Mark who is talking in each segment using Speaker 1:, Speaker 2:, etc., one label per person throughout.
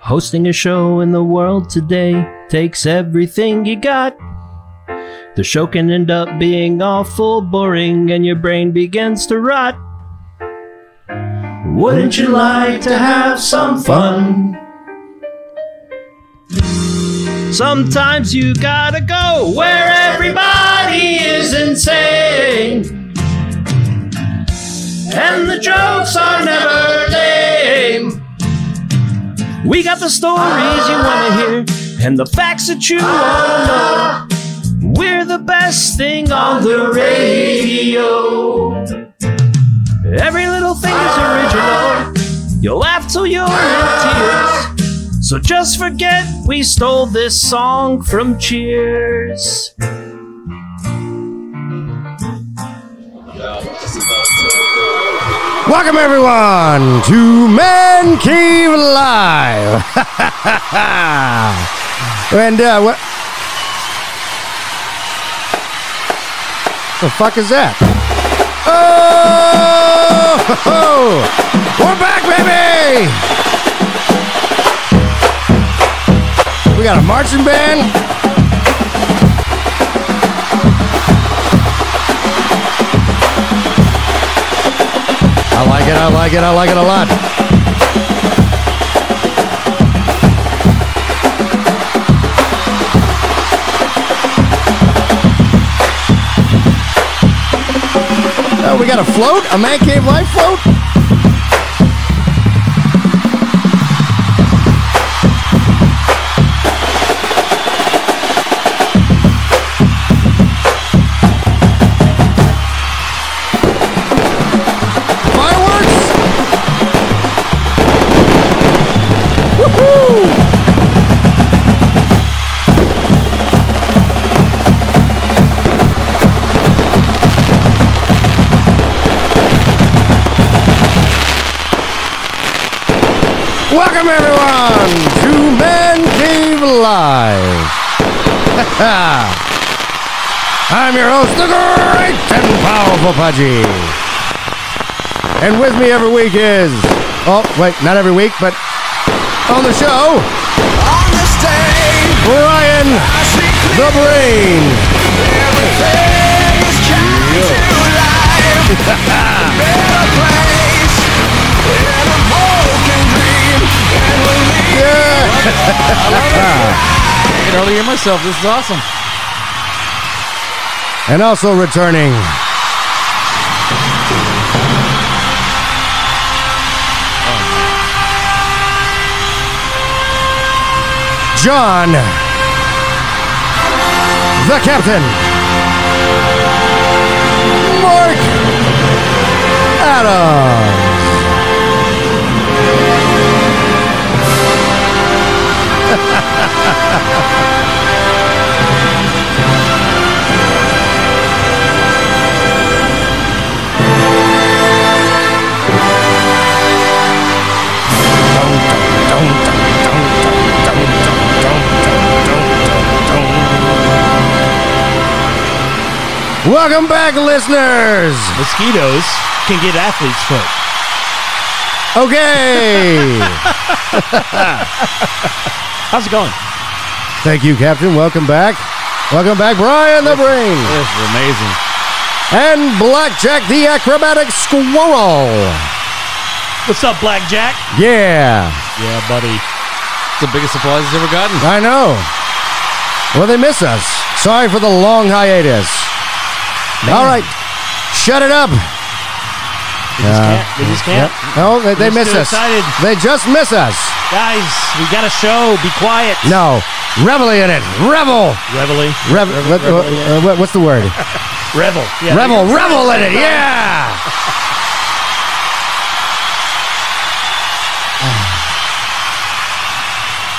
Speaker 1: Hosting a show in the world today takes everything you got. The show can end up being awful boring and your brain begins to rot. Wouldn't you like to have some fun? Sometimes you gotta go where everybody is insane. And the jokes are never lame. We got the stories you wanna hear and the facts that you wanna know. We're the best thing on the radio. Every little thing is original. You'll laugh till you're in tears. So just forget we stole this song from Cheers.
Speaker 2: Welcome everyone to Man Cave Live. and uh, what the fuck is that? Oh, we're back, baby. We got a marching band. I like it. I like it. I like it a lot. Oh, we got a float, a man cave life float. Fireworks! Woohoo! Welcome everyone to Man Cave Live. I'm your host, the great and powerful Pudgy. And with me every week is, oh wait, not every week, but on the show,
Speaker 3: On this day,
Speaker 2: Brian
Speaker 3: I see
Speaker 2: the Brain.
Speaker 3: everything is coming to life. A better place, and a hope can dream and believe.
Speaker 2: Yeah.
Speaker 4: I can hardly hear myself. This is awesome.
Speaker 2: And also returning. John, the captain, Mark Adams. Welcome back, listeners.
Speaker 5: Mosquitoes can get athlete's foot.
Speaker 2: Okay.
Speaker 5: How's it going?
Speaker 2: Thank you, Captain. Welcome back. Welcome back, Brian the Brain.
Speaker 5: This is amazing.
Speaker 2: And Blackjack the Acrobatic Squirrel.
Speaker 5: What's up, Blackjack?
Speaker 2: Yeah,
Speaker 5: Yeah, buddy.
Speaker 4: It's the biggest applause he's ever gotten.
Speaker 2: I know. Well, they miss us. Sorry for the long hiatus. All right, shut it up.
Speaker 5: They just can't. They just can't.
Speaker 2: No, they, they
Speaker 5: We're
Speaker 2: miss
Speaker 5: still
Speaker 2: us.
Speaker 5: excited.
Speaker 2: They just miss us.
Speaker 5: Guys, we got a show. Be quiet.
Speaker 2: No, revel in it. Revel.
Speaker 5: Reveille.
Speaker 2: Rev- what- what- uh, what- what's the word?
Speaker 5: Revel. Yeah,
Speaker 2: revel. Revel in it. Yeah.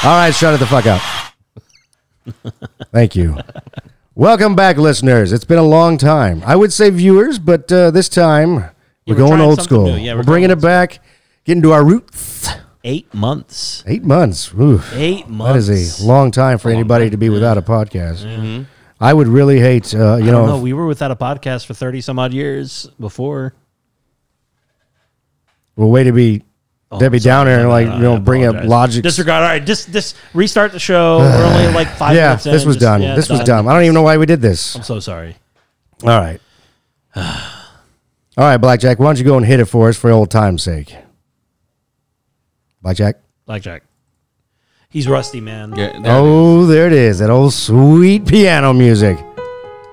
Speaker 2: All right, shut it the fuck up. Thank you. Welcome back, listeners. It's been a long time. I would say viewers, but uh, this time we're,
Speaker 5: we're
Speaker 2: going
Speaker 5: trying
Speaker 2: old
Speaker 5: something
Speaker 2: school.
Speaker 5: new. Yeah,
Speaker 2: we're,
Speaker 5: we're
Speaker 2: bringing
Speaker 5: going
Speaker 2: it back, getting to our roots.
Speaker 1: Eight months.
Speaker 2: Eight months. Oof.
Speaker 1: Eight
Speaker 2: That
Speaker 1: months.
Speaker 2: is a long time for anybody to be without a podcast. I would really hate, uh, you know,
Speaker 5: No, we were without a podcast for thirty some odd years before.
Speaker 2: well, way to be
Speaker 5: Oh,
Speaker 2: Debbie Downer and like
Speaker 1: no,
Speaker 2: you
Speaker 1: no,
Speaker 2: know
Speaker 1: I
Speaker 2: bring up
Speaker 1: apologize.
Speaker 2: logic.
Speaker 5: Disregard. All right, just this restart the show. We're only like five
Speaker 2: Yeah,
Speaker 5: minutes.
Speaker 2: this
Speaker 5: in.
Speaker 2: was
Speaker 5: Just-
Speaker 2: done.
Speaker 5: yeah,
Speaker 2: this was
Speaker 5: done.
Speaker 2: dumb. I don't even know why we did this.
Speaker 5: I'm so sorry.
Speaker 2: All right, all right, Blackjack. Why don't you go and hit it for us for old time's sake, Blackjack?
Speaker 5: Blackjack. He's rusty, man.
Speaker 4: Yeah, there it is.
Speaker 2: Oh, there it is. That old sweet piano music.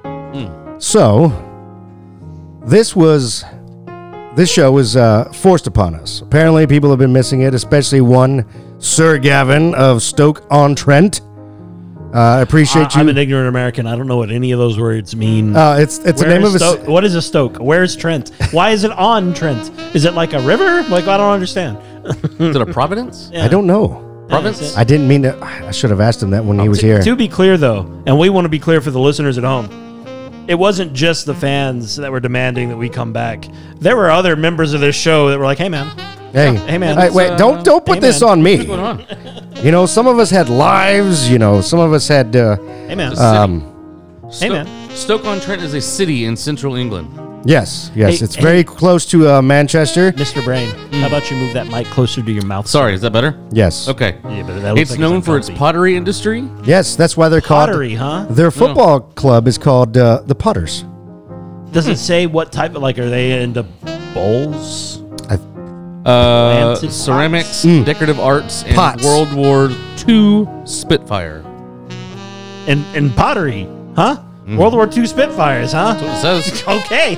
Speaker 5: Hmm.
Speaker 2: So, this was. This show was uh, forced upon us. Apparently, people have been missing it, especially one Sir Gavin of Stoke on Trent. Uh, I appreciate
Speaker 5: I, am
Speaker 2: you.
Speaker 5: an ignorant American. I don't know what any of those words mean.
Speaker 2: uh, it's it's the
Speaker 5: Where
Speaker 2: name
Speaker 5: is
Speaker 2: of a. s-
Speaker 5: Stoke? What is a Stoke? Where's Trent? Why is it on Trent? Is it like a river? Like I don't understand.
Speaker 4: Is it a Providence?
Speaker 2: I don't know.
Speaker 4: Province?
Speaker 2: I didn't mean to. I should have asked him that when he was here.
Speaker 5: To be clear, though, and we want to be clear for the listeners at home, it wasn't just the fans that were demanding that we come back. There were other members of this show that were like, "Hey, man,
Speaker 2: Hey,
Speaker 5: Hey, man,
Speaker 2: Hey,
Speaker 5: it's,
Speaker 2: wait!
Speaker 5: uh,
Speaker 2: don't don't put
Speaker 5: hey,
Speaker 2: this
Speaker 5: man.
Speaker 2: on me.
Speaker 4: What's going on?
Speaker 2: You know, some of us had lives. You know, some of us had. Uh,
Speaker 5: hey, man,
Speaker 2: Um,
Speaker 5: hey,
Speaker 4: Stoke-
Speaker 5: man.
Speaker 4: Stoke-on-Trent is a city in central England.
Speaker 2: yes, yes,
Speaker 5: Hey,
Speaker 2: it's
Speaker 5: hey.
Speaker 2: very close to uh, Manchester.
Speaker 5: Mr. Brain,
Speaker 4: Mm.
Speaker 5: how about you move that mic closer to your mouth?"
Speaker 4: Sorry, is that better?
Speaker 2: Yes,
Speaker 4: Okay.
Speaker 5: Yeah, but that looks
Speaker 4: It's
Speaker 5: like
Speaker 4: known for its
Speaker 5: unhealthy.
Speaker 4: pottery industry.
Speaker 2: yes, that's why they're called
Speaker 5: pottery, Oh. huh?
Speaker 2: Their football club is called uh, the Potters.
Speaker 5: Does
Speaker 4: Hmm.
Speaker 5: it say what type of like are they into bowls?
Speaker 4: Uh,
Speaker 5: Rancid pots.
Speaker 4: ceramics, decorative arts, and
Speaker 2: Pots.
Speaker 4: World War II Spitfire.
Speaker 5: And and pottery, huh?
Speaker 2: Mm-hmm.
Speaker 5: World War II Spitfires, huh?
Speaker 4: That's what it says.
Speaker 5: Okay.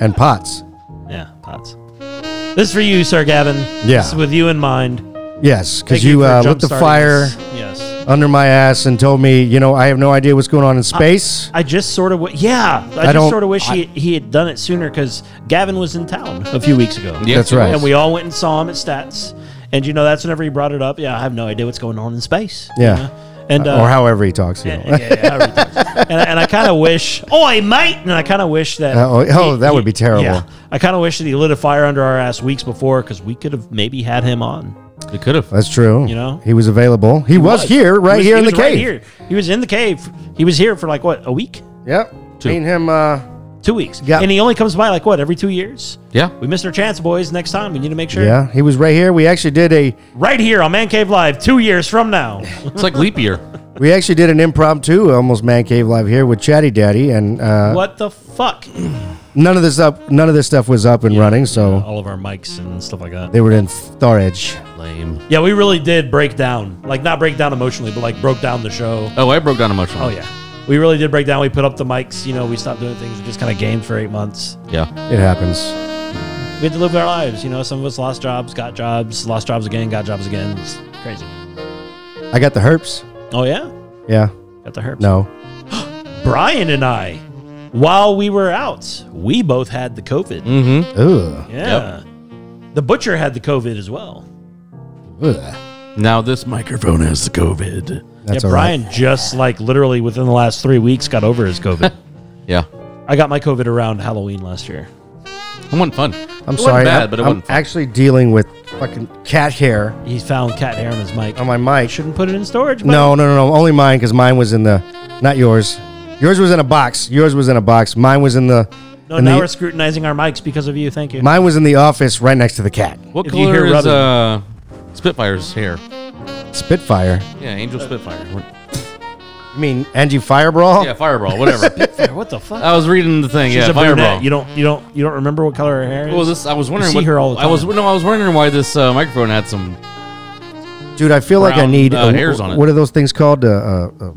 Speaker 2: and Potts.
Speaker 5: Yeah, pots. This is for you, Sir Gavin.
Speaker 2: Yeah.
Speaker 5: This is with you in mind.
Speaker 2: Yes, because
Speaker 5: Thank
Speaker 2: you,
Speaker 5: for
Speaker 2: uh, lit the
Speaker 5: jump-starting
Speaker 2: fire
Speaker 5: this. Yes.
Speaker 2: under my ass and told me, you know, I have no idea what's going on in
Speaker 5: Ah.
Speaker 2: space.
Speaker 5: I just sort of, w- yeah. I,
Speaker 2: don't-
Speaker 5: just sort of wish he, he had done it sooner because Gavin was in town a few weeks ago.
Speaker 4: Yes,
Speaker 2: That's
Speaker 4: it
Speaker 2: right.
Speaker 4: was.
Speaker 5: And we all went and saw him at Stats. And, you know, that's whenever he brought it up. Yeah, I have no idea what's going on in space. you
Speaker 2: Yeah.
Speaker 5: know? And, uh, eh.
Speaker 2: or however he talks. You know.
Speaker 5: yeah, yeah, yeah, however he talks. and, I- and I kind of wish, oi, mate! And I kind of wish that.
Speaker 2: Uh, oh, oh, that would be terrible.
Speaker 5: I kind of wish that he lit a fire under our ass weeks before because we could have maybe had him on.
Speaker 4: We could have.
Speaker 2: That's true.
Speaker 5: You know?
Speaker 2: he was available. He, was, here, right
Speaker 5: He was-
Speaker 2: here
Speaker 5: he
Speaker 2: in the
Speaker 5: was right
Speaker 2: cave.
Speaker 5: here. He was in the cave. He was here for like what a week,
Speaker 2: Yep. Me and him. Uh,
Speaker 5: two weeks.
Speaker 2: Yeah.
Speaker 5: And he only comes by like what every two years.
Speaker 4: Yeah.
Speaker 5: We missed our chance, boys. Next time we need to make sure.
Speaker 2: yeah, he was right here. We actually did a
Speaker 5: Right here on Man Cave Live, two years from now.
Speaker 4: It's like leap year.
Speaker 2: we actually did an impromptu almost man cave live here with Chatty Daddy, and uh,
Speaker 5: what the fuck?
Speaker 2: none of this up none of this stuff was up and running, so
Speaker 5: All of our mics and stuff like that.
Speaker 2: they were in storage.
Speaker 4: Lame.
Speaker 5: Yeah, we really did break down. Like not break down emotionally, but like broke down the show.
Speaker 4: Oh, I broke down emotionally.
Speaker 5: Oh yeah. We really did break down. We put up the mics. You know, we stopped doing things. We just kind of gamed for eight months.
Speaker 4: Yeah.
Speaker 2: It happens.
Speaker 5: We had to live our lives. You know, some of us lost jobs, got jobs, lost jobs again, got jobs again. It's crazy.
Speaker 2: I got the herpes.
Speaker 5: Oh yeah,
Speaker 2: Yeah.
Speaker 5: got the herpes.
Speaker 2: No.
Speaker 5: Brian and I, while we were out, we both had the COVID.
Speaker 2: Mm. Ugh.
Speaker 5: Yeah. The butcher had the COVID as well.
Speaker 2: Ugh.
Speaker 4: Now this microphone has the COVID.
Speaker 2: That's
Speaker 5: yeah,
Speaker 2: all right.
Speaker 5: Brian just like literally within the last three weeks got over his COVID.
Speaker 4: Yeah.
Speaker 5: I got my COVID around Halloween last year.
Speaker 4: It wasn't fun.
Speaker 2: I'm
Speaker 4: it
Speaker 2: sorry.
Speaker 4: Wasn't bad,
Speaker 2: I'm,
Speaker 4: but it
Speaker 2: I'm
Speaker 4: wasn't fun.
Speaker 2: actually dealing with fucking cat hair
Speaker 5: He found cat hair on his mic.
Speaker 2: on my mic.
Speaker 5: Shouldn't put it in storage. but-
Speaker 2: No, no, no, no. Only mine because mine was in the, not yours. Yours was in a box. Yours was in a box. Mine was in the.
Speaker 5: No,
Speaker 2: in
Speaker 5: now
Speaker 2: the-
Speaker 5: we're scrutinizing our mics because of you. Thank you.
Speaker 2: Mine was in the office right next to the cat.
Speaker 4: What
Speaker 5: If you hear
Speaker 4: color is
Speaker 5: rubbing-
Speaker 4: uh, Spitfire's hair?
Speaker 2: Spitfire.
Speaker 4: Yeah, Angel Spitfire. What-
Speaker 2: You mean Angie Fireball?
Speaker 4: Yeah, Fireball, whatever.
Speaker 5: what the fuck?
Speaker 4: I was reading the thing.
Speaker 5: She's
Speaker 4: Oh, yeah,
Speaker 5: a brunette.
Speaker 4: Fireball.
Speaker 5: You don't, you don't, you don't remember what color her hair is.
Speaker 4: well, this I was wondering.
Speaker 5: see
Speaker 4: what,
Speaker 5: her all the
Speaker 4: I was
Speaker 5: time.
Speaker 4: no, I was wondering why this uh, microphone had some.
Speaker 2: Dude, I feel like I
Speaker 4: Brown,
Speaker 2: need.
Speaker 4: uh, hairs on it.
Speaker 2: What are those things called? Uh, uh, uh,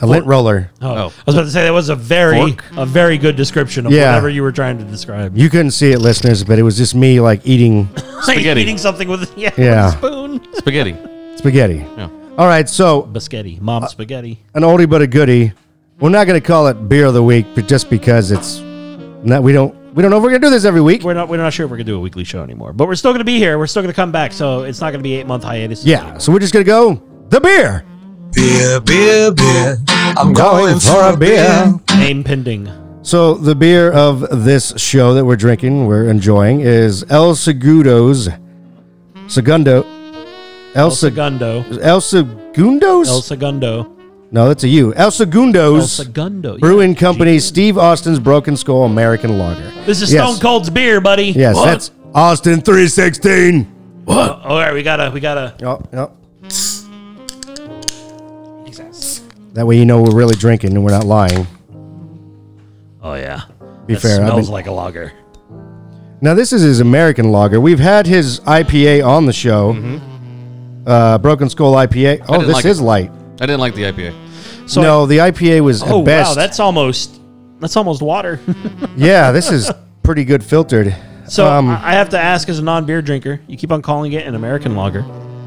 Speaker 2: a lint roller.
Speaker 5: oh, I
Speaker 4: oh.
Speaker 5: was about to say that was a very,
Speaker 4: Fork?
Speaker 5: a very good description of
Speaker 2: Yeah.
Speaker 5: whatever you were trying to describe.
Speaker 2: You couldn't see it, listeners, but it was just me like eating
Speaker 4: Spaghetti.
Speaker 5: eating something with yeah,
Speaker 2: Yeah.
Speaker 5: With a spoon.
Speaker 4: Spaghetti.
Speaker 2: spaghetti.
Speaker 4: Yeah.
Speaker 2: All right, so
Speaker 5: Biscotti,
Speaker 2: Uh,
Speaker 5: mom spaghetti.
Speaker 2: an oldie but a goodie. We're not going to call it beer of the week, but just because it's not, we don't we don't know if we're going to do this every week.
Speaker 5: We're not we're not sure if we're gonna do a weekly show anymore, but we're still gonna be here. We're still gonna come back, so it's not gonna be eight month hiatus.
Speaker 2: yeah, so we're just going to go the beer.
Speaker 3: Beer, beer, beer. I'm going for a beer.
Speaker 5: name pending.
Speaker 2: So the beer of this show that we're drinking, we're enjoying, is El Segudo's Segundo. El,
Speaker 5: El
Speaker 2: Seg-
Speaker 5: Segundo.
Speaker 2: El Segundos?
Speaker 5: El Segundo.
Speaker 2: no, that's a U. El
Speaker 5: El
Speaker 2: Segundos
Speaker 5: Segundo. yeah.
Speaker 2: Brewing Company, Steve Austin's Broken Skull American Lager.
Speaker 5: This is
Speaker 2: Yes.
Speaker 5: Stone Cold's beer, buddy.
Speaker 2: Yes,
Speaker 5: What?
Speaker 2: that's Austin 316.
Speaker 5: Oh, all right, we gotta, we gotta.
Speaker 2: Oh, oh. That way you know we're really drinking and we're not lying.
Speaker 5: Oh yeah.
Speaker 2: Be
Speaker 5: That
Speaker 2: fair, I've
Speaker 5: Smells
Speaker 2: been-
Speaker 5: like a lager.
Speaker 2: Now this is his American lager. We've had his IPA on the show. Uh, Broken Skull IPA. Oh,
Speaker 4: Mm-hmm. didn't
Speaker 2: this
Speaker 4: like
Speaker 2: is
Speaker 4: it.
Speaker 2: light.
Speaker 4: I didn't like the IPA.
Speaker 5: So
Speaker 2: no, the IPA was
Speaker 5: Oh
Speaker 2: at best.
Speaker 5: wow, that's almost, that's almost water.
Speaker 2: yeah, this is pretty good filtered.
Speaker 5: So
Speaker 2: Um,
Speaker 5: I I have to ask, as a non-beer drinker, you keep on calling it an American lager.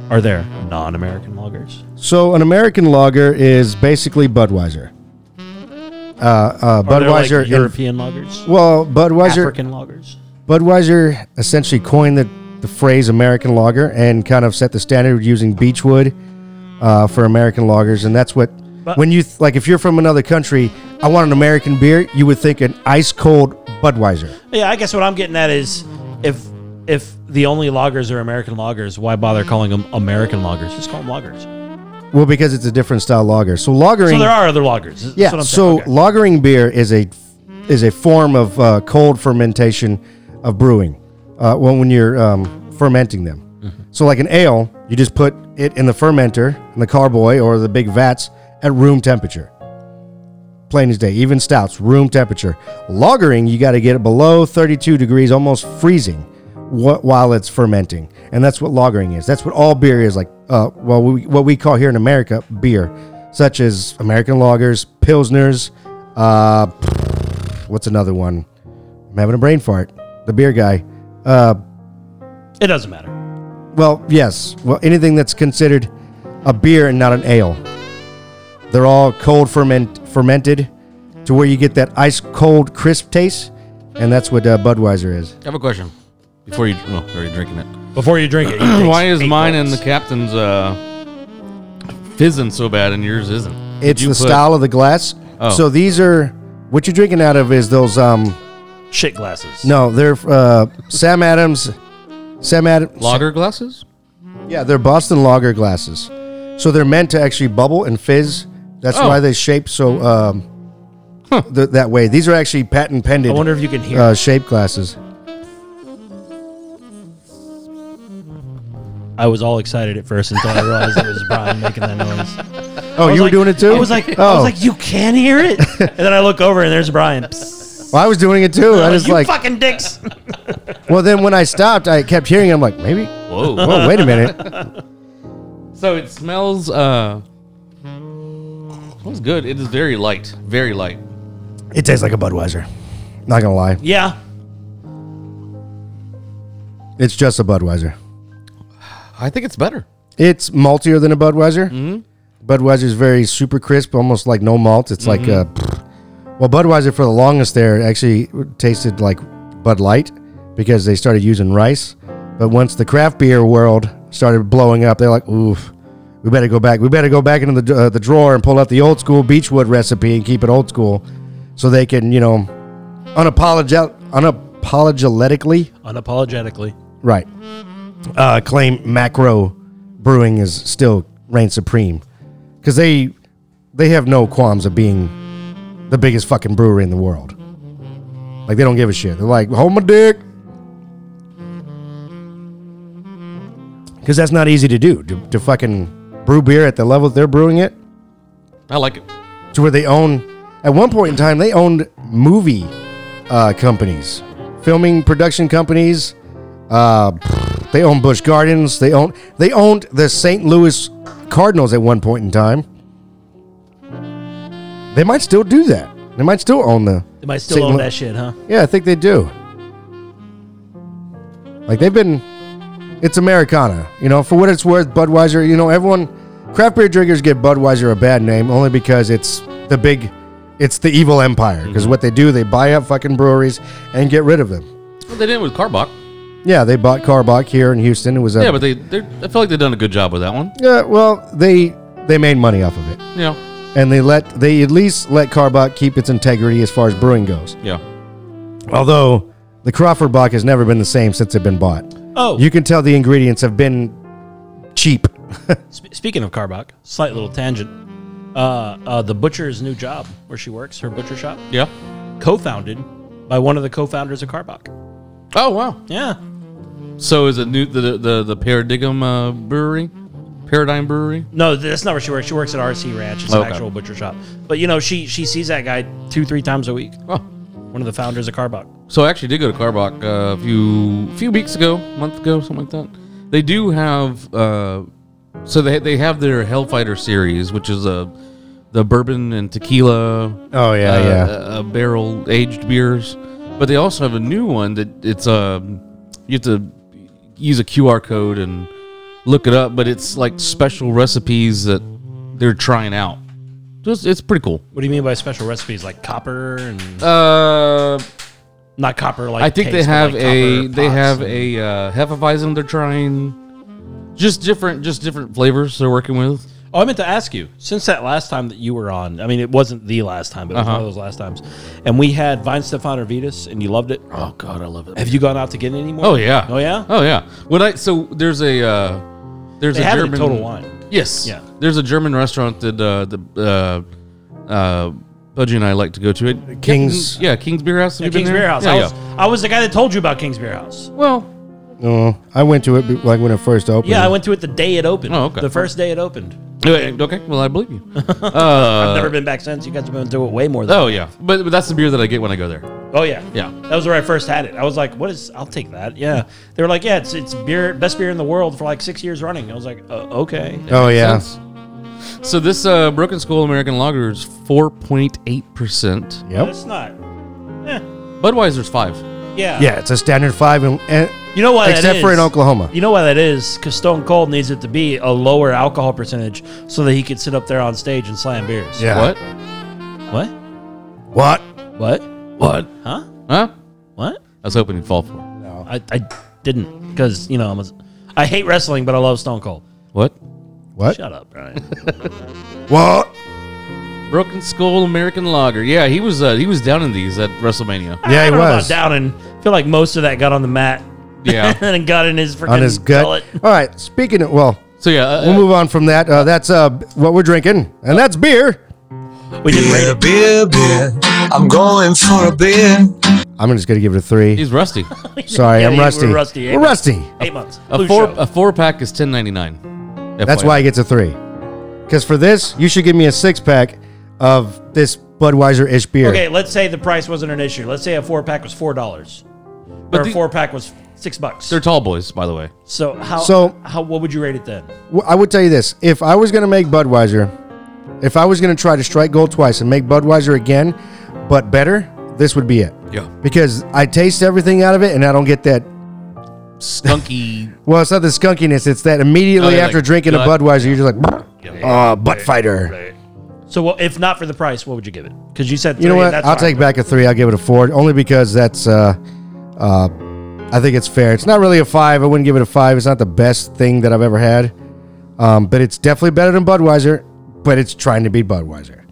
Speaker 5: Are there non-American lagers?
Speaker 2: So an American lager is basically Budweiser. Uh, uh,
Speaker 5: Are there, like,
Speaker 2: Budweiser. in-
Speaker 5: European lagers,
Speaker 2: well, Budweiser.
Speaker 5: African lagers.
Speaker 2: Budweiser essentially coined the, the phrase American lager and kind of set the standard using Beechwood uh, for American lagers. And that's what,
Speaker 5: But-
Speaker 2: when you, th- like, if you're from another country, I want an American beer, you would think an ice cold Budweiser.
Speaker 5: Yeah, I guess what I'm getting at is if if the only lagers are American lagers, why bother calling them American lagers? Just call them lagers.
Speaker 2: Well, because it's a different style lager. So lagering.
Speaker 5: So there are other lagers. That's
Speaker 2: Yeah.
Speaker 5: what I'm
Speaker 2: so
Speaker 5: saying. Okay.
Speaker 2: lagering beer is a is a form of uh, cold fermentation of brewing. Uh, when when you're um, fermenting them,
Speaker 5: Mm-hmm.
Speaker 2: so like an ale, you just put it in the fermenter in the carboy or the big vats at room temperature. Plain as day. Even stouts, room temperature. Lagering, you got to get it below 32 degrees, almost freezing, wh- while it's fermenting, and that's what lagering is. That's what all beer is like. Uh, well, we, what we call here in America beer, such as American lagers, pilsners. Uh, what's another one? I'm having a brain fart. The beer guy.
Speaker 5: it doesn't matter.
Speaker 2: Well, yes. Well, anything that's considered a beer and not an ale. They're all cold ferment fermented to where you get that ice cold crisp taste, and that's what uh, Budweiser is.
Speaker 4: I have a question. Before you, well, are you drinking it?
Speaker 5: Before you drink it, you take
Speaker 4: Why is
Speaker 5: eight
Speaker 4: mine and the
Speaker 5: gulps.
Speaker 4: captain's uh, fizzing so bad and yours isn't? Did
Speaker 2: It's the
Speaker 4: you put-
Speaker 2: style of the glass.
Speaker 4: Oh.
Speaker 2: So these are what you're drinking out of is those um
Speaker 5: shit glasses?
Speaker 2: no they're uh, Sam Adams Sam Adams
Speaker 4: lager glasses.
Speaker 2: yeah they're Boston lager glasses. So they're meant to actually bubble and fizz. That's
Speaker 4: Oh.
Speaker 2: why they shape so um th- that way. These are actually patent pending.
Speaker 5: I wonder if you can hear.
Speaker 2: uh, shape glasses.
Speaker 5: I was all excited at first until I realized it was Brian making that noise.
Speaker 2: Oh, you were doing it too.
Speaker 5: I was like,
Speaker 2: oh,
Speaker 5: I was like, you can hear it. And then I look over and there's Brian. Psst,
Speaker 2: Well, I was doing it too. I was
Speaker 5: you
Speaker 2: like,
Speaker 5: fucking dicks.
Speaker 2: well, then when I stopped, I kept hearing. it. I'm like, maybe.
Speaker 4: Whoa.
Speaker 2: Oh, wait a minute.
Speaker 4: so it smells. Uh, smells good. It is very light. Very light.
Speaker 2: It tastes like a Budweiser. Not gonna lie,
Speaker 5: Yeah.
Speaker 2: it's just a Budweiser.
Speaker 4: I think it's better.
Speaker 2: It's maltier than a Budweiser. Budweiser is very super crisp, almost like no malt. It's like a. Well, Budweiser for the longest there actually tasted like Bud Light because they started using rice. But once the craft beer world started blowing up, they're like, oof, we better go back. We better go back into the, uh, the drawer and pull out the old school Beechwood recipe and keep it old school so they can, you know, unapologetic, unapologetically
Speaker 5: Unapologetically.
Speaker 2: Right. Uh, claim macro brewing is still reigns supreme because they they have no qualms of being the biggest fucking brewery in the world. Like they don't give a shit. They're like, hold my dick. Because that's not easy to do to, to fucking brew beer at the level they're brewing it
Speaker 4: I like it.
Speaker 2: to where they own at one point in time they owned movie uh, companies filming production companies uh, they owned bush gardens they owned they owned the st louis cardinals at one point in time they might still do that they might still own the
Speaker 5: They might still
Speaker 2: St.
Speaker 5: own
Speaker 2: Lu-
Speaker 5: that shit, huh?
Speaker 2: yeah i think they do like they've been it's americana you know for what it's worth budweiser you know everyone craft beer drinkers give budweiser a bad name only because it's the big it's the evil empire
Speaker 4: Mm-hmm.
Speaker 2: because what they do they buy up fucking breweries and get rid of them
Speaker 4: Well, they did it with Carbach.
Speaker 2: yeah they bought carbach here in houston it was a
Speaker 4: Yeah, but they. they're- I feel like they've done a good job with that one.
Speaker 2: yeah well they they made money off of it
Speaker 4: You know.
Speaker 2: and they let they at least let carbach keep its integrity as far as brewing goes
Speaker 4: Yeah.
Speaker 2: although the crawford bach has never been the same since they've been bought
Speaker 5: Oh,
Speaker 2: You can tell the ingredients have been cheap.
Speaker 5: sp- speaking of Carbach, slight little tangent. Uh, uh, the butcher's new job, where she works, her butcher shop,
Speaker 4: Yeah.
Speaker 5: co-founded by one of the co-founders of Carbach.
Speaker 4: Oh wow.
Speaker 5: Yeah,
Speaker 4: So is it new the the the Paradigm uh, Brewery, Paradigm Brewery?
Speaker 5: No, that's not where she works. She works at RC Ranch. It's
Speaker 4: Okay.
Speaker 5: an actual butcher shop. But you know, she she sees that guy two three times a week.
Speaker 4: Oh.
Speaker 5: One of the founders of Carbach.
Speaker 4: So I actually did go to Carbach uh, a few few weeks ago, month ago, something like that. They do have uh, so they they have their Hellfighter series, which is a the bourbon and tequila.
Speaker 2: Oh, yeah,
Speaker 4: uh,
Speaker 2: yeah.
Speaker 4: uh, barrel aged beers, but they also have a new one that it's um you have to use a QR code and look it up, but it's like special recipes that they're trying out. Just it's pretty cool.
Speaker 5: What do you mean by special recipes like copper and
Speaker 4: Uh.
Speaker 5: not copper like?
Speaker 4: I think they
Speaker 5: taste, but,
Speaker 4: have
Speaker 5: like,
Speaker 4: a
Speaker 5: copper
Speaker 4: they
Speaker 5: pots
Speaker 4: have
Speaker 5: and-
Speaker 4: a uh, hefeweizen they're trying. Just different, just different flavors they're working with.
Speaker 5: Oh, I meant to ask you. Since that last time that you were on, I mean, it wasn't the last time, but it was
Speaker 4: Uh-huh.
Speaker 5: one of those last times. And we had Vine Stefan Orvitas, and you loved it.
Speaker 4: Oh God, I love it.
Speaker 5: Have you gone out to get it anymore?
Speaker 4: Oh yeah.
Speaker 5: Oh yeah.
Speaker 4: Oh yeah. What I so there's a uh, there's
Speaker 5: they
Speaker 4: a
Speaker 5: have
Speaker 4: German
Speaker 5: it at Total Wine.
Speaker 4: Yes.
Speaker 5: Yeah.
Speaker 4: There's a German restaurant that uh, the uh, uh, Budgie and I like to go to. It
Speaker 2: King's-
Speaker 4: Yeah, King's Beer House.
Speaker 5: At
Speaker 4: Have you been
Speaker 5: King's
Speaker 4: there?
Speaker 5: Beer House.
Speaker 4: Yeah,
Speaker 5: I,
Speaker 4: yeah.
Speaker 5: was, I was the guy that told you about King's Beer House.
Speaker 4: Well,
Speaker 2: Oh, I went to it be- like when it first opened.
Speaker 5: Yeah, I went to it the day it opened.
Speaker 4: Oh, okay.
Speaker 5: The first day it opened.
Speaker 4: okay. uh, okay, Well, I believe you.
Speaker 5: I've never been back since. You guys have been to it way more than.
Speaker 4: Uh, Oh yeah, but, but that's the beer that I get when I go there.
Speaker 5: Oh yeah,
Speaker 4: Yeah.
Speaker 5: That was where I first had it. I was like, "What is? I'll take that." Yeah. They were like, "Yeah, it's it's beer, best beer in the world for like six years running." I was like, uh, "Okay."
Speaker 2: Oh yeah.
Speaker 4: Sense. So this uh, Broken Skull American Lager is four point eight percent.
Speaker 2: Yep.
Speaker 5: That's not.
Speaker 4: Budweiser's five.
Speaker 5: Yeah.
Speaker 2: Yeah, it's a standard five, and, eh, and
Speaker 5: You know why? that
Speaker 2: except for
Speaker 5: is?
Speaker 2: in Oklahoma.
Speaker 5: You know why that is? Because Stone Cold needs it to be a lower alcohol percentage so that he could sit up there on stage and slam beers.
Speaker 2: Yeah.
Speaker 4: What?
Speaker 5: What?
Speaker 2: What?
Speaker 5: What?
Speaker 4: What?
Speaker 5: Huh?
Speaker 4: Huh?
Speaker 5: What?
Speaker 4: I was hoping he'd fall for it.
Speaker 2: Oh.
Speaker 5: I, I didn't because you know I'm a, I hate wrestling, but I love Stone Cold.
Speaker 4: What?
Speaker 2: What?
Speaker 5: Shut up, Brian.
Speaker 2: What?
Speaker 4: Broken Skull American Lager. Yeah, he was uh, he was down in these at WrestleMania.
Speaker 2: Yeah,
Speaker 5: I
Speaker 2: he
Speaker 5: don't know about
Speaker 2: was
Speaker 5: down and I feel like most of that got on the mat and
Speaker 4: Yeah.
Speaker 5: then got in his freaking
Speaker 2: on his gut.
Speaker 5: gullet.
Speaker 2: All right. Speaking of, well,
Speaker 4: so yeah, uh,
Speaker 2: we'll move on from that. Uh, that's uh, what we're drinking, and that's beer.
Speaker 5: We didn't rate
Speaker 6: Beer,
Speaker 5: it.
Speaker 6: beer, beer. I'm going for a beer.
Speaker 2: I'm just gonna give it a three.
Speaker 4: he's rusty.
Speaker 2: Sorry,
Speaker 5: Yeah,
Speaker 2: I'm
Speaker 5: you were
Speaker 2: rusty.
Speaker 5: rusty, eh?
Speaker 2: We're rusty.
Speaker 5: Eight months.
Speaker 4: A
Speaker 5: Blue
Speaker 4: four
Speaker 5: show.
Speaker 4: a four pack is ten ninety nine.
Speaker 2: That's why I get a three. Because for this, you should give me a six pack of this Budweiser ish beer.
Speaker 5: okay, let's say the price wasn't an issue. Let's say a four pack was four dollars,
Speaker 4: But
Speaker 5: or a
Speaker 4: the-
Speaker 5: four pack was six bucks.
Speaker 4: They're tall boys, by the way.
Speaker 5: So how?
Speaker 2: So-
Speaker 5: how? What would you rate it then?
Speaker 2: Well, I would tell you this: if I was going to make Budweiser, if I was going to try to strike gold twice and make Budweiser again, but better, this would be it.
Speaker 4: Yeah.
Speaker 2: Because I taste everything out of it, and I don't get that.
Speaker 4: Skunky.
Speaker 2: Well, it's not the skunkiness; it's that immediately
Speaker 4: Oh, yeah,
Speaker 2: after
Speaker 4: like
Speaker 2: drinking a
Speaker 4: gut.
Speaker 2: Budweiser, you're just like, "Oh, butt fighter."
Speaker 5: So well, if not for the price, what would you give it? Because you said three,
Speaker 2: You know what?
Speaker 5: That's
Speaker 2: I'll
Speaker 5: fine.
Speaker 2: take back a three. I'll give it a four, only because that's. Uh, uh, I think it's fair. It's not really a five. I wouldn't give it a five. It's not the best thing that I've ever had, um, but it's definitely better than Budweiser. But it's trying to be Budweiser.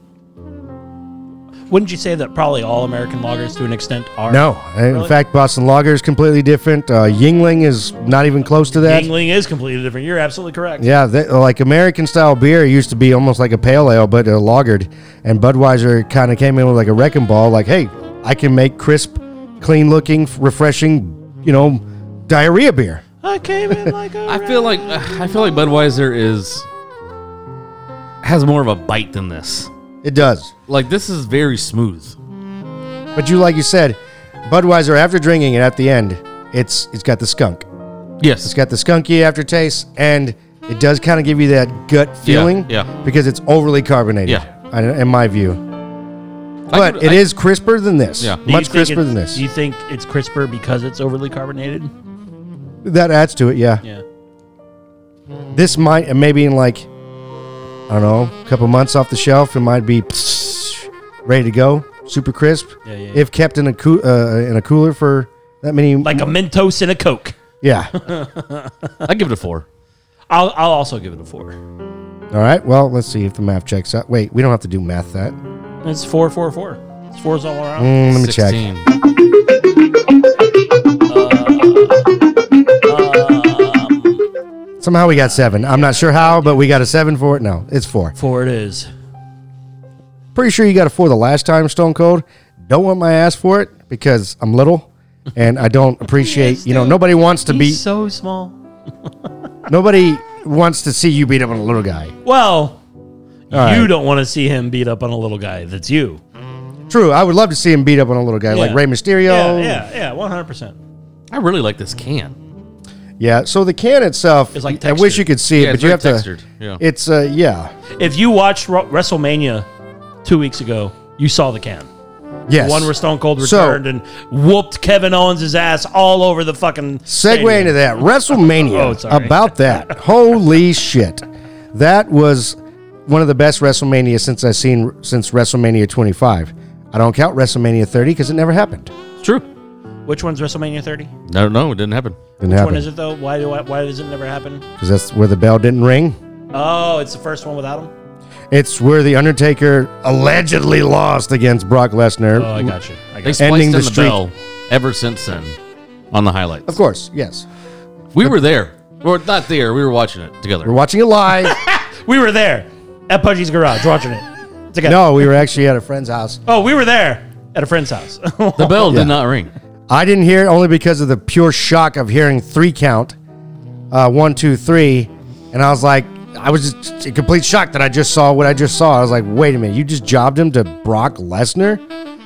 Speaker 5: Wouldn't you say that probably all American lagers to an extent are?
Speaker 2: No, in
Speaker 5: Really?
Speaker 2: fact, Boston Lager is completely different. Uh, Yingling is not even close to that.
Speaker 5: Yingling is completely different. You're absolutely correct.
Speaker 2: Yeah, that, like American style beer used to be almost like a pale ale, but uh, lagered. And Budweiser kind of came in with like a wrecking ball, like, hey, I can make crisp, clean looking, refreshing, you know, diarrhea beer.
Speaker 5: I came in like a
Speaker 4: I feel like uh, I feel like Budweiser is has more of a bite than this.
Speaker 2: It does.
Speaker 4: Like this is very smooth.
Speaker 2: But you, like you said, Budweiser, after drinking it at the end, it's it's got the skunk.
Speaker 4: Yes.
Speaker 2: It's got the skunky aftertaste, and it does kind of give you that gut feeling.
Speaker 4: yeah.
Speaker 2: Because it's overly carbonated.
Speaker 4: Yeah.
Speaker 2: I- In my view.
Speaker 4: I
Speaker 2: But
Speaker 4: could-
Speaker 2: it is
Speaker 4: I-
Speaker 2: crisper than this.
Speaker 4: Yeah.
Speaker 5: Do you
Speaker 2: Much
Speaker 5: think
Speaker 2: crisper
Speaker 5: it's-
Speaker 2: than this.
Speaker 5: Do you think it's crisper because it's overly carbonated?
Speaker 2: that adds to it, yeah.
Speaker 5: Yeah.
Speaker 2: This might, and maybe in like, I don't know, a couple months off the shelf, it might be psst, ready to go, super crisp.
Speaker 5: Yeah, yeah, yeah.
Speaker 2: If kept in a coo- uh, in a cooler for that many,
Speaker 5: Like a Mentos and a Coke.
Speaker 2: yeah.
Speaker 4: I give it a four.
Speaker 5: I'll, I'll also give it a four.
Speaker 2: All right. Well, let's see if the math checks out. Wait, we don't have to do math. That.
Speaker 5: It's four, four, four. It's fours all around.
Speaker 2: Mm, let me check.
Speaker 4: 16.
Speaker 5: Uh,
Speaker 2: Somehow we got seven. I'm not sure how, but we got a seven for it. No, it's four.
Speaker 6: Four it is.
Speaker 2: Pretty sure you got a four the last time, Stone Cold. Don't want my ass for it because I'm little and I don't appreciate, you know, nobody wants to be,
Speaker 6: so small.
Speaker 2: nobody wants to see you beat up on a little guy.
Speaker 5: Well,
Speaker 2: right.
Speaker 5: you don't want to see him beat up on a little guy. That's you.
Speaker 2: True. I would love to see him beat up on a little guy like
Speaker 5: Yeah.
Speaker 2: Rey Mysterio.
Speaker 5: Yeah, yeah, yeah, 100%.
Speaker 4: I really like this can.
Speaker 2: Yeah, So the can itself,
Speaker 6: It's like
Speaker 2: I wish
Speaker 6: textured.
Speaker 2: you could see it,
Speaker 4: Yeah,
Speaker 2: but
Speaker 4: it's
Speaker 2: you
Speaker 4: very
Speaker 2: have
Speaker 4: textured,
Speaker 2: to.
Speaker 4: yeah.
Speaker 2: It's, uh, yeah.
Speaker 5: If you watched Ru- WrestleMania two weeks ago, you saw the can.
Speaker 2: Yes.
Speaker 5: One where Stone Cold
Speaker 2: So-
Speaker 5: returned and whooped Kevin Owens' ass all over the fucking.
Speaker 2: Segue
Speaker 5: stadium.
Speaker 2: into that WrestleMania.
Speaker 5: Oh, sorry.
Speaker 2: About that, holy shit, that was one of the best WrestleMania since I've seen since WrestleMania 25. I don't count WrestleMania 30 because it never happened.
Speaker 4: It's true.
Speaker 5: Which one's WrestleMania 30?
Speaker 4: No, no, it didn't happen.
Speaker 2: Didn't
Speaker 5: Which one is
Speaker 2: happen
Speaker 5: it though? Why do I, why does it never happen?
Speaker 2: because that's where the bell didn't ring.
Speaker 5: Oh, it's the first one without him.
Speaker 2: It's where the Undertaker allegedly lost against Brock Lesnar.
Speaker 5: Oh, I got you. I
Speaker 4: They
Speaker 5: got you.
Speaker 4: spliced
Speaker 2: Ending
Speaker 4: in
Speaker 2: the
Speaker 4: the,
Speaker 2: streak.
Speaker 4: bell ever since then on the highlights.
Speaker 2: Of course, yes.
Speaker 4: We were there. Or not there. We were watching it together.
Speaker 2: We're watching it live.
Speaker 5: We were there at Pudgy's garage watching it. Together.
Speaker 2: no, we were actually at a friend's house.
Speaker 5: Oh, we were there at a friend's house.
Speaker 4: The bell
Speaker 2: Yeah.
Speaker 4: did not ring.
Speaker 2: I didn't hear it only because of the pure shock of hearing three count, uh, one, two, three, and I was like, I was just in complete shock that I just saw what I just saw. I was like, wait a minute, you just jobbed him to Brock Lesnar?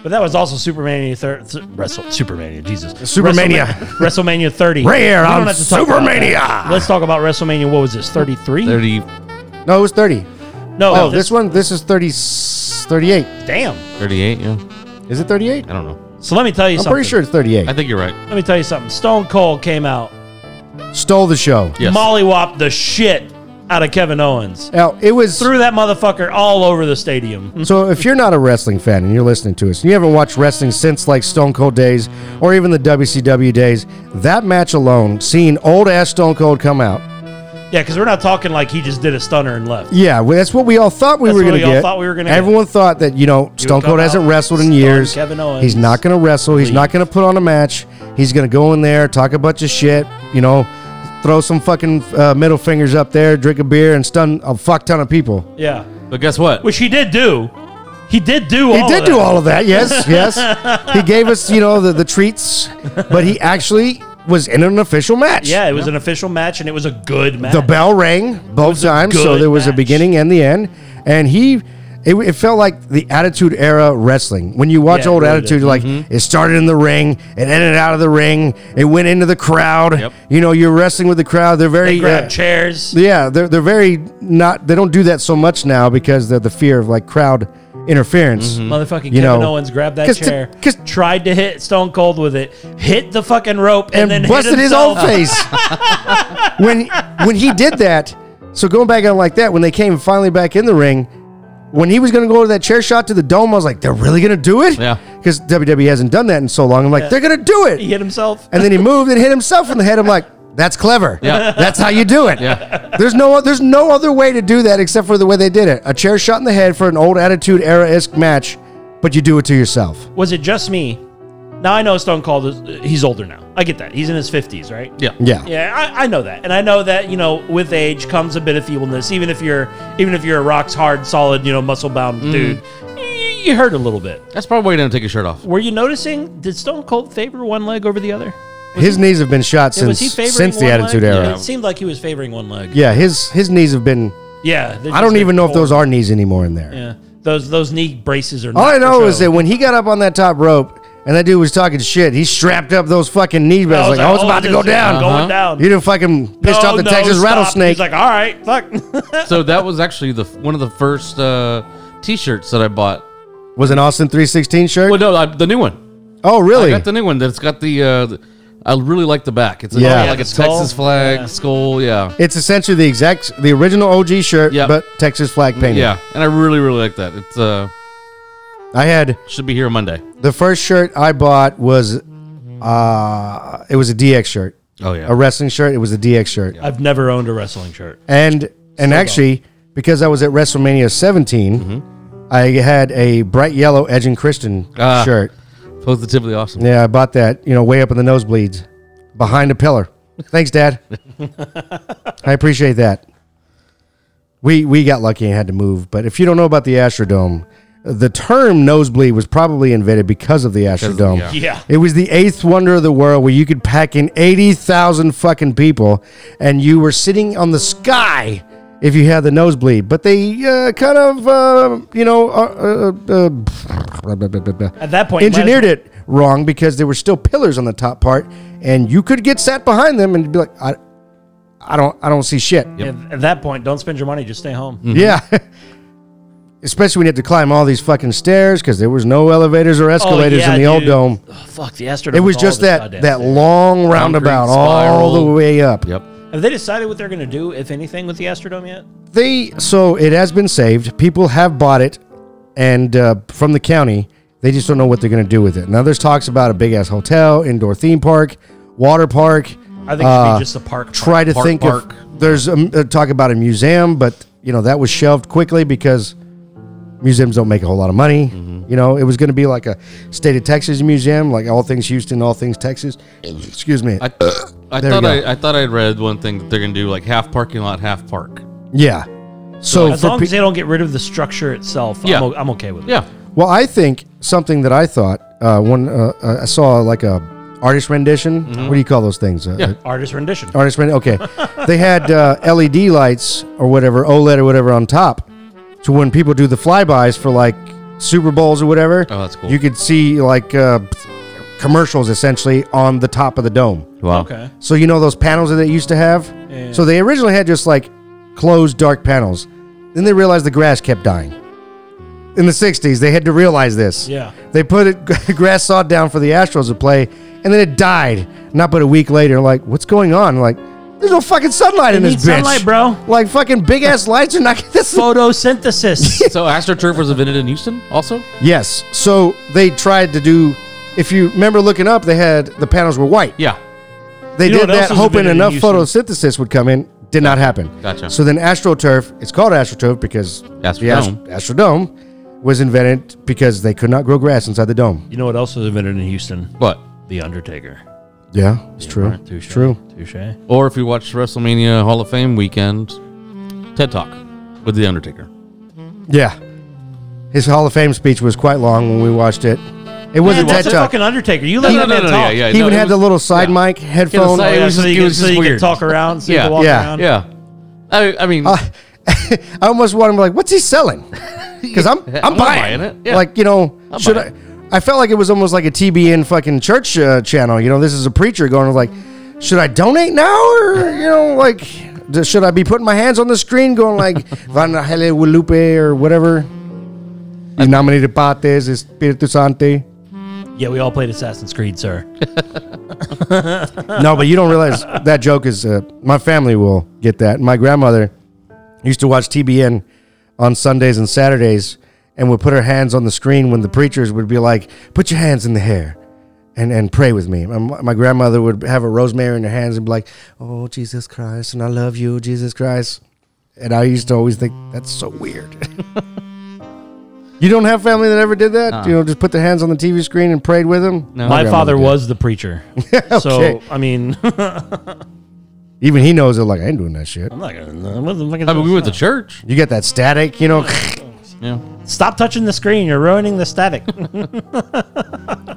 Speaker 5: but that was also Supermania thir- th- Wrestle Supermania. Jesus,
Speaker 2: Supermania.
Speaker 5: WrestleMania, WrestleMania 30.
Speaker 2: Right here
Speaker 5: We don't
Speaker 2: on
Speaker 5: have to talk about that.
Speaker 2: Supermania.
Speaker 5: Let's talk about WrestleMania. What was this? 33.
Speaker 4: Thirty.
Speaker 2: No, it was thirty.
Speaker 5: No,
Speaker 2: Oh,
Speaker 5: this,
Speaker 2: this one, this is 30, 38.
Speaker 5: damn.
Speaker 4: 38, yeah.
Speaker 2: Is it thirty-eight?
Speaker 4: I don't know.
Speaker 5: So let me tell you
Speaker 2: I'm
Speaker 5: something.
Speaker 2: pretty sure it's thirty-eight.
Speaker 4: I think you're right.
Speaker 5: Let me tell you something. Stone Cold came out,
Speaker 2: Stole the show.
Speaker 4: Yes.
Speaker 5: mollywopped the shit out of Kevin Owens,
Speaker 2: Now it was
Speaker 5: threw that motherfucker all over the stadium.
Speaker 2: So if you're not a wrestling fan and you're listening to us and you haven't watched wrestling since like Stone Cold days or even the WCW days, that match alone, seeing old ass Stone Cold come out,
Speaker 5: Yeah, because we're not talking like he just did a stunner and left.
Speaker 2: yeah, well, that's what we all thought we
Speaker 5: That's
Speaker 2: were
Speaker 5: what
Speaker 2: going to
Speaker 5: we all
Speaker 2: get.
Speaker 5: thought we were gonna get.
Speaker 2: Everyone thought that you know Stone
Speaker 5: come
Speaker 2: Cold hasn't
Speaker 5: out,
Speaker 2: wrestled in
Speaker 5: stun
Speaker 2: years.
Speaker 5: Kevin Owens.
Speaker 2: He's not going to wrestle. He's not going to put on a match. He's going to go in there, talk a bunch of shit, you know, throw some fucking uh, middle fingers up there, drink a beer, and stun a fuck ton of people.
Speaker 5: Yeah,
Speaker 4: But guess what?
Speaker 5: which he did do. He did do.
Speaker 2: He
Speaker 5: all
Speaker 2: did
Speaker 5: of
Speaker 2: do
Speaker 5: that.
Speaker 2: all of that. Yes, yes. he gave us, you know, the, the treats, but he actually was in an official match.
Speaker 5: Yeah, it was an official match, and it was a good match.
Speaker 2: The bell rang both times, so
Speaker 5: good
Speaker 2: there was a
Speaker 5: match.
Speaker 2: beginning and the end, and he. It, it felt like the Attitude Era wrestling. When you watch
Speaker 5: Yeah, it
Speaker 2: old
Speaker 5: really
Speaker 2: Attitude,
Speaker 5: did. Mm-hmm.
Speaker 2: you're like it started in the ring, it ended out of the ring, it went into the crowd.
Speaker 4: Yep.
Speaker 2: You know, you're wrestling with the crowd. They're very
Speaker 5: they grabbed
Speaker 2: uh,
Speaker 5: chairs.
Speaker 2: yeah, they're they're very not. They don't do that so much now because of the fear of like crowd interference.
Speaker 5: Motherfucking
Speaker 2: Hmm. You
Speaker 5: Kevin
Speaker 2: know,
Speaker 5: Owens grabbed that
Speaker 2: 'cause to-
Speaker 5: chair,
Speaker 2: 'cause-
Speaker 5: tried to hit Stone Cold with it, hit the fucking rope,
Speaker 2: and,
Speaker 5: and, then
Speaker 2: busted
Speaker 5: hit
Speaker 2: his own
Speaker 5: himself.
Speaker 2: face when when he did that. So going back on like that, when they came finally back in the ring, when he was going to go to that chair shot to the dome, I was like, they're really going to do it?
Speaker 4: Yeah.
Speaker 2: because WWE E hasn't done that in so long. I'm like, they're going to do
Speaker 5: He
Speaker 2: it.
Speaker 5: hit himself.
Speaker 2: And then he moved and hit himself in the head. I'm like, that's clever.
Speaker 4: Yeah.
Speaker 2: that's how you do it.
Speaker 4: Yeah.
Speaker 2: There's no there's no other way to do that except for the way they did it. A chair shot in the head for an old Attitude Era esque match, but you do it to yourself.
Speaker 5: Was it just me? Now I know Stone Cold is he's older now. I get that. He's in his fifties, right?
Speaker 4: yeah.
Speaker 2: Yeah.
Speaker 5: Yeah, I, I know that, and I know that you know with age comes a bit of feebleness. Even if you're even if you're a rocks hard, solid, you know, muscle bound
Speaker 2: Mm-hmm.
Speaker 5: dude, y- you hurt a little bit.
Speaker 4: That's probably why he didn't take his shirt off.
Speaker 5: Were you noticing? Did Stone Cold favor one leg over the other?
Speaker 2: His knees have been shot
Speaker 5: Yeah,
Speaker 2: since
Speaker 5: was he favoring
Speaker 2: since the
Speaker 5: one
Speaker 2: Attitude
Speaker 5: leg?
Speaker 2: Era.
Speaker 5: It seemed like he was favoring one leg.
Speaker 2: Yeah, his his knees have been.
Speaker 5: Yeah,
Speaker 2: I don't even know if those are knees anymore in there.
Speaker 5: Yeah, those those knee braces are.
Speaker 2: All
Speaker 5: not
Speaker 2: I
Speaker 5: for
Speaker 2: know is
Speaker 5: show.
Speaker 2: that when he got up on that top rope and that dude was talking shit, he strapped up those fucking knee
Speaker 5: I
Speaker 2: belts.
Speaker 5: was
Speaker 2: Like, I was
Speaker 5: oh,
Speaker 2: about to
Speaker 5: this
Speaker 2: go
Speaker 5: is
Speaker 2: down.
Speaker 5: Going down.
Speaker 2: You done fucking pissed
Speaker 5: No,
Speaker 2: off the
Speaker 5: no,
Speaker 2: Texas
Speaker 5: stop.
Speaker 2: rattlesnake.
Speaker 5: He's like, all right, fuck.
Speaker 4: So that was actually the one of the first uh, t-shirts that I bought.
Speaker 2: was an Austin 316 shirt?
Speaker 4: Well, no, I, the new one.
Speaker 2: oh, really?
Speaker 4: I got the new one that's got the. Uh, the- I really like the back. It's
Speaker 2: Yeah.
Speaker 4: yeah, like
Speaker 5: The
Speaker 4: a
Speaker 5: skull?
Speaker 4: Texas flag skull. Yeah,
Speaker 2: it's essentially the exact, the original OG shirt,
Speaker 4: Yep.
Speaker 2: but Texas flag painted.
Speaker 4: yeah, and I really really like that. It's uh
Speaker 2: I had
Speaker 4: should be here Monday.
Speaker 2: the first shirt I bought was, uh, it was a DX shirt,
Speaker 4: Oh yeah,
Speaker 2: a wrestling shirt. It was a DX shirt.
Speaker 5: I've never owned a wrestling shirt.
Speaker 2: And and actually, because I was at WrestleMania 17, I had a bright yellow Edge and Christian
Speaker 4: Ah.
Speaker 2: shirt.
Speaker 4: positively awesome.
Speaker 2: Yeah, I bought that. You know, way up in the nosebleeds, behind a pillar. Thanks, Dad. I appreciate that. We we got lucky and had to move, but if you don't know about the Astrodome, the term nosebleed was probably invented because of the Astrodome.
Speaker 4: yeah.
Speaker 5: Yeah.
Speaker 2: It was the eighth wonder of the world where you could pack in 80,000 fucking people and you were sitting on the sky if you had the nosebleed. But they uh, kind of, uh, you know, uh, uh, uh, blah, blah, blah, blah, blah.
Speaker 5: At that point, you might as
Speaker 2: engineered it wrong because there were still pillars on the top part and you could get sat behind them and be like, I, I don't, I don't see shit.
Speaker 5: At, at that point, don't spend your money. Just stay home.
Speaker 2: Mm. Yeah. Especially when you had to climb all these fucking stairs because there was no elevators or escalators
Speaker 5: Oh, yeah,
Speaker 2: in the old
Speaker 5: dude.
Speaker 2: dome.
Speaker 5: Oh, fuck the Astrodome.
Speaker 2: It was
Speaker 5: all
Speaker 2: just
Speaker 5: this
Speaker 2: that
Speaker 5: goddamn
Speaker 2: that
Speaker 5: thing.
Speaker 2: long roundabout all the
Speaker 4: spiral.
Speaker 2: way up.
Speaker 4: Yep.
Speaker 5: Have they decided what they're going to do, if anything, with the Astrodome yet?
Speaker 2: They so it has been saved. People have bought it, and uh, from the county, they just don't know what they're going to do with it. Now there's talks about a big ass hotel, indoor theme park, water park.
Speaker 5: I think it should
Speaker 2: Uh,
Speaker 5: be just a park.
Speaker 2: Try to
Speaker 4: Park,
Speaker 2: think
Speaker 4: park.
Speaker 2: of there's um, uh, talk about a museum, but you know that was shelved quickly because museums don't make a whole lot of money.
Speaker 5: Mm-hmm.
Speaker 2: You know it was going to be like a state of Texas museum, like all things Houston, all things Texas. Excuse me.
Speaker 4: I, I
Speaker 2: There
Speaker 4: thought
Speaker 2: you
Speaker 4: I, I thought I'd read one thing that they're gonna do like half parking lot, half park.
Speaker 2: yeah. So,
Speaker 5: As
Speaker 2: for
Speaker 5: long
Speaker 2: pe-
Speaker 5: as they don't get rid of the structure itself,
Speaker 4: Yeah.
Speaker 5: I'm, o- I'm okay with it.
Speaker 4: Yeah.
Speaker 2: Well, I think something that I thought uh, when uh, uh, I saw like a artist rendition. What do you call those things? Uh,
Speaker 4: Yeah.
Speaker 5: Artist rendition.
Speaker 2: Artist rendition. Okay, they had uh, LED lights or whatever OLED or whatever on top, so when people do the flybys for like Super Bowls or whatever,
Speaker 4: Oh, that's cool.
Speaker 2: you could see like uh, commercials essentially on the top of the dome.
Speaker 4: Wow.
Speaker 6: Okay.
Speaker 2: So you know those panels that they used to have. So they originally had just like closed dark panels. Then they realized the grass kept dying. In the '60s, they had to realize this.
Speaker 6: Yeah.
Speaker 2: They put it, grass saw down for the Astros to play, and then it died. Not but a week later, like what's going on? Like there's no fucking sunlight in this
Speaker 5: need
Speaker 2: bitch,
Speaker 5: sunlight, bro.
Speaker 2: Like fucking big ass lights are not. This is
Speaker 5: Photosynthesis.
Speaker 4: So AstroTurf was invented in Houston also?
Speaker 2: yes. So they tried to do. If you remember looking up, they had the panels were white.
Speaker 4: Yeah.
Speaker 2: They
Speaker 5: You know
Speaker 2: did
Speaker 5: what else
Speaker 2: that
Speaker 5: was
Speaker 2: hoping
Speaker 5: invented in
Speaker 2: enough
Speaker 5: Houston?
Speaker 2: photosynthesis would come in. Did not happen.
Speaker 4: Gotcha.
Speaker 2: So then AstroTurf, it's called AstroTurf because the Ast-
Speaker 4: Astrodome.
Speaker 2: Astrodome was invented because they could not grow grass inside the dome.
Speaker 6: You know what else was invented in Houston?
Speaker 4: But
Speaker 6: The Undertaker.
Speaker 2: Yeah, it's true.
Speaker 6: Right,
Speaker 2: It's true.
Speaker 6: Touche.
Speaker 4: or if you watch WrestleMania Hall of Fame weekend, TED Talk with the Undertaker.
Speaker 2: Yeah. His Hall of Fame speech was quite long when we watched it. It wasn't
Speaker 5: That's
Speaker 2: TED
Speaker 5: a
Speaker 2: Talk.
Speaker 5: fucking Undertaker. You let that man talk.
Speaker 4: yeah.
Speaker 2: he
Speaker 4: no,
Speaker 2: would
Speaker 4: it
Speaker 2: have the
Speaker 4: was-
Speaker 2: little side
Speaker 4: yeah.
Speaker 2: mic headphone.
Speaker 4: side-
Speaker 5: Oh,
Speaker 4: It
Speaker 5: yeah,
Speaker 4: was
Speaker 5: so
Speaker 4: just-
Speaker 5: you
Speaker 4: it
Speaker 5: can,
Speaker 4: was
Speaker 5: so
Speaker 4: just
Speaker 5: you can
Speaker 4: weird.
Speaker 5: talk around, so you
Speaker 4: Yeah.
Speaker 5: can walk
Speaker 2: Yeah.
Speaker 5: around.
Speaker 4: Yeah. I, I mean,
Speaker 2: Uh, Ah. I almost want him to be like, what's he selling? Because I'm, I'm, buying.
Speaker 4: not buying it. Yeah.
Speaker 2: Like, you know,
Speaker 4: I'm
Speaker 2: should I?
Speaker 4: buying
Speaker 2: I felt like it was almost like a TBN fucking church uh, channel. You know, this is a preacher going like, should I donate now or you know, like, d- should I be putting my hands on the screen going like Vanahele Walupe or whatever? In nomine de Pates, Espiritu Santi.
Speaker 5: Yeah, we all played Assassin's Creed, sir.
Speaker 2: No, but you don't realize that joke is. Uh, my family will get that. My grandmother used to watch TBN on Sundays and Saturdays, and would put her hands on the screen when the preachers would be like, "Put your hands in the hair." And, and pray with me. My, my grandmother would have a rosemary in her hands and be like, "Oh Jesus Christ, and I love you, Jesus Christ." And I used to always think that's so weird. you don't have family that ever did that. You know, just put their hands on the TV screen and prayed with them.
Speaker 4: No.
Speaker 6: My
Speaker 2: grandmother
Speaker 6: father
Speaker 2: did.
Speaker 6: was the preacher.
Speaker 2: Okay.
Speaker 6: So, I mean,
Speaker 2: Even he knows it. Like I ain't doing that shit.
Speaker 6: I'm not going to. Fucking
Speaker 4: I mean, we went to church.
Speaker 2: You get that static, you know.
Speaker 4: Yeah.
Speaker 5: Stop touching the screen. You're ruining the static.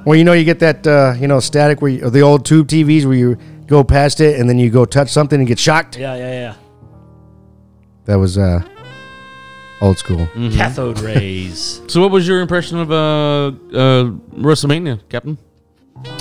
Speaker 2: well, you know, you get that, uh, you know, static where you, the old tube TVs where you go past it and then you go touch something and get shocked.
Speaker 5: yeah, yeah, yeah.
Speaker 2: That was uh, old school.
Speaker 5: Mm.
Speaker 4: Mm-hmm.
Speaker 5: Cathode rays.
Speaker 4: So, what was your impression of uh, uh, WrestleMania, Captain?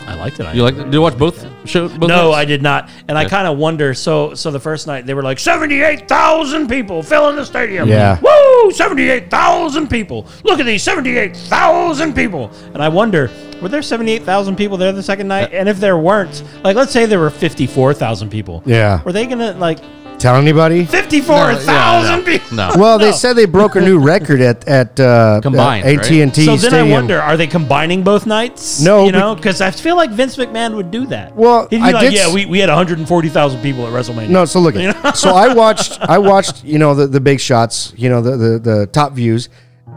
Speaker 6: I liked it. I
Speaker 4: You like? Did you watch both shows? Both
Speaker 5: No, I
Speaker 4: nights?
Speaker 5: did not. And I kind of wonder. So, so the first night they were like seventy-eight thousand people filling the stadium.
Speaker 2: Yeah.
Speaker 5: Woo! Seventy-eight thousand people. Look at these seventy-eight thousand people. And I wonder, were there seventy-eight thousand people there the second night? And if there weren't, like, let's say there were fifty-four thousand people.
Speaker 2: Yeah.
Speaker 5: Were they gonna like
Speaker 2: Tell anybody?
Speaker 5: fifty-four
Speaker 4: No, yeah,
Speaker 5: thousand people?
Speaker 4: No.
Speaker 2: Well, they said they broke a new record at at uh,
Speaker 4: Combined,
Speaker 2: at
Speaker 4: right?
Speaker 2: AT&T
Speaker 5: So
Speaker 2: Stadium.
Speaker 5: then I wonder, are they combining both nights?
Speaker 2: No,
Speaker 5: you know, because I feel like Vince McMahon would do that.
Speaker 2: Well,
Speaker 5: He'd be
Speaker 2: I
Speaker 5: like,
Speaker 2: did
Speaker 5: yeah,
Speaker 2: s-
Speaker 5: we, we had 140,000 people at WrestleMania.
Speaker 2: No, so look at so I watched I watched you know the, the big shots you know the, the the top views.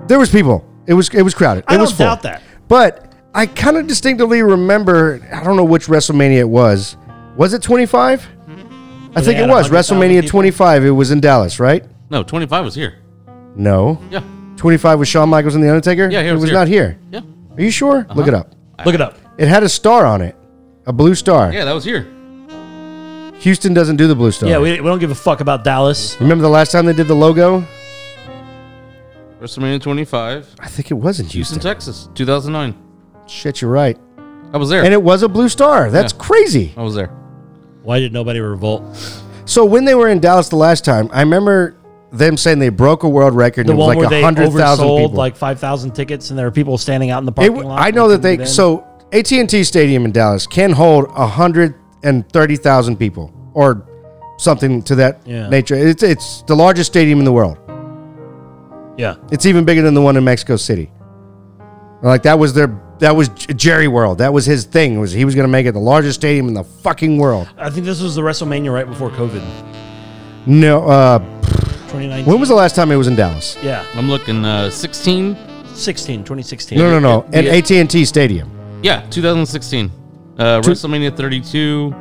Speaker 2: There was people. It was it was crowded.
Speaker 5: I
Speaker 2: it was
Speaker 5: don't
Speaker 2: full.
Speaker 5: doubt that.
Speaker 2: But I kind of distinctively remember I don't know which WrestleMania it was, Was it 25? I think it
Speaker 5: had
Speaker 2: was
Speaker 5: 100,000
Speaker 2: WrestleMania
Speaker 5: people?
Speaker 2: 25. It was in Dallas, right?
Speaker 4: No, 25 was here.
Speaker 2: No,
Speaker 4: Yeah.
Speaker 2: 25 was Shawn Michaels and the Undertaker.
Speaker 4: Yeah, he
Speaker 2: it
Speaker 4: was
Speaker 2: was
Speaker 4: here.
Speaker 2: not here.
Speaker 4: Yeah.
Speaker 2: Are you sure?
Speaker 5: Uh-huh.
Speaker 2: Look it up.
Speaker 5: Look it up.
Speaker 2: It had a star on it, a blue star.
Speaker 4: Yeah, that was here.
Speaker 2: Houston doesn't do the blue star.
Speaker 5: Yeah, we, we don't give a fuck about Dallas.
Speaker 2: Remember the last time they did the logo?
Speaker 4: WrestleMania 25,
Speaker 2: I think it was in Houston.
Speaker 4: Houston, Texas, 2009.
Speaker 2: Shit, you're right.
Speaker 4: I was there.
Speaker 2: And it was a blue star. That's crazy.
Speaker 4: I was there.
Speaker 5: Why did nobody revolt?
Speaker 2: So when they were in Dallas the last time, I remember them saying they broke a world record.
Speaker 5: The
Speaker 2: and it
Speaker 5: one
Speaker 2: was
Speaker 5: where
Speaker 2: like
Speaker 5: they
Speaker 2: a hundred thousand
Speaker 5: oversold
Speaker 2: people.
Speaker 5: like five thousand tickets, and there were people standing out in the
Speaker 2: It
Speaker 5: parking
Speaker 2: w-
Speaker 5: lot.
Speaker 2: I know that they so AT and T Stadium in Dallas can hold hundred and thirty thousand people or something to that
Speaker 5: Yeah.
Speaker 2: nature. It's it's the largest stadium in the world.
Speaker 5: yeah,
Speaker 2: It's even bigger than the one in Mexico City. Like that was their that was J- Jerry World. That was his thing. Was he was going to make it the largest stadium in the fucking world?
Speaker 5: I think this was the WrestleMania right before COVID,
Speaker 2: No. Uh,
Speaker 5: twenty nineteen.
Speaker 2: when was the last time it was in Dallas?
Speaker 5: Yeah,
Speaker 4: I'm looking uh, 16.
Speaker 5: 16, 2016.
Speaker 2: No, no, no.
Speaker 4: Yeah.
Speaker 2: At AT and T Stadium.
Speaker 4: Yeah, 2016. Uh, WrestleMania 32.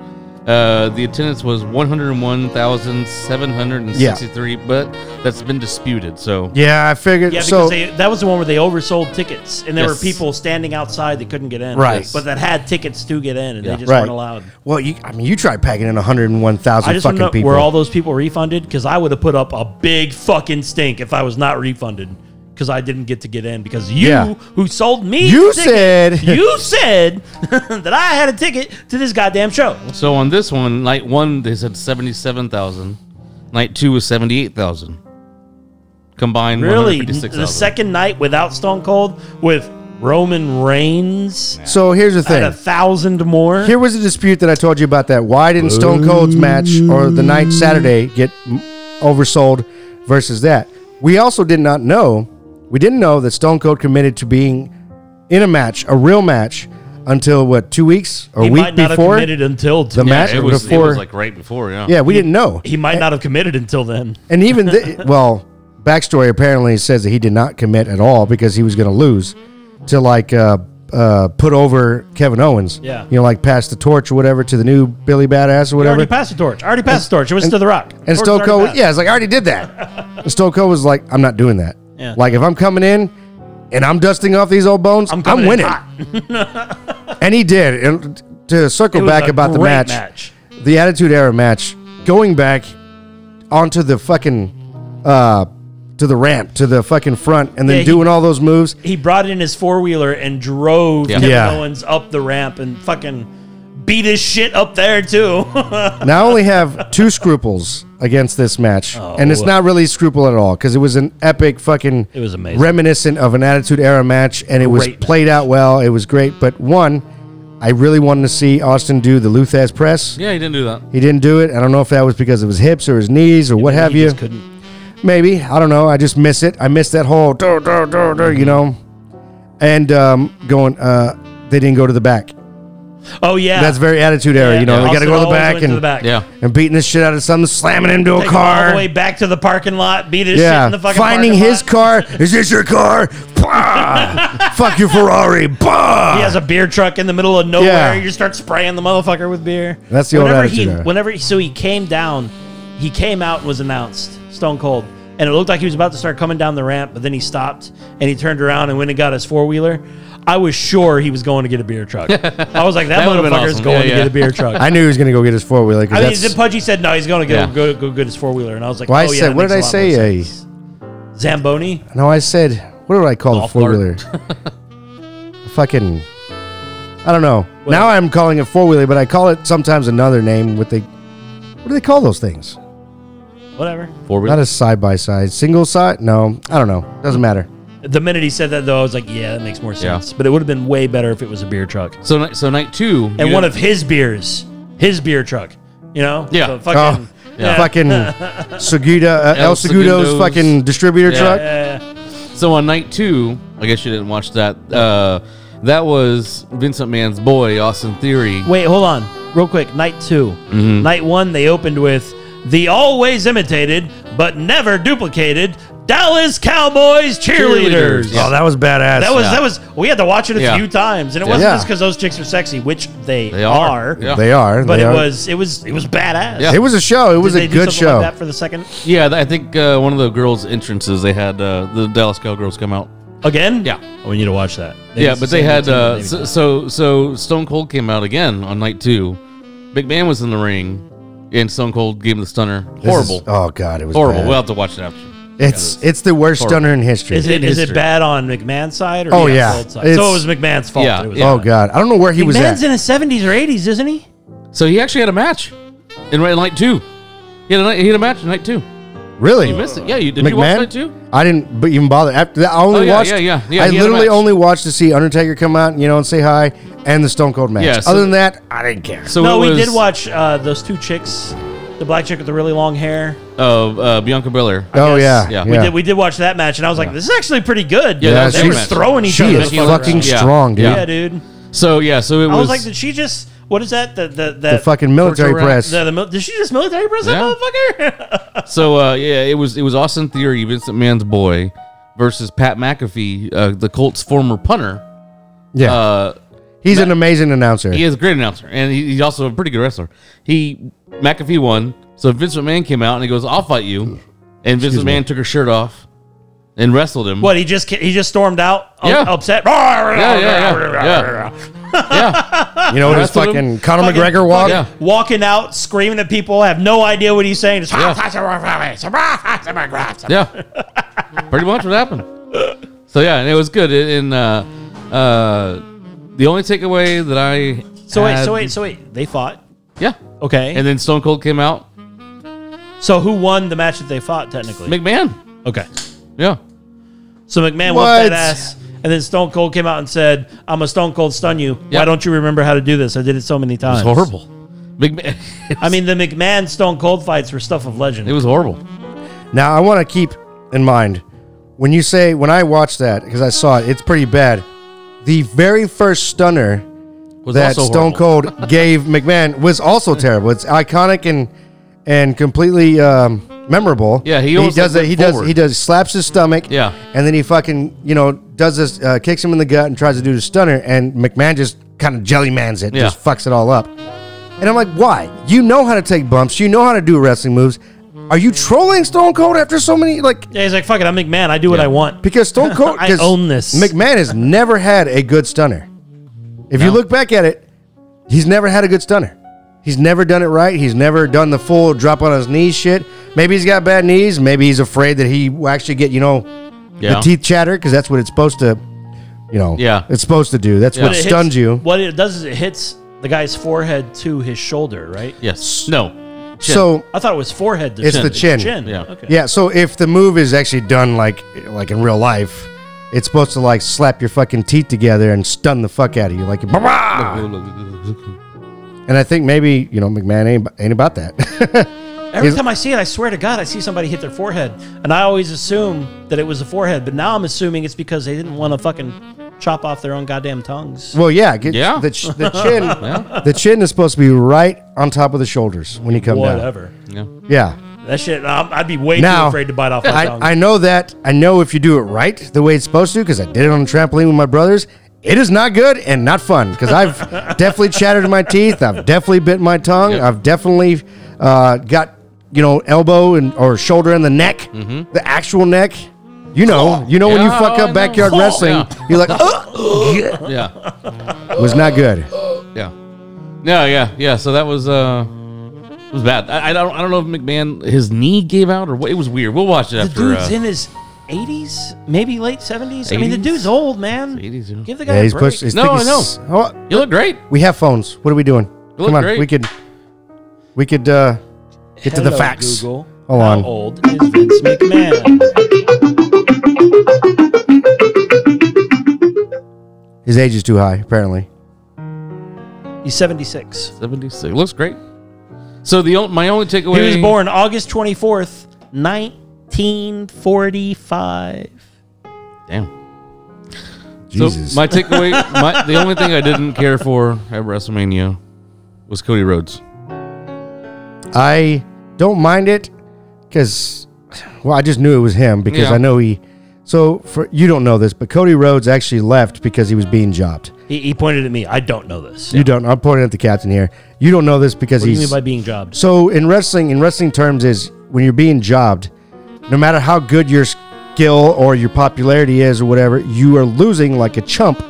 Speaker 4: Uh, the attendance was 101,763, but that's been disputed. So
Speaker 2: Yeah, I figured.
Speaker 5: Yeah, because
Speaker 2: so
Speaker 5: they, that was the one where they oversold tickets, and there
Speaker 4: Yes.
Speaker 5: were people standing outside that couldn't get in,
Speaker 2: Right.
Speaker 5: But that had tickets to get in, and they just
Speaker 2: Right.
Speaker 5: weren't allowed.
Speaker 2: well, you, I mean, you tried packing in one hundred and one
Speaker 5: I
Speaker 2: thousand
Speaker 5: just want
Speaker 2: fucking
Speaker 5: to know
Speaker 2: people.
Speaker 5: were all those people refunded? Because I would have put up a big fucking stink if I was not refunded because I didn't get to get in because you
Speaker 2: Yeah.
Speaker 5: who sold me
Speaker 2: You
Speaker 5: the ticket,
Speaker 2: said-
Speaker 5: you said that I had a ticket to this goddamn show.
Speaker 4: so on this one, night one, they said 77,000. Night two was 78,000. Combined
Speaker 5: Really, the
Speaker 4: 156,000.
Speaker 5: second night without Stone Cold with Roman Reigns
Speaker 2: so here's the
Speaker 5: at
Speaker 2: thing.
Speaker 5: a thousand more.
Speaker 2: Here was a dispute that I told you about that. Why didn't Stone Cold's match or the night Saturday get m- oversold versus that? We also did not know, we didn't know that Stone Cold committed to being in a match, a real match, until what, two weeks or
Speaker 5: he
Speaker 2: week
Speaker 5: might not
Speaker 2: before?
Speaker 5: have committed until
Speaker 2: The
Speaker 5: yeah.
Speaker 2: match
Speaker 4: it was, it
Speaker 2: before.
Speaker 4: was like right before, yeah.
Speaker 2: yeah, we didn't know.
Speaker 5: He might not have committed until then.
Speaker 2: And even, th- well, backstory apparently says that he did not commit at all because he was going to lose to like, uh, uh, put over Kevin Owens.
Speaker 5: Yeah.
Speaker 2: You know, like pass the torch or whatever to the new Billy Badass or
Speaker 5: I
Speaker 2: whatever.
Speaker 5: already passed the torch. I already passed the torch. It was to the Rock.
Speaker 2: And
Speaker 5: Torch was
Speaker 2: Stone
Speaker 5: already
Speaker 2: Cold,
Speaker 5: passed.
Speaker 2: yeah, it's like I already did that. and Stone Cold was like, I'm not doing that.
Speaker 5: Yeah.
Speaker 2: Like if I'm coming in and I'm dusting off these old bones, I'm,
Speaker 5: coming in
Speaker 2: winning.
Speaker 5: hot.
Speaker 2: and he did. And to circle
Speaker 5: It was
Speaker 2: back
Speaker 5: a
Speaker 2: about the
Speaker 5: great
Speaker 2: match, the Attitude Era match, going back onto the fucking uh to the ramp, to the fucking front, and then
Speaker 5: Yeah, he-
Speaker 2: doing all those moves.
Speaker 5: He brought in his four wheeler and drove
Speaker 4: Yeah.
Speaker 5: Kevin
Speaker 2: Yeah.
Speaker 5: Owens up the ramp and fucking beat his shit up there too.
Speaker 2: Now I only have two scruples against this match,
Speaker 5: Oh.
Speaker 2: and it's not really scruple at all because it was an epic fucking. It
Speaker 5: was amazing.
Speaker 2: reminiscent of an Attitude Era match, and it was
Speaker 5: Great
Speaker 2: played out well. It was great, but one, I really wanted to see Austin do the Luthas press.
Speaker 4: Yeah, he didn't do that.
Speaker 2: He didn't do it. I don't know if that was because of his hips or his knees or what have you. Maybe I don't know. I just miss it. I miss that whole, "Dur, dur, dur, dur," you know, and um, going. Uh, they didn't go to the back.
Speaker 5: oh yeah,
Speaker 2: That's very Attitude Era. you know,
Speaker 5: Yeah,
Speaker 2: they got to
Speaker 5: Austin
Speaker 2: go to the
Speaker 5: Owens
Speaker 2: back
Speaker 5: went
Speaker 2: and
Speaker 5: to the back.
Speaker 4: Yeah.
Speaker 2: and beating the shit out of something, slamming into a
Speaker 5: Take him
Speaker 2: car.
Speaker 5: all the way back to the parking lot, beat his shit
Speaker 2: yeah,
Speaker 5: in the fucking
Speaker 2: finding
Speaker 5: parking
Speaker 2: his
Speaker 5: lot.
Speaker 2: car. Is this your car? Bah! Fuck your Ferrari. Bah!
Speaker 5: He has a beer truck in the middle of nowhere.
Speaker 2: Ah. Yeah.
Speaker 5: You start spraying the motherfucker with beer.
Speaker 2: That's the old
Speaker 5: whenever
Speaker 2: attitude
Speaker 5: He,
Speaker 2: era.
Speaker 5: whenever so he came down, he came out and was announced Stone Cold, and it looked like he was about to start coming down the ramp, but then he stopped and he turned around and went and got his four wheeler. I was sure he was going to get a beer truck. I was like, that,
Speaker 4: That would've been
Speaker 5: motherfucker is
Speaker 4: awesome.
Speaker 5: going
Speaker 4: Yeah,
Speaker 5: to
Speaker 4: yeah.
Speaker 5: get a beer truck.
Speaker 2: I knew he was gonna go get his four wheeler.
Speaker 5: I mean, then Pudgy said no, he's going to go,
Speaker 4: Yeah.
Speaker 5: go go get his four wheeler, and I was like,
Speaker 2: Well, I
Speaker 5: oh, yeah,
Speaker 2: said-
Speaker 5: that
Speaker 2: what did
Speaker 5: makes
Speaker 2: I
Speaker 5: a lot more
Speaker 2: say, eh?" a-
Speaker 5: sense. Zamboni.
Speaker 2: no, I said, what did I call the
Speaker 4: Golf cart.
Speaker 2: four wheeler? Fucking, I don't know. Now I'm calling it four wheeler, but I call it sometimes another name. With the what do they call those things?
Speaker 5: Whatever.
Speaker 4: Four
Speaker 2: Not a side by side, single side. No, I don't know. Doesn't matter.
Speaker 5: The minute he said that, though, I was like, yeah, that makes more sense. But it would have been way better if it was a beer truck.
Speaker 4: so, night- so night two. you
Speaker 5: and one
Speaker 4: didn't-
Speaker 5: of his beers, his beer truck. You know,
Speaker 4: Yeah.
Speaker 5: The fucking,
Speaker 2: oh,
Speaker 4: Yeah.
Speaker 2: fucking Seguda, uh, El,
Speaker 4: El
Speaker 2: Segudo's,
Speaker 4: Segudo's.
Speaker 2: fucking distributor
Speaker 4: Yeah.
Speaker 2: truck.
Speaker 5: yeah.
Speaker 4: So on night two, I guess you didn't watch that. Uh, that was Vincent Mann's boy, Austin Theory.
Speaker 5: Wait, hold on, real quick. Night 2
Speaker 4: Mm-hmm.
Speaker 5: night one, they opened with the always imitated but never duplicated Dallas Cowboys cheerleaders.
Speaker 4: Cheerleaders. Yeah.
Speaker 2: Oh, that was badass.
Speaker 5: That was
Speaker 4: Yeah.
Speaker 5: that was we had to watch it a
Speaker 4: Yeah.
Speaker 5: few times, and it wasn't
Speaker 2: Yeah.
Speaker 5: just because those chicks are sexy, which they,
Speaker 4: They
Speaker 5: are,
Speaker 4: are. Yeah.
Speaker 2: They are.
Speaker 5: but
Speaker 2: they
Speaker 5: it
Speaker 2: are.
Speaker 5: was it was it was badass.
Speaker 4: Yeah.
Speaker 2: It was a show. It was
Speaker 5: Did
Speaker 2: a
Speaker 5: they do
Speaker 2: good
Speaker 5: something like
Speaker 2: show.
Speaker 5: that for the second
Speaker 4: Yeah, th- I think uh, one of the girls' entrances, they had uh, the Dallas Cowgirls come out.
Speaker 5: again.
Speaker 4: Yeah.
Speaker 5: we need to watch that.
Speaker 4: yeah, but they had uh, so, so so Stone Cold came out again on night two. Big Man was in the ring, and Stone Cold gave him the stunner.
Speaker 2: This is-
Speaker 4: Horrible,
Speaker 2: oh god, it was
Speaker 4: horrible.
Speaker 2: bad.
Speaker 4: We'll have to watch it after.
Speaker 2: it's it's the worst
Speaker 4: horrible.
Speaker 2: stunner in history.
Speaker 5: Is it
Speaker 4: In
Speaker 5: is it
Speaker 4: history.
Speaker 5: bad on McMahon's side or
Speaker 2: Oh,
Speaker 5: the
Speaker 2: yeah.
Speaker 5: Cold's side?
Speaker 2: It's-
Speaker 5: So it was McMahon's fault.
Speaker 4: Yeah,
Speaker 5: that it was
Speaker 4: yeah.
Speaker 2: Oh god, I don't know where he was
Speaker 5: McMahon's
Speaker 2: at.
Speaker 5: in his seventies or eighties, isn't he?
Speaker 4: So he actually had a match in, in night two. He had a, night- he had a match in night two.
Speaker 2: really?
Speaker 4: You missed it. Yeah, you did. You watch
Speaker 2: McMahon?
Speaker 4: night two?
Speaker 2: I didn't b- even bother. After that, I only
Speaker 4: Oh, yeah,
Speaker 2: watched.
Speaker 4: yeah, yeah. Yeah,
Speaker 2: I
Speaker 4: he had a
Speaker 2: literally
Speaker 4: match.
Speaker 2: only watched to see Undertaker come out, you know, and say hi, and the Stone Cold match.
Speaker 4: Yeah, so-
Speaker 2: Other than that, I didn't care.
Speaker 4: So
Speaker 5: No,
Speaker 4: it
Speaker 5: we
Speaker 4: was,
Speaker 5: did watch uh, those two chicks, the black chick with the really long hair.
Speaker 4: uh, uh, Bianca Belair.
Speaker 2: oh yeah,
Speaker 5: guess.
Speaker 2: yeah.
Speaker 4: Yeah.
Speaker 5: We did we did watch that match, and I was like, this is actually pretty good.
Speaker 4: Yeah,
Speaker 2: Yeah,
Speaker 5: they were
Speaker 2: she's-
Speaker 5: throwing each
Speaker 2: she
Speaker 5: other.
Speaker 2: is
Speaker 5: the fuck
Speaker 2: fucking
Speaker 5: around.
Speaker 4: Yeah.
Speaker 2: strong, dude.
Speaker 4: Yeah.
Speaker 5: yeah, dude.
Speaker 4: So yeah, so it was.
Speaker 5: I was like, did she just? What is that? The the the,
Speaker 2: The fucking military
Speaker 4: Torture rack.
Speaker 2: press.
Speaker 5: the, the mil- did she just military press that motherfucker?
Speaker 4: So uh, yeah, it was it was Austin Theory, Vincent Mann's boy, versus Pat McAfee, uh, the Colts' former punter.
Speaker 2: yeah,
Speaker 4: Uh,
Speaker 2: he's an amazing announcer.
Speaker 4: he is a great announcer, and he, he's also a pretty good wrestler. He McAfee won, so Vince McMahon came out and he goes, "I'll fight you," and Vince McMahon took her shirt off and wrestled him.
Speaker 5: what he just ca- he just stormed out, u-
Speaker 4: Yeah.
Speaker 5: upset.
Speaker 4: Yeah, yeah, yeah, yeah,
Speaker 2: You know, his
Speaker 4: Wrestled him.
Speaker 2: fucking Conor
Speaker 5: Fucking-
Speaker 2: McGregor walk.
Speaker 4: yeah.
Speaker 5: Walking out, screaming at people, have no idea what he's saying. Just,
Speaker 4: Yeah, pretty much what happened. So yeah, and it was good. And uh, uh, the only takeaway that I
Speaker 5: So wait, so
Speaker 4: had-
Speaker 5: wait, so wait. They fought.
Speaker 4: yeah,
Speaker 5: Okay.
Speaker 4: and then Stone Cold came out.
Speaker 5: so who won the match that they fought technically?
Speaker 4: McMahon,
Speaker 5: okay.
Speaker 4: yeah,
Speaker 5: So McMahon
Speaker 2: What?
Speaker 5: whooped that ass, and then Stone Cold came out and said, "I'm a Stone Cold stun you. Why
Speaker 4: Yeah.
Speaker 5: don't you remember how to do this? I did it so many times.
Speaker 4: it's horrible. McMahon,
Speaker 5: I mean, the McMahon Stone Cold fights were stuff of legend.
Speaker 4: it was horrible.
Speaker 2: Now, I want to keep in mind when you say, when I watched that, because I saw it, it's pretty bad. The very first stunner
Speaker 4: Was
Speaker 2: that
Speaker 4: also
Speaker 2: Stone
Speaker 4: horrible.
Speaker 2: Cold gave McMahon was also terrible. It's iconic and and completely um, memorable.
Speaker 4: Yeah, he almost,
Speaker 2: does it.
Speaker 4: like, went
Speaker 2: He does
Speaker 4: forward.
Speaker 2: he does slaps his stomach.
Speaker 4: Yeah.
Speaker 2: and then he fucking you know does this uh, kicks him in the gut and tries to do the stunner, and McMahon just kind of jellymans it,
Speaker 4: Yeah.
Speaker 2: just fucks it all up. And I'm like, why? You know how to take bumps. You know how to do wrestling moves. Are you trolling Stone Cold after so many like?
Speaker 5: yeah, he's like, "Fuck it, I'm McMahon. I do what I want."
Speaker 2: Because Stone Cold,
Speaker 5: I
Speaker 2: 'cause
Speaker 5: own this.
Speaker 2: McMahon has never had a good stunner. If you
Speaker 4: No.
Speaker 2: look back at it, he's never had a good stunner. He's never done it right. He's never done the full drop on his knees shit. Maybe he's got bad knees. Maybe he's afraid that he will actually get you know
Speaker 4: Yeah.
Speaker 2: the teeth chatter because that's what it's supposed to, you know.
Speaker 4: Yeah.
Speaker 2: it's supposed to do. That's
Speaker 4: Yeah.
Speaker 2: what
Speaker 5: But it
Speaker 2: stuns
Speaker 5: hits-
Speaker 2: you.
Speaker 5: What it does is it hits the guy's forehead to his shoulder, right?
Speaker 4: Yes. No. Chin.
Speaker 2: So
Speaker 5: I thought it was forehead to
Speaker 2: It's the chin.
Speaker 5: Chin.
Speaker 4: Yeah.
Speaker 5: Okay.
Speaker 2: yeah, so if the move is actually done like like in real life, it's supposed to like slap your fucking teeth together and stun the fuck out of you, like. "Bah-bah!" And I think maybe you know McMahon ain't, ain't about that.
Speaker 5: Every
Speaker 2: Is-
Speaker 5: time I see it, I swear to God, I see somebody hit their forehead, and I always assume that it was the forehead. But now I'm assuming it's because they didn't want to fucking chop off their own goddamn tongues.
Speaker 2: well, yeah, get,
Speaker 4: Yeah.
Speaker 2: The, ch- the chin, the chin is supposed to be right on top of the shoulders when you come
Speaker 5: Whatever.
Speaker 4: Yeah.
Speaker 2: down. Yeah,
Speaker 5: That shit, I'm, I'd be way
Speaker 2: Now-
Speaker 5: too afraid to bite off my tongue.
Speaker 2: I, I know that. I know if you do it right the way it's supposed to, because I did it on a trampoline with my brothers. It is not good and not fun because I've definitely chattered my teeth. I've definitely bit my tongue.
Speaker 4: Yep.
Speaker 2: I've definitely uh, got you know elbow and or shoulder in the neck, the actual neck. You know, you know when you
Speaker 4: Yeah,
Speaker 2: fuck
Speaker 4: Mm-hmm. oh,
Speaker 2: up
Speaker 4: I know.
Speaker 2: backyard
Speaker 4: Oh,
Speaker 2: wrestling,
Speaker 4: yeah.
Speaker 2: you're like, "Ugh."
Speaker 4: Yeah.
Speaker 2: It was not good.
Speaker 4: Yeah. No. Yeah. Yeah. So that was uh, it was bad. I, I don't. I don't know if McMahon his knee gave out or what. It was weird. We'll watch it
Speaker 5: the
Speaker 4: after.
Speaker 5: dude's
Speaker 4: uh,
Speaker 5: in his 80s, maybe late 70s. I mean, the
Speaker 4: 80s?
Speaker 5: dude's old, man.
Speaker 4: 80s, yeah.
Speaker 5: Give the guy
Speaker 2: Yeah,
Speaker 5: a
Speaker 2: he's
Speaker 5: break.
Speaker 2: pushed. He's
Speaker 4: No,
Speaker 2: thick
Speaker 4: I
Speaker 2: as- Oh,
Speaker 4: you look great.
Speaker 2: we have phones. What are we doing?
Speaker 4: look
Speaker 2: Come on,
Speaker 4: great.
Speaker 2: we could, we could uh, get to the
Speaker 5: Hello,
Speaker 2: facts.
Speaker 5: Google.
Speaker 2: Hold
Speaker 5: How
Speaker 2: on.
Speaker 5: old is Vince McMahon?
Speaker 2: His age is too high, apparently.
Speaker 5: He's 76.
Speaker 4: Seventy six. Looks great. So the on- my only takeaway.
Speaker 5: He was born August 24th, 1945.
Speaker 4: Damn.
Speaker 2: Jesus.
Speaker 4: So my takeaway. my, the only thing I didn't care for at WrestleMania was Cody Rhodes.
Speaker 2: I don't mind it because well, I just knew it was him because
Speaker 4: Yeah.
Speaker 2: I know he. So for you don't know this, but Cody Rhodes actually left because he was being jobbed.
Speaker 5: He, he pointed at me. I don't know this.
Speaker 2: You don't. I'm pointing at the captain here. You don't know this because
Speaker 5: What do you
Speaker 2: he's.
Speaker 5: mean by being jobbed?
Speaker 2: So in wrestling, in wrestling terms, is when you're being jobbed, no matter how good your skill or your popularity is or whatever, you are losing like a chump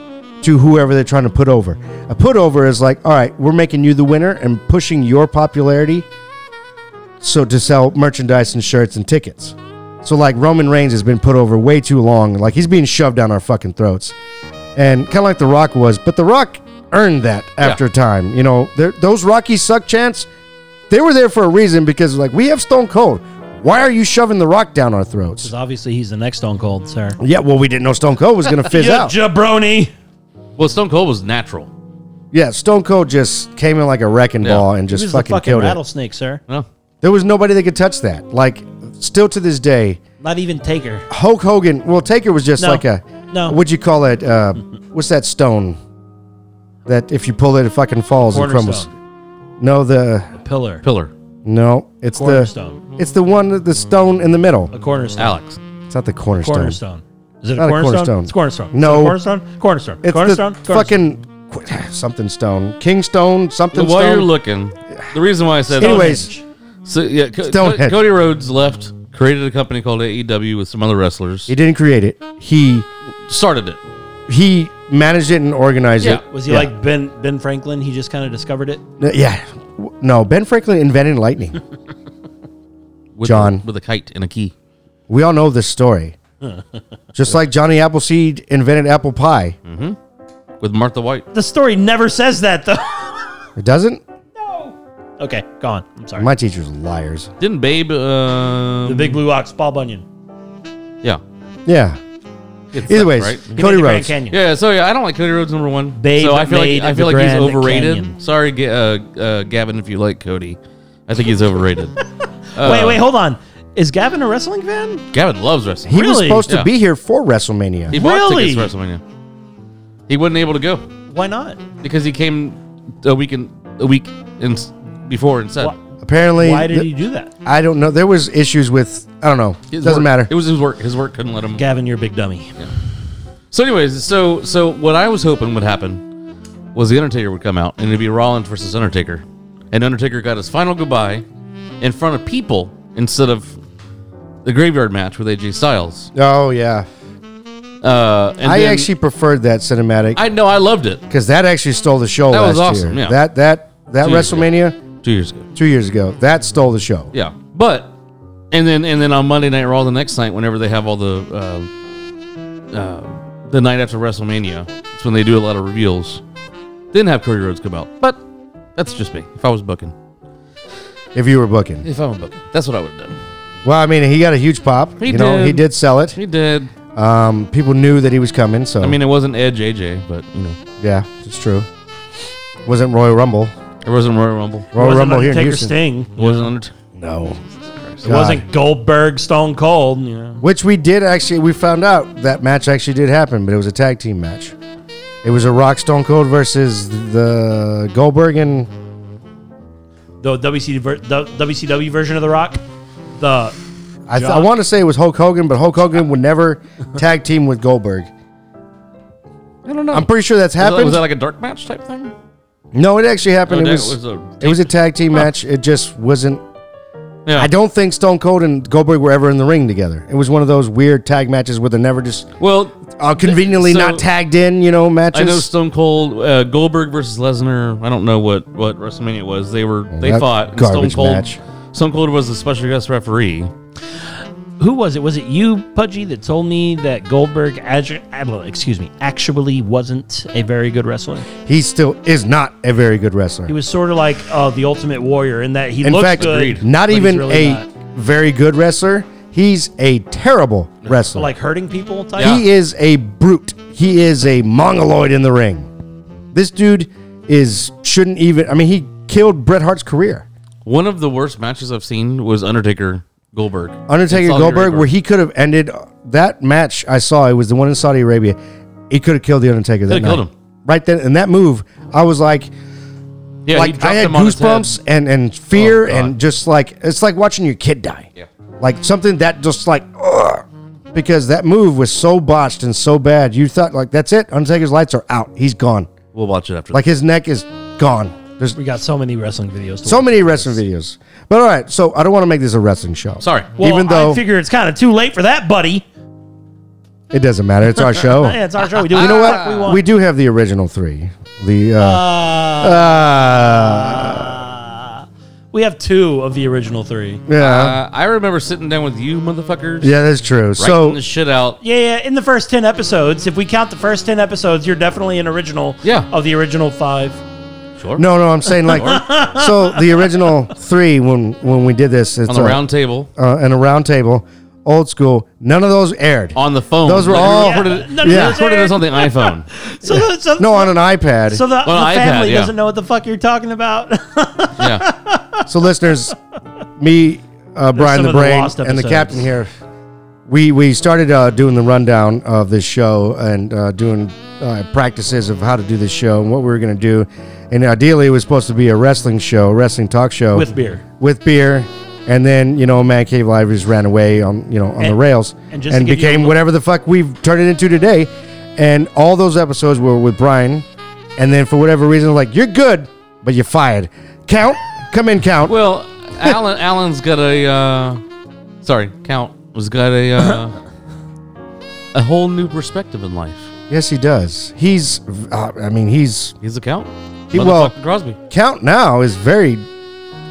Speaker 2: to whoever they're trying to put over. A put over is like, all right, we're making you the winner and pushing your popularity, so to sell merchandise and shirts and tickets. So like Roman Reigns has been put over way too long. Like he's being shoved down our fucking throats, and kind of like The Rock was, but The Rock earned that after time. You know, there- those Rocky suck chants they were there for a reason because like we have Stone Cold. Why are you shoving the rock down our throats?
Speaker 5: Obviously, he's the next Stone Cold, sir.
Speaker 2: Yeah, well, we didn't know Stone Cold was gonna fizz out.
Speaker 5: jabroni.
Speaker 4: Well, Stone Cold was natural.
Speaker 2: Yeah, Stone Cold just came in like a wrecking
Speaker 4: Yeah.
Speaker 2: ball and just
Speaker 5: He's the
Speaker 2: fucking,
Speaker 5: fucking
Speaker 2: killed
Speaker 5: rattlesnake, sir.
Speaker 4: No.
Speaker 2: it. There was nobody that could touch that. Like, still to this day,
Speaker 5: Not even Taker.
Speaker 2: Hulk Hogan. Well, Taker was just
Speaker 5: No.
Speaker 2: like a
Speaker 5: No.
Speaker 2: What'd you call it? Uh, what's that stone? That if you pull it, it fucking falls and crumbles.
Speaker 5: Cornerstone.
Speaker 2: No, the
Speaker 5: Pillar.
Speaker 4: Pillar.
Speaker 2: no, it's
Speaker 5: Cornerstone.
Speaker 2: the it's the one that- the stone in the middle.
Speaker 5: A cornerstone.
Speaker 4: Alex.
Speaker 2: It's not the cornerstone.
Speaker 5: Cornerstone. Is it a
Speaker 2: Not a
Speaker 5: cornerstone?
Speaker 2: cornerstone.
Speaker 5: It's cornerstone.
Speaker 2: No.
Speaker 5: Is it a cornerstone. Cornerstone.
Speaker 2: It's
Speaker 5: cornerstone.
Speaker 2: the
Speaker 5: cornerstone.
Speaker 2: fucking qu- something stone, King Stone, something
Speaker 4: While
Speaker 2: stone.
Speaker 4: you're looking, the reason why I said that-
Speaker 2: Anyways,
Speaker 4: so yeah, Co-
Speaker 2: Stonehenge.
Speaker 4: Co- Cody Rhodes left, created a company called AEW with some other wrestlers.
Speaker 2: he
Speaker 4: He
Speaker 2: didn't create it. He
Speaker 4: started it.
Speaker 2: he managed it and organized
Speaker 4: Yeah.
Speaker 2: it.
Speaker 5: Was he
Speaker 2: Yeah.
Speaker 5: like Ben Ben Franklin? He just kind of discovered it.
Speaker 2: No, yeah? W- No, Ben Franklin invented lightning.
Speaker 4: With
Speaker 2: John.
Speaker 4: with a kite and a key.
Speaker 2: we all know this story. Just like Johnny Appleseed invented apple pie.
Speaker 4: With Martha White.
Speaker 5: The story never says that though.
Speaker 2: It doesn't.
Speaker 5: okay, go on. I'm sorry.
Speaker 2: My teachers are liars.
Speaker 4: Didn't Babe uh
Speaker 5: the Big Blue Ox, Paul Bunyan.
Speaker 4: Yeah.
Speaker 2: Yeah.
Speaker 4: It's
Speaker 2: Either
Speaker 4: that,
Speaker 2: ways,
Speaker 4: right?
Speaker 5: He made
Speaker 2: Cody
Speaker 5: the Grand
Speaker 2: Rhodes.
Speaker 5: Canyon.
Speaker 4: Yeah, so yeah, I don't like Cody Rhodes number one.
Speaker 5: Babe
Speaker 4: so I feel
Speaker 5: made
Speaker 4: like I feel
Speaker 5: the
Speaker 4: like he's
Speaker 5: Grand
Speaker 4: overrated.
Speaker 5: Canyon.
Speaker 4: Sorry, Ga- uh, uh, Gavin, if you like Cody, I think he's overrated. Uh,
Speaker 5: wait, wait, hold on. Is Gavin a wrestling fan?
Speaker 4: Gavin loves wrestling.
Speaker 2: He was
Speaker 5: Really?
Speaker 2: supposed to
Speaker 4: Yeah.
Speaker 2: be here for WrestleMania.
Speaker 4: He bought
Speaker 5: Really?
Speaker 4: tickets to WrestleMania. He wasn't able to go
Speaker 5: Why not?
Speaker 4: because he came a week in, a week in, before
Speaker 2: Uh,
Speaker 4: and said
Speaker 5: Why,
Speaker 2: Apparently,
Speaker 5: why did
Speaker 2: th-
Speaker 5: he do that?
Speaker 2: I don't know. There was issues with I don't know.
Speaker 4: His
Speaker 2: Doesn't
Speaker 4: work-
Speaker 2: matter.
Speaker 4: It was his work. His work couldn't let him.
Speaker 5: Gavin, you're a big dummy.
Speaker 4: So, anyways, so so what I was hoping would happen was the Undertaker would come out and it'd be Rollins versus Undertaker, and Undertaker got his final goodbye in front of people instead of the graveyard match with AJ Styles.
Speaker 2: Oh yeah.
Speaker 4: Uh, and
Speaker 2: I
Speaker 4: then-
Speaker 2: actually preferred that cinematic.
Speaker 4: I know I loved it
Speaker 2: because that actually stole the show.
Speaker 4: That
Speaker 2: last
Speaker 4: was awesome,
Speaker 2: Year.
Speaker 4: yeah.
Speaker 2: That that that
Speaker 4: Two years ago.
Speaker 2: WrestleMania
Speaker 4: two years ago.
Speaker 2: two years ago that stole the show.
Speaker 4: Yeah, but and then and then on Monday Night Raw the next night, whenever they have all the uh, uh, the night after WrestleMania, it's when they do a lot of reveals. Didn't have Cody Rhodes come out, but that's just me. If I was booking,
Speaker 2: If you were booking,
Speaker 4: if I was booking, that's what I would have done.
Speaker 2: well, I mean, he got a huge pop.
Speaker 4: He
Speaker 2: you know,
Speaker 4: did.
Speaker 2: he did sell it.
Speaker 4: He did.
Speaker 2: Um, people knew that he was coming. So
Speaker 4: I mean, it wasn't Edge AJ, but you know,
Speaker 2: yeah, it's true. Wasn't Royal Rumble?
Speaker 4: it wasn't Royal Rumble. It
Speaker 2: Royal
Speaker 5: Wasn't
Speaker 2: Rumble here in
Speaker 5: Undertaker
Speaker 2: Houston.
Speaker 5: Sting.
Speaker 4: wasn't Undertaker.
Speaker 2: No,
Speaker 5: It wasn't Goldberg, Stone Cold. You know.
Speaker 2: Which we did actually. We found out that match actually did happen, but it was a tag team match. It was a Rock Stone Cold versus the Goldberg and
Speaker 5: The WCW, ver- the WCW version of The Rock. The
Speaker 2: I, th- I want to say it was Hulk Hogan, but Hulk Hogan would never tag team with Goldberg.
Speaker 4: I don't know.
Speaker 2: I'm pretty sure that's
Speaker 4: was, that,
Speaker 2: happened.
Speaker 4: was that like a dark match type thing?
Speaker 2: no, it actually happened.
Speaker 4: No,
Speaker 2: it
Speaker 4: that
Speaker 2: was,
Speaker 4: was a
Speaker 2: it was a tag team match. It just wasn't.
Speaker 4: Yeah.
Speaker 2: I don't think Stone Cold and Goldberg were ever in the ring together. It was one of those weird tag matches where they're never just
Speaker 4: Well,
Speaker 2: uh, conveniently
Speaker 4: So-
Speaker 2: not tagged in, you know, matches.
Speaker 4: I know Stone Cold uh, Goldberg versus Lesnar. I don't know what what WrestleMania was. They were they
Speaker 2: that
Speaker 4: fought. and
Speaker 2: garbage
Speaker 4: Stone Cold.
Speaker 2: match.
Speaker 4: Stone Cold was the special guest referee.
Speaker 5: who was it? Was it you, Pudgy, that told me that Goldberg, actu- ah, well, excuse me, actually wasn't a very good wrestler?
Speaker 2: he still is not a very good wrestler.
Speaker 5: He was sort of like uh, the Ultimate Warrior in that he
Speaker 2: in
Speaker 5: looked
Speaker 2: fact,
Speaker 5: good,
Speaker 2: not
Speaker 5: but he's
Speaker 2: even
Speaker 5: really
Speaker 2: a
Speaker 5: not.
Speaker 2: very good wrestler. He's a terrible wrestler.
Speaker 5: like hurting people type.
Speaker 4: Yeah.
Speaker 2: He is a brute. He is a mongoloid in the ring. This dude is shouldn't even. I mean, he killed Bret Hart's career.
Speaker 4: One of the worst matches I've seen was Undertaker Goldberg.
Speaker 2: Undertaker
Speaker 4: That's all you're
Speaker 2: Goldberg,
Speaker 4: required.
Speaker 2: where he could have ended that match. I saw it was the one in Saudi Arabia. He could have killed the Undertaker. That
Speaker 4: Coulda killed
Speaker 2: night.
Speaker 4: him.
Speaker 2: right then. And that move, I was like,
Speaker 4: Yeah, he
Speaker 2: like
Speaker 4: dropped
Speaker 2: I had
Speaker 4: him on his head.
Speaker 2: goosebumps and and fear
Speaker 4: Oh, God.
Speaker 2: and just like it's like watching your kid die.
Speaker 4: Yeah.
Speaker 2: Like something that just like ugh, because that move was so botched and so bad. You thought like that's it. Undertaker's lights are out. He's gone.
Speaker 4: We'll watch it after.
Speaker 2: Like his neck is gone. There's
Speaker 5: We got so many wrestling videos. To
Speaker 2: so many wrestling videos. But all right, so I don't want to make this a wrestling show.
Speaker 4: Sorry.
Speaker 5: Well,
Speaker 2: even though
Speaker 5: I figure it's kind of too late for that, buddy.
Speaker 2: it doesn't matter. It's our show.
Speaker 5: Yeah, it's our show. We do.
Speaker 2: Oh. You know
Speaker 5: what the fuck We
Speaker 2: what?
Speaker 5: want.
Speaker 2: We do have the original three. The uh, uh,
Speaker 5: we have two of the original three.
Speaker 2: yeah.
Speaker 4: uh, I remember sitting down with you, motherfuckers.
Speaker 2: Yeah, that's true.
Speaker 4: Writing
Speaker 2: so
Speaker 4: the shit out.
Speaker 5: Yeah, yeah. In the first ten episodes, if we count the first ten episodes, you're definitely an original.
Speaker 4: Yeah.
Speaker 5: Of the original five.
Speaker 4: Sure.
Speaker 2: no, no, I'm saying like so the original three when when we did this, it's
Speaker 4: On the
Speaker 2: uh,
Speaker 4: round table,
Speaker 2: uh, and a round table, old school. None of those aired.
Speaker 4: on the phone.
Speaker 2: Those were
Speaker 4: Like, we
Speaker 5: Oh,
Speaker 2: all-
Speaker 4: recorded,
Speaker 5: Yeah.
Speaker 4: we
Speaker 5: Yeah.
Speaker 4: recorded this on the iPhone.
Speaker 5: So, the, so,
Speaker 2: no, on an iPad.
Speaker 5: so
Speaker 2: So,
Speaker 5: the, the
Speaker 4: iPad,
Speaker 5: family
Speaker 4: yeah.
Speaker 5: doesn't know what the fuck you're talking about.
Speaker 4: Yeah.
Speaker 2: listeners, me, uh, Brian
Speaker 5: some
Speaker 2: the
Speaker 5: of the
Speaker 2: Brain,
Speaker 5: lost
Speaker 2: and the
Speaker 5: episodes.
Speaker 2: captain here. We we started uh, doing the rundown of this show and uh, doing uh, practices of how to do this show and what we were going to do, and ideally it was supposed to be a wrestling show, a wrestling talk show
Speaker 5: With beer.
Speaker 2: with beer. And then you know, man cave live just ran away on you know on the
Speaker 5: And-
Speaker 2: rails
Speaker 5: and just to give you a
Speaker 2: became
Speaker 5: little-
Speaker 2: whatever the fuck we've turned it into today. And all those episodes were with Brian. And then for whatever reason, like you're good, but you're fired. Count, come in, count.
Speaker 4: Well, Alan Alan's got a uh, sorry, Count was got a uh, a whole new perspective in life.
Speaker 2: yes, he does. He's, uh, I mean, he's
Speaker 4: He's a Count.
Speaker 2: He- well-
Speaker 4: Motherfucking Crosby.
Speaker 2: count now is very.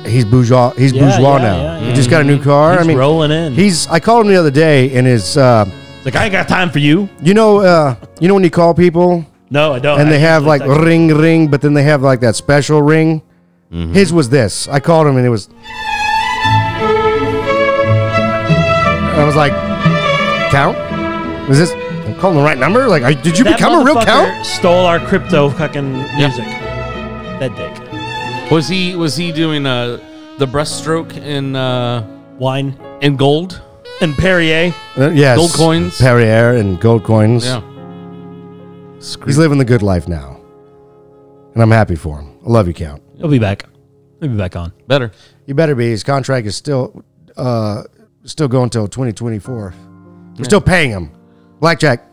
Speaker 2: He's bourgeois. He's bourgeois
Speaker 5: yeah,
Speaker 2: now.
Speaker 5: yeah,
Speaker 2: He just got a new car.
Speaker 5: He's
Speaker 2: I mean,
Speaker 5: rolling in.
Speaker 2: he's. I called him the other day, and his. Uh,
Speaker 5: like I ain't got time for you.
Speaker 2: you know, uh, you know when you call people
Speaker 5: No, I don't.
Speaker 2: and they have like
Speaker 5: Actually, it's
Speaker 2: ring ring, but then they have like that special ring.
Speaker 5: Mm-hmm.
Speaker 2: His was this. I called him and it was. I was like, count? Is this? I'm calling the right number. Like, I, did you
Speaker 5: actually-
Speaker 2: become a
Speaker 5: that
Speaker 2: real
Speaker 5: motherfucker
Speaker 2: count?
Speaker 5: Stole our crypto fucking music. That dick.
Speaker 4: Was he was he doing uh, the breaststroke in uh,
Speaker 5: Wine
Speaker 4: in gold?
Speaker 5: and Perrier.
Speaker 2: Uh, yes.
Speaker 4: Gold coins?
Speaker 2: Perrier and gold coins.
Speaker 4: Yeah.
Speaker 2: He's living the good life now, and I'm happy for him. I love you, count.
Speaker 5: He'll be back. He'll be back on.
Speaker 4: Better.
Speaker 2: You better be. His contract is still, uh, still going till 2024. We're still paying him. Blackjack,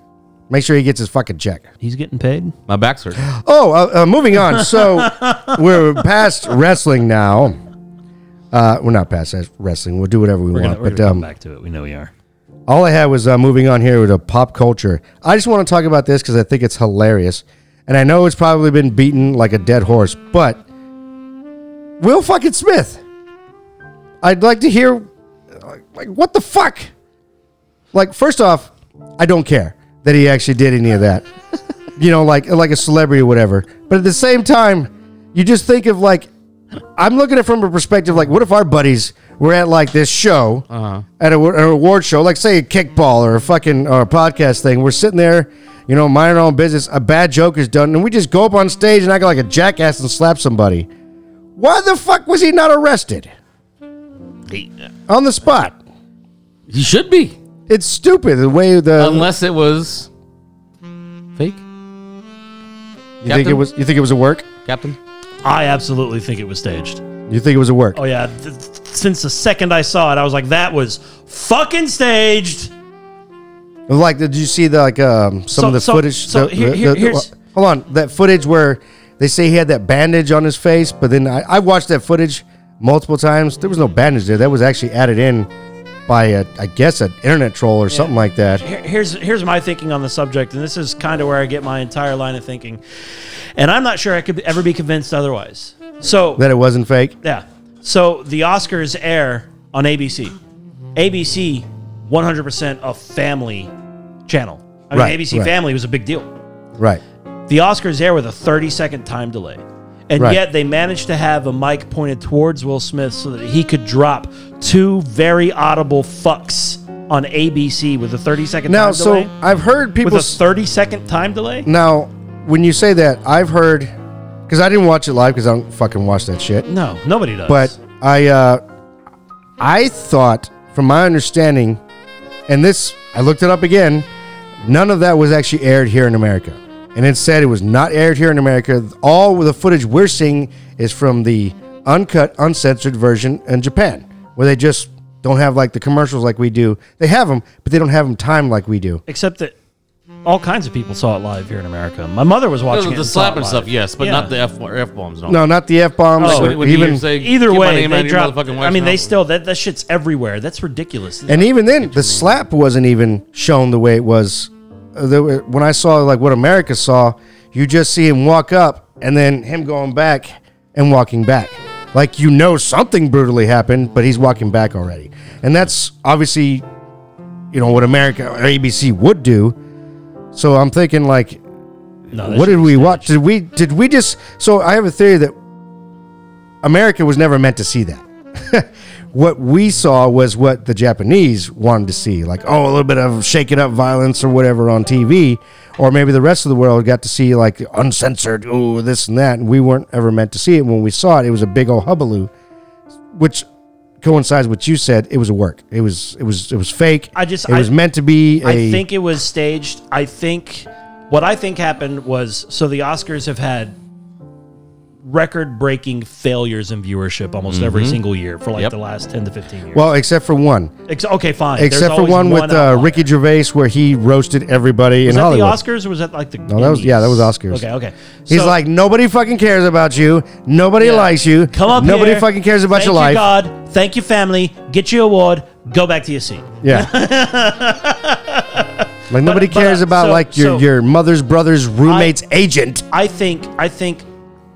Speaker 2: make sure he gets his fucking check.
Speaker 5: He's getting paid.
Speaker 4: My back's hurt.
Speaker 2: Oh, uh, uh, moving on. So we're past wrestling now. Uh, we're not past that wrestling. We'll do whatever we want. but um,
Speaker 5: back to it. We know we are.
Speaker 2: all I had was uh, moving on here to pop culture. I just want to talk about this because I think it's hilarious, and I know it's probably been beaten like a dead horse. But Will fucking Smith, I'd like to hear, like, what the fuck? Like, first off, I don't care that he actually did any of that. you know, like like a celebrity or whatever. But at the same time, you just think of like I'm looking at it from a perspective like, what if our buddies were at like this show at a, an award show, like say a kickball or a fucking or a podcast thing? We're sitting there, you know, minding our own business. A bad joke is done, and we just go up on stage and act like a jackass and slap somebody. Why the fuck was he not arrested on the spot?
Speaker 4: He should be,
Speaker 2: It's stupid the way the
Speaker 4: unless it was fake,
Speaker 2: you think it
Speaker 4: Captain?
Speaker 2: was you think it was a work.
Speaker 4: Captain.
Speaker 5: I absolutely think it was staged.
Speaker 2: You think it was a work?
Speaker 5: Oh yeah, Th- th- since the second I saw it, I was like, that was fucking staged.
Speaker 2: Like, did you see the like um, some
Speaker 5: So-
Speaker 2: of the
Speaker 5: so-
Speaker 2: footage?
Speaker 5: so
Speaker 2: the-
Speaker 5: here-
Speaker 2: the-
Speaker 5: here-
Speaker 2: the-
Speaker 5: here's-
Speaker 2: hold on, that footage where they say he had that bandage on his face, but then I, I watched that footage multiple times. There was no bandage there. That was actually added in by a, I guess, an internet troll or something like that.
Speaker 5: Here- here's here's my thinking on the subject, and this is kind of where I get my entire line of thinking, and I'm not sure I could ever be convinced otherwise. So
Speaker 2: That it wasn't fake.
Speaker 5: yeah, so the Oscars air on ABC, ABC, 100% a family channel. I mean,
Speaker 2: Right,
Speaker 5: ABC
Speaker 2: right.
Speaker 5: Family was a big deal.
Speaker 2: Right.
Speaker 5: The Oscars air with a 30 second time delay. And
Speaker 2: Right.
Speaker 5: yet they managed to have a mic pointed towards Will Smith so that he could drop two very audible fucks on ABC with a 30 second
Speaker 2: Now,
Speaker 5: time
Speaker 2: so
Speaker 5: delay.
Speaker 2: I've heard
Speaker 5: With
Speaker 2: people.
Speaker 5: a
Speaker 2: s-
Speaker 5: 30 second time delay?
Speaker 2: now, when you say that, I've heard because I didn't watch it live because I don't fucking watch that shit.
Speaker 5: No, nobody does.
Speaker 2: But I, uh, I thought, from my understanding, and this I looked it up again, none of that was actually aired here in America. and it said it was not aired here in America. All the footage we're seeing is from the uncut, uncensored version in Japan, where they just don't have like the commercials like we do. They have them, but they don't have them timed like we do.
Speaker 5: Except that all kinds of people saw it live here in America. My mother was
Speaker 4: No,
Speaker 5: watching
Speaker 4: no,
Speaker 5: it.
Speaker 4: the
Speaker 5: and saw
Speaker 4: slap
Speaker 5: it
Speaker 4: and stuff,
Speaker 5: live.
Speaker 4: yes, but
Speaker 5: Yeah.
Speaker 4: not the F F bombs. No.
Speaker 2: No, not the f bombs.
Speaker 5: Oh.
Speaker 4: Like, when
Speaker 2: even
Speaker 4: you say,
Speaker 5: Either
Speaker 4: "Get my
Speaker 5: way,
Speaker 4: name out of
Speaker 5: they
Speaker 4: your
Speaker 5: dropped.
Speaker 4: motherfucking
Speaker 5: I
Speaker 4: wife's
Speaker 5: mean, they
Speaker 4: mouth."
Speaker 5: still that that shit's everywhere. That's ridiculous.
Speaker 2: And even then, the slap wasn't even shown the way it was. Uh, there were- When I saw like what America saw, you just see him walk up and then him going back and walking back. Like you know something brutally happened, but he's walking back already. And that's obviously, you know, what America or ABC would do. So I'm thinking like,
Speaker 5: No, that
Speaker 2: what
Speaker 5: shit
Speaker 2: did
Speaker 5: was
Speaker 2: we
Speaker 5: staged.
Speaker 2: watch? Did we did we just? So I have a theory that America was never meant to see that. what we saw was what the Japanese wanted to see, like oh, a little bit of shaken up violence or whatever on TV, or maybe the rest of the world got to see like uncensored, oh this and that, and we weren't ever meant to see it. When we saw it, it was a big old hubbub, which coincides with what you said. It was a work. It was it was it was fake.
Speaker 5: I just-
Speaker 2: it was
Speaker 5: I-
Speaker 2: meant to be. a.
Speaker 5: I think it was staged. I think what I think happened was so the Oscars have had record breaking failures in viewership almost every single year for like
Speaker 4: Yep.
Speaker 5: the last 10 to 15 years.
Speaker 2: Mm-hmm. well, except for one.
Speaker 5: Ex- okay, fine. There's
Speaker 2: except for
Speaker 5: always
Speaker 2: one with uh,
Speaker 5: outlier.
Speaker 2: Ricky Gervais where he roasted everybody
Speaker 5: Was
Speaker 2: in
Speaker 5: that
Speaker 2: Hollywood.
Speaker 5: the Oscars or was that like the
Speaker 2: No, that was- yeah, that was
Speaker 5: Emmys?
Speaker 2: Oscars.
Speaker 5: Okay, okay.
Speaker 2: He's
Speaker 5: So,
Speaker 2: like nobody fucking cares about you. Nobody likes you.
Speaker 5: come up
Speaker 2: Nobody
Speaker 5: here,
Speaker 2: fucking cares about
Speaker 5: thank
Speaker 2: your life.
Speaker 5: you God, thank you family, get your award, go back to your seat.
Speaker 2: Yeah. like nobody
Speaker 5: but,
Speaker 2: cares
Speaker 5: uh,
Speaker 2: about
Speaker 5: so-
Speaker 2: like your
Speaker 5: so-
Speaker 2: your mother's brother's roommate's agent.
Speaker 5: I think I think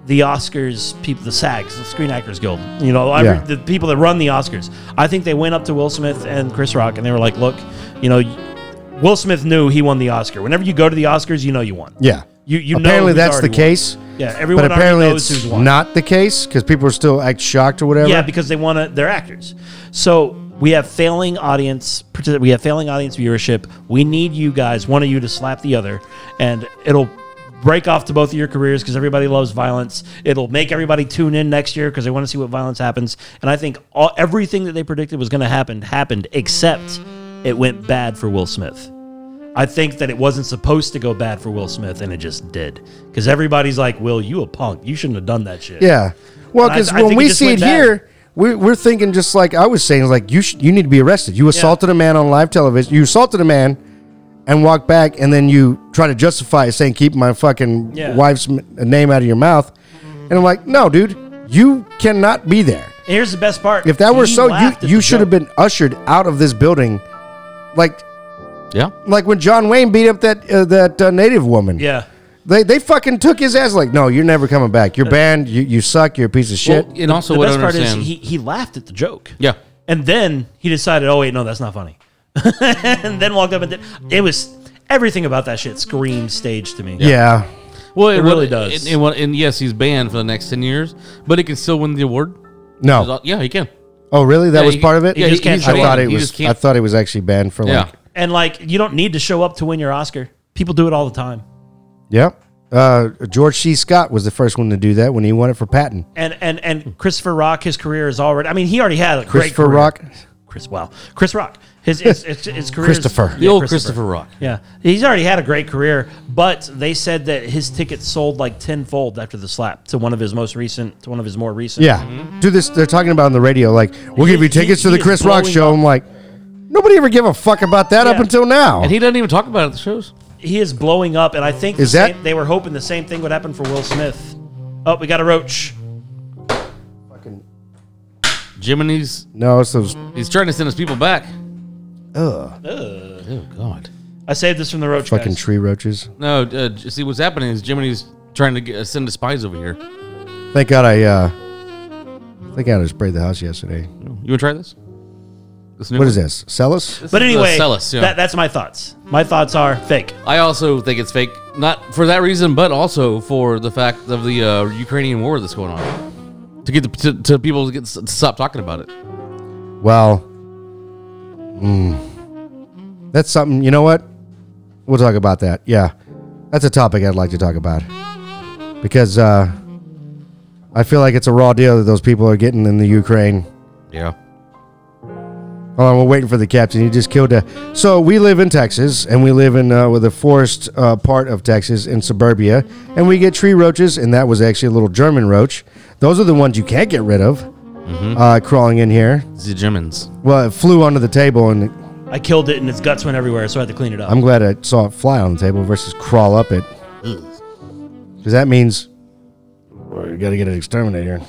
Speaker 5: the Oscars people, the SAGs, the Screen Actors Guild, you know, I-
Speaker 2: Yeah.
Speaker 5: the people that run the Oscars. I think they went up to Will Smith and Chris Rock and they were like, "Look, you know, Will Smith knew he won the Oscar. Whenever you go to the Oscars, you know you won.
Speaker 2: Yeah.
Speaker 5: You you know
Speaker 2: apparently
Speaker 5: who's
Speaker 2: that's the
Speaker 5: already won.
Speaker 2: case.
Speaker 5: Yeah, everyone
Speaker 2: But
Speaker 5: already
Speaker 2: apparently
Speaker 5: knows
Speaker 2: it's
Speaker 5: who's won.
Speaker 2: not the case because people are still act shocked or whatever.
Speaker 5: Yeah, because they want to. They're actors. So we have failing audience. parti- We have failing audience viewership. We need you guys. One of you to slap the other, and it'll break off to both of your careers because everybody loves violence. It'll make everybody tune in next year because they want to see what violence happens. And I think all, everything that they predicted was going to happen happened, except it went bad for Will Smith. I think that it wasn't supposed to go bad for Will Smith, and it just did. Because everybody's like, "Will, you a punk? You shouldn't have done that shit."
Speaker 2: Yeah. Well,
Speaker 5: And I-
Speaker 2: because
Speaker 5: I
Speaker 2: when
Speaker 5: think
Speaker 2: we
Speaker 5: it just
Speaker 2: see it
Speaker 5: went bad.
Speaker 2: here, we're, we're thinking just like I was saying, like you sh- you need to be arrested. You assaulted a man on live television. You assaulted a man and walked back, and then you try to justify it saying, "Keep my fucking
Speaker 5: Yeah.
Speaker 2: wife's m- name out of your mouth." And I'm like, no, dude, you cannot be there.
Speaker 5: And here's the best part.
Speaker 2: If that were
Speaker 5: He
Speaker 2: so, you
Speaker 5: laughed at
Speaker 2: you
Speaker 5: the
Speaker 2: should have
Speaker 5: joke.
Speaker 2: been ushered out of this building, like
Speaker 4: Yeah.
Speaker 2: like when John Wayne beat up that uh, that uh, native woman.
Speaker 5: Yeah.
Speaker 2: They, they fucking took his ass like no you're never coming back
Speaker 5: Uh,
Speaker 2: you're banned you, you suck you're a piece of shit
Speaker 4: Well, and also
Speaker 5: the
Speaker 4: what I
Speaker 5: best
Speaker 4: don't
Speaker 5: part is
Speaker 4: understand.
Speaker 5: he, he laughed at the joke.
Speaker 4: yeah.
Speaker 5: And then he decided, oh wait, no, that's not funny. and then walked up and did it was everything about that shit screamed stage to me.
Speaker 2: yeah.
Speaker 4: Well, it,
Speaker 5: really
Speaker 4: would-
Speaker 5: does.
Speaker 4: And, and what- and yes, he's banned for the next ten years, but he can still win the award.
Speaker 2: no
Speaker 4: Yeah, he can.
Speaker 2: Oh, really? That
Speaker 4: Yeah,
Speaker 2: was
Speaker 4: he-
Speaker 2: part of it.
Speaker 4: yeah,
Speaker 5: he just can't
Speaker 2: I
Speaker 5: show
Speaker 2: thought
Speaker 4: up.
Speaker 2: it
Speaker 4: He
Speaker 2: was.
Speaker 4: just can't-
Speaker 2: I thought it was actually banned for
Speaker 4: Yeah.
Speaker 2: like.
Speaker 5: And like you don't need to show up to win your Oscar. People do it all the time.
Speaker 2: Yep. Uh, George C. Scott was the first one to do that when he won it for Patton.
Speaker 5: And and and Christopher Rock, his career is already I mean, he already had a great
Speaker 2: Christopher
Speaker 5: career.
Speaker 2: Rock.
Speaker 5: Chris wow. Chris Rock. His his, his, his career is-
Speaker 2: Christopher.
Speaker 4: The old Christopher Rock.
Speaker 5: Yeah, he's already had a great career, but they said that his tickets sold like tenfold after the slap to one of his most recent, to one of his more recent.
Speaker 2: Yeah. Do this. They're talking about on the radio. Like, we'll give you tickets to
Speaker 5: Mm-hmm. he-
Speaker 2: the
Speaker 5: he is
Speaker 2: Chris Rock
Speaker 5: blowing
Speaker 2: show.
Speaker 5: up.
Speaker 2: I'm like, nobody ever gave a fuck about that up
Speaker 5: Yeah.
Speaker 2: until now.
Speaker 4: And he doesn't even talk about it at the shows.
Speaker 5: he is blowing up, and I think the
Speaker 2: Is that-
Speaker 5: same, they were hoping the same thing would happen for Will Smith. Oh, we got a roach.
Speaker 4: Jiminy's
Speaker 2: no, it's those.
Speaker 4: he's trying to send his people back.
Speaker 2: Ugh,
Speaker 4: Oh God.
Speaker 5: I saved this from the roach.
Speaker 2: fucking
Speaker 5: guys.
Speaker 2: tree roaches.
Speaker 4: No, uh, j- see what's happening is Jiminy's trying to get, uh, send the spies over here.
Speaker 2: Thank God I. Uh, thank God I sprayed the house yesterday.
Speaker 4: You want to try this? This new
Speaker 2: What is this? Cellus?
Speaker 5: but
Speaker 4: is, uh,
Speaker 5: anyway,
Speaker 4: Celis, yeah.
Speaker 5: that, that's my thoughts. My thoughts are fake.
Speaker 4: I also think it's fake, not for that reason, but also for the fact of the uh, Ukrainian war that's going on. To get the, to, to people to, get, to stop talking about it.
Speaker 2: Well, mm, that's something. You know what? We'll talk about that. Yeah, that's a topic I'd like to talk about because uh, I feel like it's a raw deal that those people are getting in the Ukraine.
Speaker 4: Yeah.
Speaker 2: Hold on, we're waiting for the captain. He just killed a. So we live in Texas, and we live in uh, with a forest uh, part of Texas in suburbia, and we get tree roaches, and that was actually a little German roach. Those are the ones you can't get rid of. Uh, crawling in here.
Speaker 4: The Germans.
Speaker 2: Well, it flew onto the table, and
Speaker 5: I killed it and its guts went everywhere, so I had to clean it up.
Speaker 2: I'm glad I saw it fly on the table versus crawl up it. Because that means we got to get an exterminator.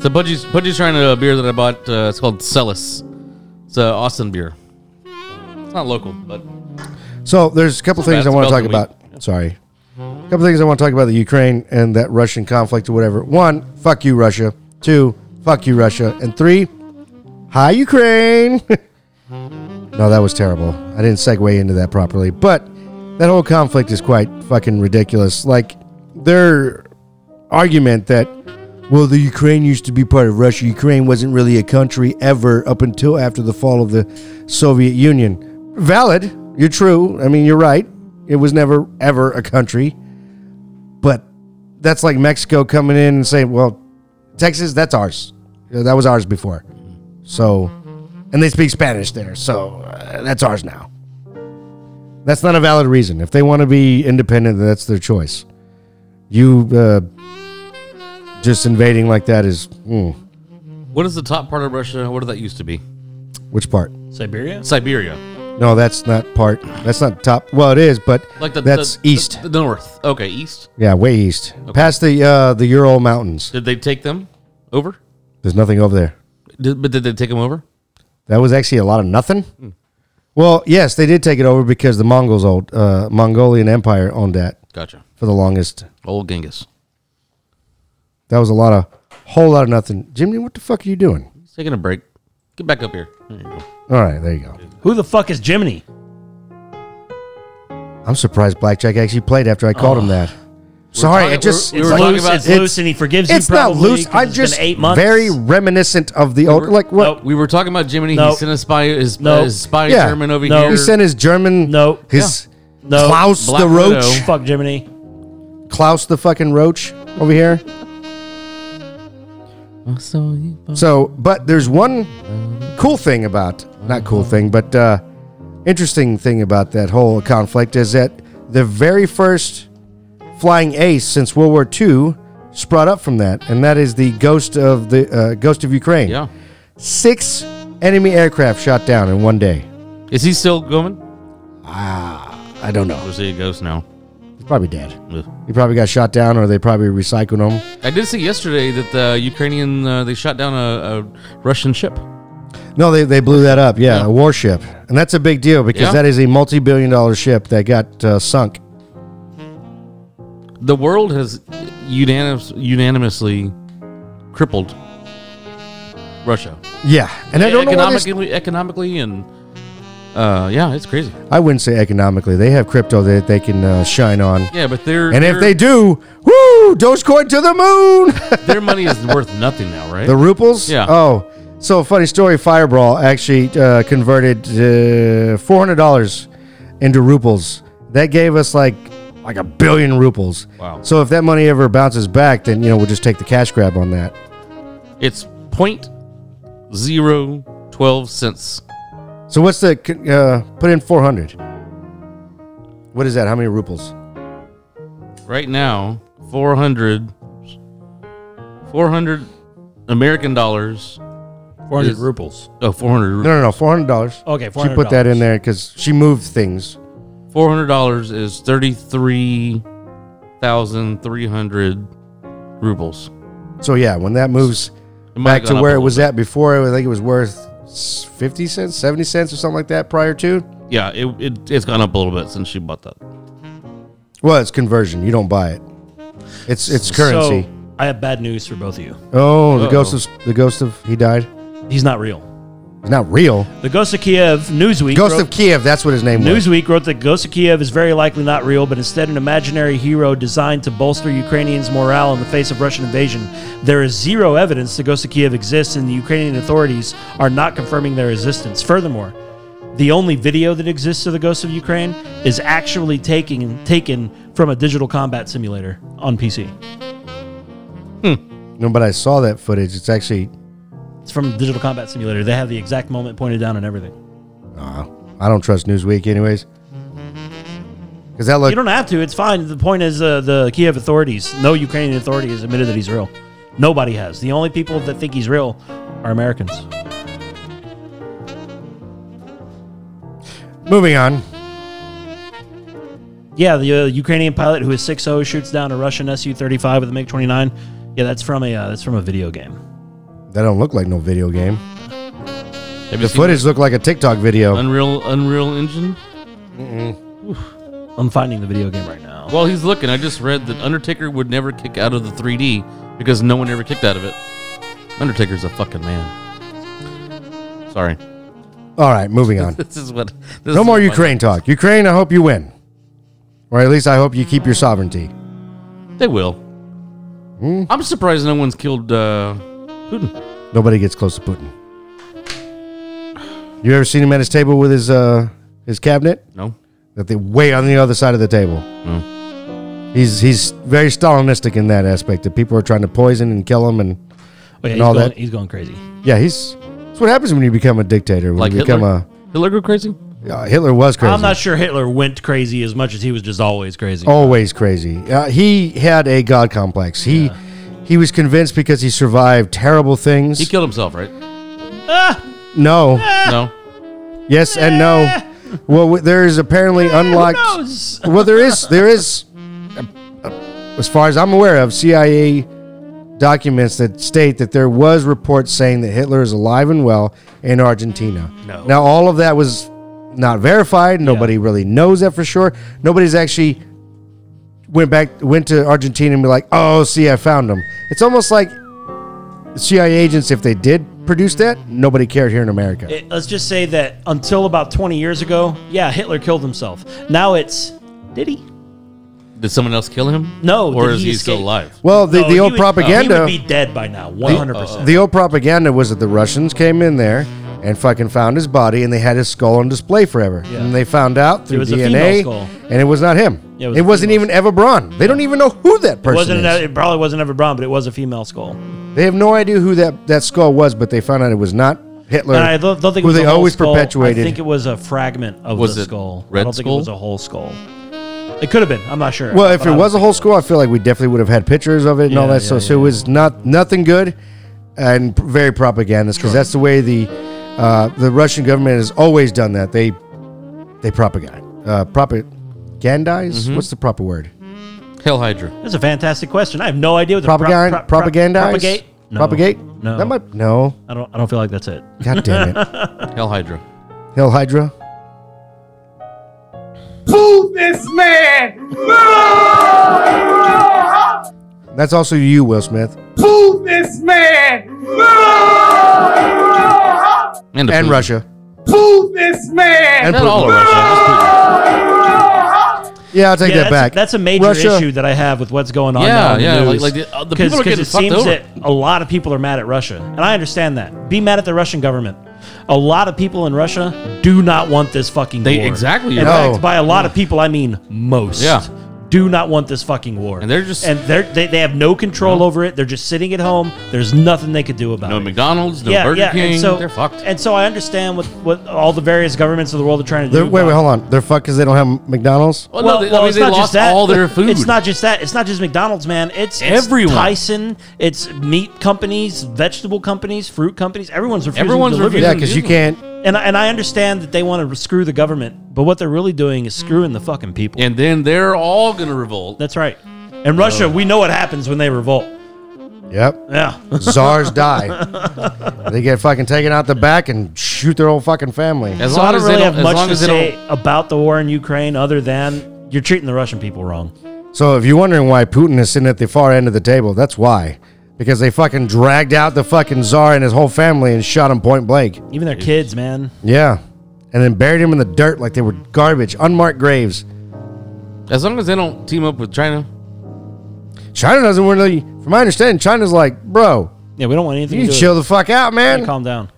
Speaker 4: So Pudgy's, Pudgy's trying a beer that I bought. Uh, it's called Celis. It's an Austin beer. It's not local, but
Speaker 2: So there's a couple
Speaker 4: It's not
Speaker 2: things
Speaker 4: bad.
Speaker 2: I want to talk
Speaker 4: It's Belgian
Speaker 2: about. Sorry. A couple things I want to talk about the Ukraine and that Russian conflict or whatever. One, fuck you, Russia. Two, fuck you, Russia. And three, hi, Ukraine. no, that was terrible. I didn't segue into that properly. But that whole conflict is quite fucking ridiculous. Like, their argument that, well, the Ukraine used to be part of Russia. Ukraine wasn't really a country ever up until after the fall of the Soviet Union. Valid. You're true. I mean, you're right. It was never, ever a country. But that's like Mexico coming in and saying, well, Texas, that's ours. Yeah, That was ours before. So, and they speak Spanish there. So uh, that's ours now. That's not a valid reason. If they want to be independent, that's their choice. You uh, just invading like that is hmm,
Speaker 4: what is the top part of Russia? What did that used to be?
Speaker 2: which part?
Speaker 5: Siberia?
Speaker 4: Siberia.
Speaker 2: No, that's not part. That's not top. Well, it is, but
Speaker 4: Like the
Speaker 2: that's
Speaker 4: the- the-
Speaker 2: east.
Speaker 4: the north. Okay, east.
Speaker 2: yeah, way east, past the uh, the Ural Mountains.
Speaker 4: Did they take them over?
Speaker 2: There's nothing over there.
Speaker 4: Did, but did they take them over?
Speaker 2: That was actually a lot of nothing.
Speaker 4: Hmm.
Speaker 2: Well, yes, they did take it over because the Mongols old uh, Mongolian Empire owned that
Speaker 4: Gotcha.
Speaker 2: for the longest.
Speaker 4: Old Genghis.
Speaker 2: That was a lot of whole lot of nothing. Jimmy, what the fuck are you doing?
Speaker 4: He's taking a break. Get back up here. There you go.
Speaker 2: All right, there you go.
Speaker 5: Who the fuck is Jiminy?
Speaker 2: I'm surprised Blackjack actually played after I called him that. Sorry,
Speaker 4: talking-
Speaker 2: it just
Speaker 4: Ah. we're- we
Speaker 2: it's
Speaker 4: were
Speaker 2: like-
Speaker 4: talking
Speaker 5: Loose,
Speaker 4: about-
Speaker 5: it's, loose, and he forgives you.
Speaker 2: it's not
Speaker 5: probably,
Speaker 2: loose.
Speaker 5: 'cause
Speaker 2: I'm
Speaker 5: it's been
Speaker 2: just
Speaker 5: eight months.
Speaker 2: very reminiscent of the old. Like what?
Speaker 5: Nope.
Speaker 4: We were talking about Jiminy.
Speaker 5: Nope.
Speaker 4: He sent a spy, his,
Speaker 5: Nope.
Speaker 4: his spy
Speaker 2: Yeah.
Speaker 4: German over
Speaker 5: No.
Speaker 4: here.
Speaker 2: He sent his German.
Speaker 5: No.
Speaker 2: His
Speaker 5: No.
Speaker 2: Klaus
Speaker 4: Black
Speaker 2: the roach.
Speaker 4: Widow.
Speaker 5: Fuck Jiminy.
Speaker 2: Klaus the fucking roach over here. So, but there's one cool thing about not cool thing, but uh, interesting thing about that whole conflict is that the very first flying ace since World War II sprung up from that, and that is the ghost of the uh, ghost of Ukraine.
Speaker 4: Yeah.
Speaker 2: Six enemy aircraft shot down in one day.
Speaker 4: Is he still going?
Speaker 2: I don't know.
Speaker 4: Or is he a ghost now?
Speaker 2: He's probably dead.
Speaker 4: Ugh.
Speaker 2: He probably got shot down, or they probably recycled him.
Speaker 4: I did see yesterday that the Ukrainian uh, they shot down a, a Russian ship.
Speaker 2: No, they, they blew that up. Yeah,
Speaker 4: Yeah.
Speaker 2: a warship, and that's a big deal because
Speaker 4: Yeah.
Speaker 2: that is a multi-billion-dollar ship that got uh, sunk.
Speaker 4: The world has unanimous, unanimously crippled Russia
Speaker 2: Yeah, and I don't know why they
Speaker 4: economically, economically, and uh, yeah, it's crazy.
Speaker 2: I wouldn't say economically. They have crypto that they can uh, shine on.
Speaker 4: Yeah, but their
Speaker 2: And if
Speaker 4: their-
Speaker 2: they do, woo, Dogecoin to the moon.
Speaker 4: their money is worth nothing now, right?
Speaker 2: the ruples?
Speaker 4: Yeah.
Speaker 2: Oh, so funny story. Fireball actually uh, converted uh, $400 into ruples. That gave us like like a billion ruples.
Speaker 4: Wow.
Speaker 2: So if that money ever bounces back, then, you know, we'll just take the cash grab on that.
Speaker 4: it's point zero twelve cents.
Speaker 2: So what's the, uh, put in 400. What is that? How many ruples?
Speaker 4: right now 400 400 american dollars
Speaker 6: 400
Speaker 4: Is-
Speaker 6: ruples.
Speaker 4: oh 400
Speaker 2: No, no, no, $400.
Speaker 6: Okay,
Speaker 2: She
Speaker 6: 400
Speaker 2: put that in there because she moved things.
Speaker 4: 400 dollars is 33,300 rubles
Speaker 2: So yeah, when that moves
Speaker 4: It might
Speaker 2: back
Speaker 4: have
Speaker 2: to
Speaker 4: gone up
Speaker 2: where
Speaker 4: a
Speaker 2: it was
Speaker 4: little
Speaker 2: at before, I think it was worth s- fifty cents, seventy cents, or something like that prior to.
Speaker 4: bit. yeah it, it, it's gone up a little bit since she bought that
Speaker 2: Well, it's conversion. You don't buy it. It's it's currency.
Speaker 5: So, I have bad news for both of you.
Speaker 2: oh, the ghost of the ghost of he died.
Speaker 5: He's not real.
Speaker 2: It's not real.
Speaker 5: The Ghost of Kiev, Newsweek.
Speaker 2: Ghost
Speaker 5: wrote-
Speaker 2: of Kiev. That's what his name was.
Speaker 5: Newsweek wrote that Ghost of Kiev is very likely not real, but instead an imaginary hero designed to bolster Ukrainians' morale in the face of Russian invasion. There is zero evidence the Ghost of Kiev exists, and the Ukrainian authorities are not confirming their existence. Furthermore, the only video that exists of the Ghost of Ukraine is actually taken taken from a digital combat simulator on PC.
Speaker 2: No, but I saw that footage. It's actually
Speaker 5: It's from Digital Combat Simulator. They have the exact moment pointed down and everything.
Speaker 2: Uh, I don't trust Newsweek, anyways. Because that
Speaker 5: You
Speaker 2: looked
Speaker 5: don't have to. It's fine. The point is, uh, the Kiev authorities, no Ukrainian authority has admitted that he's real. Nobody has. The only people that think he's real are Americans.
Speaker 2: moving on.
Speaker 5: Yeah, the uh, Ukrainian pilot who is 6'0 shoots down a Russian Su-35 with a MiG-29. Yeah, that's from a uh, that's from a video game.
Speaker 2: That don't look like no video game.
Speaker 4: Have you
Speaker 2: The
Speaker 4: seen
Speaker 2: footage looked like a TikTok video.
Speaker 4: Unreal Unreal Engine?
Speaker 5: I'm finding the video game right now. Oh,
Speaker 4: While he's looking, I just read that Undertaker would never kick out of the 3D because no one ever kicked out of it. Undertaker's a fucking man. Sorry.
Speaker 2: All right, moving on.
Speaker 4: This is what. This
Speaker 2: No
Speaker 4: is
Speaker 2: more
Speaker 4: what my-
Speaker 2: Ukraine talk. Ukraine, I hope you win, or at least I hope you keep your sovereignty.
Speaker 4: They will.
Speaker 2: Hmm?
Speaker 4: I'm surprised no one's killed uh, Putin.
Speaker 2: Nobody gets close to Putin. You ever seen him at his table with his uh, his cabinet?
Speaker 4: No.
Speaker 2: That they way on the other side of the table.
Speaker 4: Hmm.
Speaker 2: He's he's very Stalinistic in that aspect. That people are trying to poison and kill him, and
Speaker 5: Oh, yeah, he's,
Speaker 2: all
Speaker 5: going,
Speaker 2: that-
Speaker 5: he's going crazy.
Speaker 2: yeah, he's that's what happens when you become a dictator. When
Speaker 4: Like
Speaker 2: you become
Speaker 4: Hitler? Hitler go crazy?
Speaker 2: a uh, Hitler was crazy. Oh,
Speaker 5: I'm not sure Hitler went crazy as much as he was just always crazy.
Speaker 2: always crazy. Uh, he had a god complex. He he was convinced because he survived terrible things.
Speaker 4: He killed himself, right?
Speaker 2: no,
Speaker 5: Eh,
Speaker 4: No.
Speaker 2: yes, and no. Well, w- there is
Speaker 5: Eh,
Speaker 2: apparently unlocked. Well, there is there is, uh, uh, as far as I'm aware of, CIA documents that state that there was reports saying that Hitler is alive and well in Argentina. No. Now all of that was not verified. Nobody really knows that for sure. Nobody's actually went back went to Argentina and be like, "Oh, see, I found him." It's almost like CIA agents if they did produce that, nobody cared here in America.
Speaker 5: It- let's just say that until about 20 years ago, yeah, Hitler killed himself. Now it's did he?
Speaker 4: Did someone else kill him?
Speaker 5: No,
Speaker 4: Or
Speaker 5: did
Speaker 4: is
Speaker 5: he
Speaker 4: he, still
Speaker 5: escape?
Speaker 4: alive?
Speaker 2: well, the, the
Speaker 5: No, Oh, he
Speaker 2: old
Speaker 5: would-
Speaker 2: propaganda
Speaker 5: He would be dead by now, 100. percent
Speaker 2: The old propaganda was that the Russians came in there and fucking found his body and they had his skull on display forever. And they found out through
Speaker 5: was a
Speaker 2: DNA
Speaker 5: female skull.
Speaker 2: and it was not him.
Speaker 5: Yeah,
Speaker 2: it,
Speaker 5: it was a
Speaker 2: was not
Speaker 5: female
Speaker 2: even Eva Braun. They don't even know who that person
Speaker 5: Wasn't
Speaker 2: is.
Speaker 5: it, it probably wasn't ever Braun, but it was a female skull.
Speaker 2: they have no idea who that, that skull was, but they found out it was not Hitler.
Speaker 5: And I don't, don't think it
Speaker 2: who
Speaker 5: was
Speaker 2: they
Speaker 5: a whole
Speaker 2: always
Speaker 5: skull.
Speaker 2: perpetuated.
Speaker 5: I think it was a fragment of
Speaker 4: Was
Speaker 5: the
Speaker 4: it
Speaker 5: skull. I
Speaker 4: red
Speaker 5: don't think it
Speaker 4: skull?
Speaker 5: was a whole skull. It could have been. I'm not sure.
Speaker 2: well, if
Speaker 5: But
Speaker 2: it
Speaker 5: I
Speaker 2: was a
Speaker 5: don't
Speaker 2: whole skull, I feel like we definitely would have had pictures of it and all
Speaker 5: Yeah,
Speaker 2: that stuff.
Speaker 5: yeah,
Speaker 2: So it was not nothing good and p- very propagandist because that's the way the uh, the Russian government has always done that. They they propagate uh, propagandize.
Speaker 5: Mm-hmm.
Speaker 2: What's the proper word?
Speaker 4: Hell Hydra.
Speaker 5: think- That's a fantastic question. I have no idea what the
Speaker 2: Propagand
Speaker 5: prop- prop-
Speaker 2: propagandize
Speaker 5: propagate. No.
Speaker 2: propagate.
Speaker 5: No.
Speaker 2: that might no.
Speaker 5: I don't. I don't feel like that's it.
Speaker 2: God damn it,
Speaker 4: Hell Hydra.
Speaker 2: Hell Hydra. That's also you, Will Smith,
Speaker 4: And,
Speaker 2: and
Speaker 4: Putin.
Speaker 2: Russia, and
Speaker 4: Not
Speaker 2: Putin.
Speaker 4: all of Russia. just Putin.
Speaker 2: Yeah, I'll take
Speaker 5: yeah,
Speaker 2: that
Speaker 5: that's,
Speaker 2: back.
Speaker 5: A, that's a major
Speaker 2: Russia,
Speaker 5: issue that I have with what's going on.
Speaker 4: Yeah,
Speaker 5: now in
Speaker 4: yeah,
Speaker 5: The
Speaker 4: like-
Speaker 5: news.
Speaker 4: like the- uh, the
Speaker 5: Because-
Speaker 4: people are
Speaker 5: because
Speaker 4: getting
Speaker 5: it
Speaker 4: fucked
Speaker 5: seems
Speaker 4: over.
Speaker 5: that a lot of people are mad at Russia, and I understand that. Be mad at the Russian government. A lot of people in Russia do not want this fucking
Speaker 4: They-
Speaker 5: war.
Speaker 4: exactly.
Speaker 5: In
Speaker 4: No.
Speaker 5: fact, by a lot of people, I mean most.
Speaker 4: Yeah.
Speaker 5: Do not want this fucking war.
Speaker 4: And they're just-
Speaker 5: and they're, they they have no control over it. They're just sitting at home. There's nothing they could do about
Speaker 4: No
Speaker 5: it.
Speaker 4: McDonald's, no Burger King.
Speaker 5: And so,
Speaker 4: They're fucked.
Speaker 5: And so I understand what, what all the various governments of the world are trying to
Speaker 2: They're-
Speaker 5: do.
Speaker 2: wait,
Speaker 5: about
Speaker 2: wait, hold on. They're fucked because they don't have McDonald's.
Speaker 5: Oh,
Speaker 4: well, no, they, I mean,
Speaker 5: it's
Speaker 4: they
Speaker 5: not
Speaker 4: lost
Speaker 5: just that.
Speaker 4: all their food.
Speaker 5: It's not just that. It's not just McDonald's, man. It's, it's
Speaker 4: Everyone.
Speaker 5: Tyson. It's meat companies, vegetable companies, fruit companies. Everyone's refusing
Speaker 4: Everyone's
Speaker 5: to deliver.
Speaker 4: refusing
Speaker 2: Yeah,
Speaker 4: to
Speaker 2: because you
Speaker 4: do-
Speaker 2: can't.
Speaker 5: And I, and I understand that they want to screw the government, but what they're really doing is screwing the fucking people.
Speaker 4: And then they're all going to revolt.
Speaker 5: That's right. And
Speaker 4: Uh.
Speaker 5: Russia, we know what happens when they revolt.
Speaker 2: Yep.
Speaker 5: Yeah.
Speaker 2: czars die. they get fucking taken out the back and shoot their whole fucking family.
Speaker 4: As
Speaker 5: So I
Speaker 4: long
Speaker 5: don't
Speaker 4: as
Speaker 5: really
Speaker 4: they don't,
Speaker 5: have
Speaker 4: as
Speaker 5: much
Speaker 4: long
Speaker 5: to
Speaker 4: as they don't
Speaker 5: say about the war in Ukraine other than you're treating the Russian people wrong.
Speaker 2: So if you're wondering why Putin is sitting at the far end of the table, that's why. Because they fucking dragged out the fucking czar and his whole family and shot him point blank.
Speaker 5: Even their kids, man.
Speaker 2: Yeah. And then buried him in the dirt like they were garbage, unmarked graves.
Speaker 4: As long as they don't team up with China,
Speaker 2: China doesn't really, from my understanding, China's like, bro,
Speaker 5: Yeah, we don't want anything
Speaker 2: you need
Speaker 5: to
Speaker 2: to
Speaker 5: do
Speaker 2: chill the fuck out,
Speaker 5: with it.
Speaker 2: man.
Speaker 5: Calm down.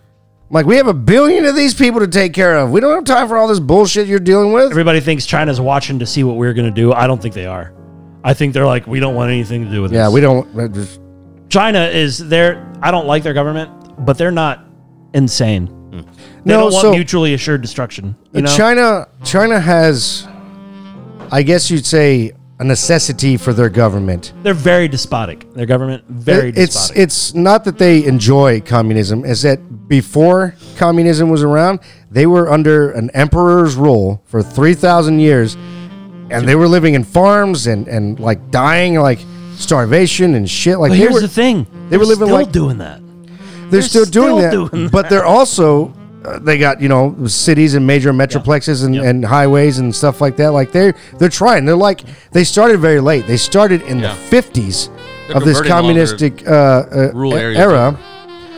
Speaker 2: Like, we have a billion of these people to take care of. We don't have time for all this bullshit you're dealing with.
Speaker 5: everybody thinks China's watching to see what we're going to do. I don't think they are. I think they're like, we don't want anything to do with
Speaker 2: Yeah,
Speaker 5: this.
Speaker 2: we don't. we're just-
Speaker 5: China is their. I don't like their government. but they're not insane. They
Speaker 2: no,
Speaker 5: don't want
Speaker 2: so
Speaker 5: mutually assured destruction. You know,
Speaker 2: China China has, I guess you'd say, a necessity for their government.
Speaker 5: they're very despotic. Their government very
Speaker 2: It- it's
Speaker 5: despotic.
Speaker 2: it's not that they enjoy communism is that before communism was around they were under an emperor's rule for 3000 years and they were living in farms and and like dying like starvation and shit like
Speaker 5: But
Speaker 2: they
Speaker 5: here's
Speaker 2: were
Speaker 5: the thing: they
Speaker 2: were living
Speaker 5: still
Speaker 2: like-
Speaker 5: doing that.
Speaker 2: they're, still, doing, that, but they're also uh, they got you know cities and major metroplexes and, and highways and stuff like that like they're they're trying they're like they started very late they started in
Speaker 4: Yeah.
Speaker 2: the 50s
Speaker 4: They're
Speaker 2: of this
Speaker 4: converting all their
Speaker 2: communistic uh, uh,
Speaker 4: rural
Speaker 2: e-
Speaker 4: areas
Speaker 2: era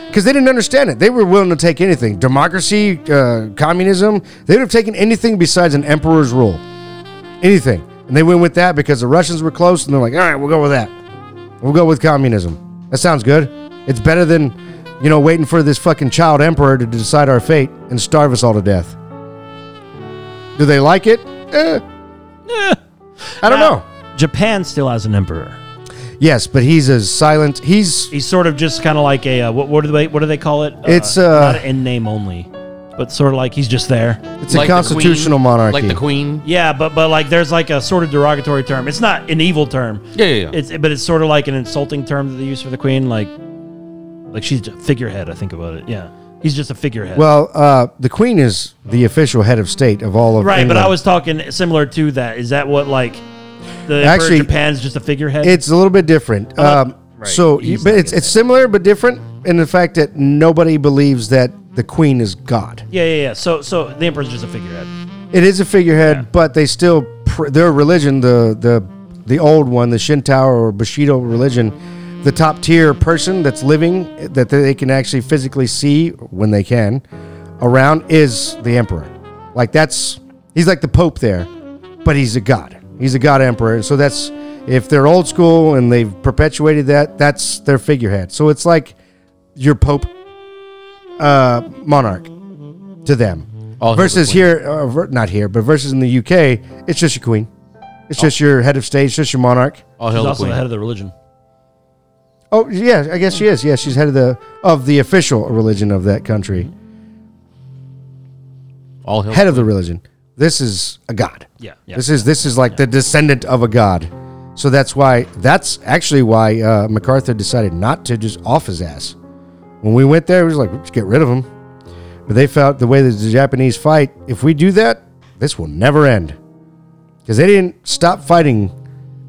Speaker 2: because they didn't understand it they were willing to take anything democracy uh, communism they would have taken anything besides an emperor's rule anything and they went with that because the russians were close and they're like all right we'll go with that We'll go with communism. That sounds good. It's better than, you know, waiting for this fucking child emperor to decide our fate and starve us all to death. Do they like it? Eh. I don't know.
Speaker 5: Japan still has an emperor.
Speaker 2: Yes, but he's as silent. He's
Speaker 5: He's sort of just kind of like a uh, what? What do they? What do they call it? Uh,
Speaker 2: It's, uh,
Speaker 5: not in name only, but sort of like he's just there.
Speaker 2: it's a constitutional monarchy.
Speaker 4: Like the queen.
Speaker 5: Yeah, but but like there's like a sort of derogatory term. It's not an evil term.
Speaker 4: Yeah, yeah, yeah.
Speaker 5: It's but it's sort of like an insulting term that they use for the queen. Like like she's a figurehead. I think about it. Yeah, he's just a figurehead.
Speaker 2: Well, uh, the queen is the official head of state of all of
Speaker 5: right. But I
Speaker 2: England.
Speaker 5: was talking similar to that. Is that what like the
Speaker 2: Actually-
Speaker 5: actually Japan's just a figurehead?
Speaker 2: It's a little bit different. Um, So, you-
Speaker 5: He's
Speaker 2: but
Speaker 5: not
Speaker 2: it's it's similar but different in the fact that nobody believes that the queen is God.
Speaker 5: yeah, yeah, yeah. So so the emperor's just a figurehead.
Speaker 2: It is a figurehead, but they still pr- their religion, the the the old one, the Shinto or Bushido religion, the top tier person that's living that they can actually physically see when they can around is the emperor. Like that's he's like the pope there, but he's a god. He's a god emperor. So that's if they're old school and they've perpetuated that, that's their figurehead. So it's like your pope uh, monarch to them
Speaker 4: All hail the
Speaker 2: versus
Speaker 4: queen.
Speaker 2: here, uh, ver- not here, but versus in the UK, it's just your queen. It's just your head of state. It's just your monarch.
Speaker 4: All
Speaker 5: He's
Speaker 4: hail the
Speaker 5: also the head
Speaker 4: queen.
Speaker 5: of the religion.
Speaker 2: Oh yeah, I guess she is. Yeah, she's head of the of the official religion of that country.
Speaker 4: All hail.
Speaker 2: Head of the religion. This is a god.
Speaker 5: Yeah, yeah.
Speaker 2: This is this is like the descendant of a god. So that's why that's actually why uh, MacArthur decided not to just off his ass. When we went there, he was like, "Let's get rid of him." But they felt the way that the Japanese fight. If we do that, this will never end because they didn't stop fighting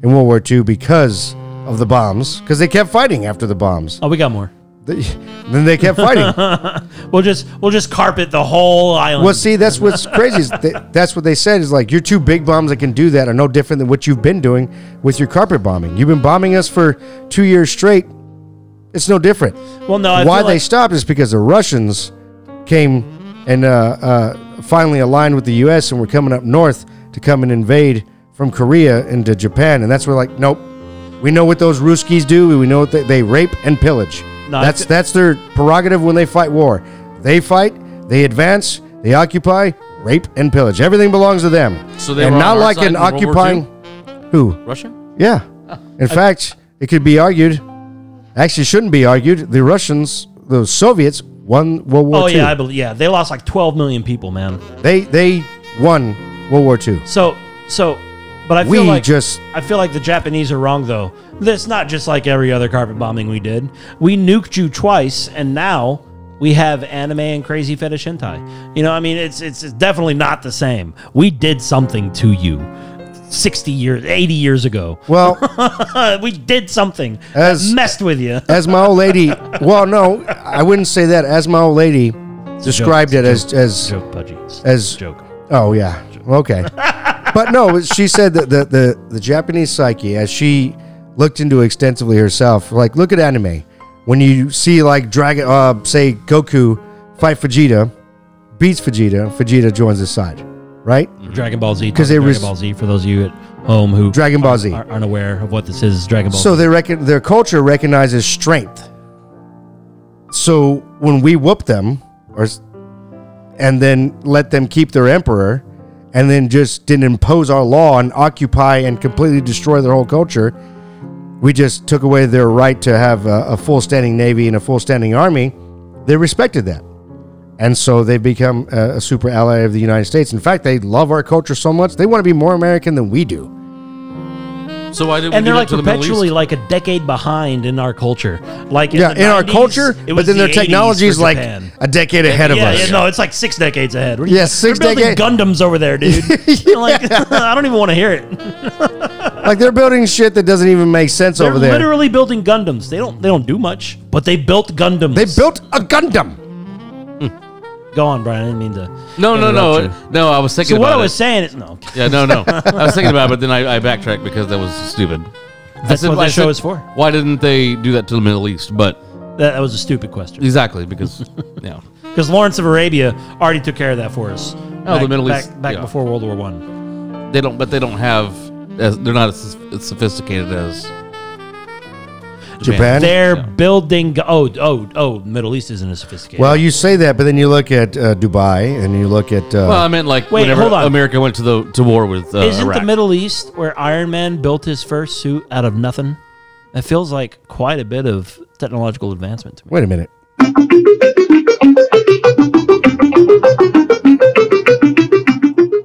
Speaker 2: in World War II because of the bombs. Because they kept fighting after the bombs.
Speaker 5: Oh, we got more.
Speaker 2: They- then they kept fighting.
Speaker 5: We'll just we'll just carpet the whole island.
Speaker 2: Well, see, that's what's crazy. Is that, that's what they said is like your two big bombs that can do that are no different than what you've been doing with your carpet bombing. You've been bombing us for two years straight. It's no different.
Speaker 5: well, no, I
Speaker 2: Why
Speaker 5: feel
Speaker 2: they
Speaker 5: like-
Speaker 2: stopped is because the Russians came and uh, uh, finally aligned with the U.S. and were coming up north to come and invade from Korea into Japan, and that's where like, nope. We know what those Ruskies do. We know what they, they rape and pillage.
Speaker 5: No, I
Speaker 2: that's
Speaker 5: thi-
Speaker 2: that's their prerogative when they fight war. They fight, they advance, they occupy, rape and pillage. Everything belongs to them.
Speaker 4: So they
Speaker 2: and
Speaker 4: were on
Speaker 2: not
Speaker 4: our
Speaker 2: like
Speaker 4: side
Speaker 2: an
Speaker 4: in World War
Speaker 2: occupying. Who?
Speaker 4: Russia?
Speaker 2: Yeah. In fact, it could be argued, actually shouldn't be argued, the Russians, the Soviets won World War
Speaker 5: Oh
Speaker 2: II.
Speaker 5: yeah, I believe. Yeah, they lost like 12 million people, man.
Speaker 2: they they won World War II.
Speaker 5: So so, but I feel
Speaker 2: We
Speaker 5: like
Speaker 2: just
Speaker 5: I feel like the Japanese are wrong though. That's not just like every other carpet bombing we did. We nuked you twice, and now we have anime and crazy fetish hentai. You know, I mean, it's it's it's definitely not the same. We did something to you. 60 years 80 years ago
Speaker 2: well,
Speaker 5: we did something
Speaker 2: As-
Speaker 5: that messed with you
Speaker 2: as my old lady, well, no, I wouldn't say that. As my old lady described it as as
Speaker 5: joke pudgy It's
Speaker 2: as
Speaker 5: a joke
Speaker 2: Oh yeah. Okay. but no, she said that the, the the Japanese psyche, as she looked into extensively herself, like look at anime. When you see like Dragon, uh, say Goku fight Vegeta, beats Vegeta, Vegeta joins his side, right?
Speaker 5: Dragon Ball Z.
Speaker 2: 'Cause
Speaker 5: Because
Speaker 2: they
Speaker 5: Dragon
Speaker 2: res-
Speaker 5: Ball Z for those of you at home who
Speaker 2: Dragon Ball Z.
Speaker 5: aren't, aren't aware of what this is. Dragon Ball.
Speaker 2: So
Speaker 5: Z.
Speaker 2: they reckon their culture recognizes strength. So when we whoop them, or s- and then let them keep their emperor, and then just didn't impose our law and occupy and completely destroy their whole culture, we just took away their right to have a, a full standing navy and a full standing army. they respected that. And so they've become a, a super ally of the United States. In fact, they love our culture so much, they want to be more American than we do.
Speaker 4: So why did we
Speaker 5: and
Speaker 4: do
Speaker 5: they're
Speaker 4: it
Speaker 5: like
Speaker 4: to the Middle
Speaker 5: perpetually
Speaker 4: East?
Speaker 5: like a decade behind in our culture. Like in
Speaker 2: yeah,
Speaker 5: the
Speaker 2: in our
Speaker 5: 90s,
Speaker 2: culture,
Speaker 5: it
Speaker 2: but
Speaker 5: was
Speaker 2: then their
Speaker 5: the 80s for
Speaker 2: technology is like
Speaker 5: Japan.
Speaker 2: a decade ahead of
Speaker 5: yeah,
Speaker 2: us.
Speaker 5: yeah, no, it's like six decades ahead. What are
Speaker 2: Yeah, six
Speaker 5: they're building
Speaker 2: decade-
Speaker 5: Gundams over there, dude. like, I don't even want to hear it.
Speaker 2: Like they're building shit that doesn't even make sense
Speaker 5: They're
Speaker 2: over there.
Speaker 5: literally building Gundams. They don't they don't do much, but they built Gundams.
Speaker 2: they built a Gundam.
Speaker 5: Go on, Brian. I didn't mean to.
Speaker 4: No, no, no,
Speaker 5: interrupt
Speaker 4: no. I was thinking
Speaker 5: So what I
Speaker 4: about
Speaker 5: was
Speaker 4: it.
Speaker 5: saying is no.
Speaker 4: Yeah, no, no. I was thinking about it, but then I, I backtracked because that was stupid. I
Speaker 5: That's
Speaker 4: said-
Speaker 5: what
Speaker 4: I
Speaker 5: the show
Speaker 4: said,
Speaker 5: is for.
Speaker 4: Why didn't they do that to the Middle East? But
Speaker 5: That, that was a stupid question
Speaker 4: exactly because yeah,
Speaker 5: because Lawrence of Arabia already took care of that for us.
Speaker 4: Oh, the Middle East,
Speaker 5: back, back
Speaker 4: yeah.
Speaker 5: before World War One.
Speaker 4: they don't. But they don't have. As, they're not as, as sophisticated as
Speaker 2: Japan?
Speaker 5: They're building. Oh, oh, oh. Middle East isn't as sophisticated.
Speaker 2: Well, you say that, but then you look at uh, Dubai and you look at. Uh,
Speaker 4: Well, I meant like
Speaker 5: Wait,
Speaker 4: whenever
Speaker 5: hold on.
Speaker 4: America went to the to war with uh,
Speaker 5: Isn't
Speaker 4: Iraq.
Speaker 5: the Middle East where Iron Man built his first suit out of nothing? That feels like quite a bit of technological advancement to me.
Speaker 2: wait a minute.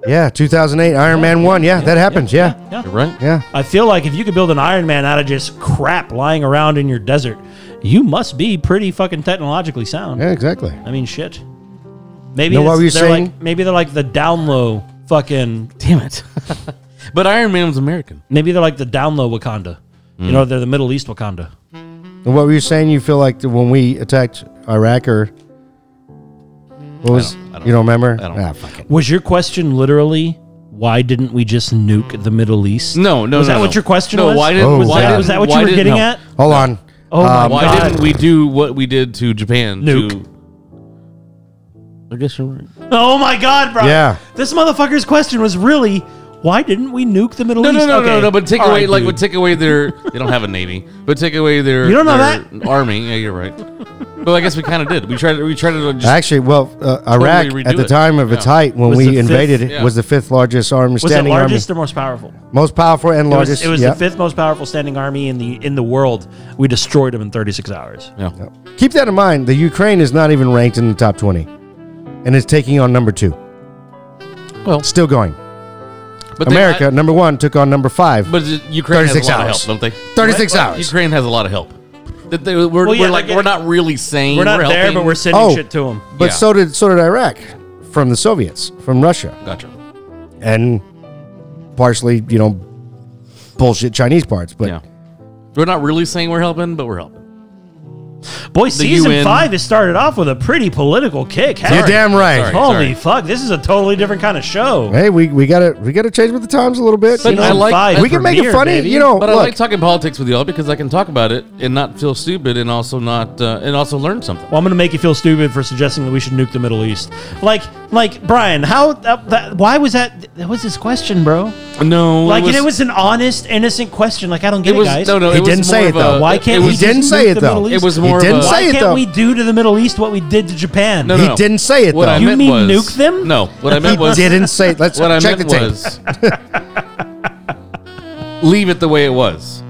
Speaker 2: Yeah, 2008 Iron Man one. Yeah, that happened. Yeah, yeah.
Speaker 4: right?
Speaker 5: I feel like if you could build an Iron Man out of just crap lying around in your desert, you must be pretty fucking technologically sound.
Speaker 2: Yeah, exactly.
Speaker 5: I mean, shit. Maybe
Speaker 2: Know what
Speaker 5: it's-
Speaker 2: were you
Speaker 5: they're
Speaker 2: saying?
Speaker 5: Like, maybe they're like the down low fucking. Damn it.
Speaker 4: But Iron Man was American.
Speaker 5: Maybe they're like the down low Wakanda.
Speaker 2: Mm.
Speaker 5: You know, they're the Middle East Wakanda.
Speaker 2: And what were you saying? You feel like that when we attacked Iraq or what was?
Speaker 4: don't- I don't-
Speaker 2: you don't remember?
Speaker 4: I don't-
Speaker 2: Ah, fuck it.
Speaker 5: Was your question literally why didn't we just nuke the Middle East?
Speaker 4: No, no,
Speaker 5: Was
Speaker 4: no,
Speaker 5: that
Speaker 4: no.
Speaker 5: what your question
Speaker 4: no,
Speaker 5: was?
Speaker 4: Why didn't?
Speaker 2: Oh,
Speaker 5: was
Speaker 4: why
Speaker 5: that,
Speaker 4: didn't-
Speaker 5: was that what
Speaker 4: why
Speaker 5: you were
Speaker 4: didn't-
Speaker 5: getting
Speaker 4: no.
Speaker 5: at?
Speaker 2: Hold on.
Speaker 5: Oh my
Speaker 4: Um, Why
Speaker 5: god!
Speaker 4: didn't we do what we did to Japan?
Speaker 5: Nuke.
Speaker 4: To, I guess you're right.
Speaker 5: Oh my god, bro!
Speaker 2: Yeah.
Speaker 5: this motherfucker's question was really why didn't we nuke the Middle
Speaker 4: No,
Speaker 5: East?
Speaker 4: no, no,
Speaker 5: Okay.
Speaker 4: no, no. But take
Speaker 5: All
Speaker 4: away,
Speaker 5: right,
Speaker 4: like,
Speaker 5: dude.
Speaker 4: but take away their. They don't have a navy, but take away their.
Speaker 5: You don't know
Speaker 4: their army. Yeah, you're right. Well, I guess we kind of did. We tried. to- We tried to just.
Speaker 2: Actually, well, uh, Iraq
Speaker 4: redo
Speaker 2: at the
Speaker 4: it.
Speaker 2: time of its
Speaker 4: Yeah.
Speaker 2: height when
Speaker 5: Was
Speaker 2: we
Speaker 5: the
Speaker 2: invaded
Speaker 5: fifth-
Speaker 2: it
Speaker 4: yeah.
Speaker 2: was the fifth largest army,
Speaker 5: was it
Speaker 2: standing army,
Speaker 5: largest or most powerful?
Speaker 2: most powerful and
Speaker 5: It was,
Speaker 2: largest.
Speaker 5: it was
Speaker 2: yeah.
Speaker 5: the fifth most powerful standing army in the in the world. We destroyed them in 36 hours.
Speaker 4: yeah.
Speaker 2: Keep that in mind. The Ukraine is not even ranked in the top twenty, and it's taking on number two.
Speaker 4: Well-
Speaker 2: still going.
Speaker 4: But they-
Speaker 2: America
Speaker 4: I-
Speaker 2: number one took on number five.
Speaker 4: but Ukraine has a
Speaker 2: 36
Speaker 4: lot
Speaker 2: hours.
Speaker 4: of help, don't they?
Speaker 2: 36
Speaker 4: Right?
Speaker 2: hours.
Speaker 4: Ukraine has a lot of help. That they, we're,
Speaker 5: Well, yeah,
Speaker 4: we're
Speaker 5: they're
Speaker 4: like
Speaker 5: getting-
Speaker 4: we're not really saying
Speaker 5: We're not
Speaker 4: helping.
Speaker 5: there, but we're sending
Speaker 2: Oh.
Speaker 5: shit to them.
Speaker 2: but
Speaker 4: yeah.
Speaker 2: so did so did Iraq from the Soviets, from Russia,
Speaker 4: Gotcha.
Speaker 2: and partially, you know, bullshit Chinese parts. But
Speaker 4: Yeah. We're not really saying we're helping, but we're helping.
Speaker 5: Boy, season
Speaker 4: UN.
Speaker 5: five has started off with a pretty political kick. hasn't
Speaker 2: you're
Speaker 5: it?
Speaker 2: damn right.
Speaker 4: Sorry.
Speaker 5: Holy fuck! This is a totally different kind of show.
Speaker 2: Hey, we, we gotta we gotta change with the times a little bit.
Speaker 4: But
Speaker 2: you know?
Speaker 4: I like-
Speaker 5: Five
Speaker 2: we can make it
Speaker 5: premiere,
Speaker 2: funny.
Speaker 5: baby.
Speaker 2: You know,
Speaker 4: But I
Speaker 2: look,
Speaker 4: like talking politics with y'all because I can talk about it and not feel stupid, and also not uh, and also learn something.
Speaker 5: Well, I'm going to make you feel stupid for suggesting that we should nuke the Middle East. Like, like Brian, how? That, that, why was that? That was his question, bro.
Speaker 4: No,
Speaker 5: Like, it was, an honest, innocent question. Like, I don't get
Speaker 4: It
Speaker 5: it,
Speaker 4: was
Speaker 5: guys.
Speaker 4: no, no.
Speaker 2: He
Speaker 4: it was
Speaker 2: didn't
Speaker 4: more
Speaker 2: say it,
Speaker 4: of a-
Speaker 2: though.
Speaker 5: Why can't
Speaker 4: it
Speaker 5: we
Speaker 2: he
Speaker 4: was-
Speaker 2: didn't
Speaker 5: just
Speaker 2: say
Speaker 5: nuke
Speaker 2: it
Speaker 5: the
Speaker 2: though.
Speaker 5: Middle East?
Speaker 4: It was
Speaker 2: He
Speaker 4: more of
Speaker 2: didn't
Speaker 4: a-
Speaker 5: Why
Speaker 2: say it
Speaker 5: can't
Speaker 2: though.
Speaker 5: we do to the Middle East what we did to Japan?
Speaker 4: No, no,
Speaker 2: he
Speaker 4: no.
Speaker 2: didn't say it
Speaker 4: What
Speaker 2: though.
Speaker 4: I
Speaker 5: You
Speaker 4: meant
Speaker 5: mean
Speaker 4: was,
Speaker 5: nuke them?
Speaker 4: No, what I meant
Speaker 2: he
Speaker 4: was
Speaker 2: didn't say it. Let's
Speaker 4: what I
Speaker 2: check
Speaker 4: meant
Speaker 2: the tape.
Speaker 4: was leave it the way it was.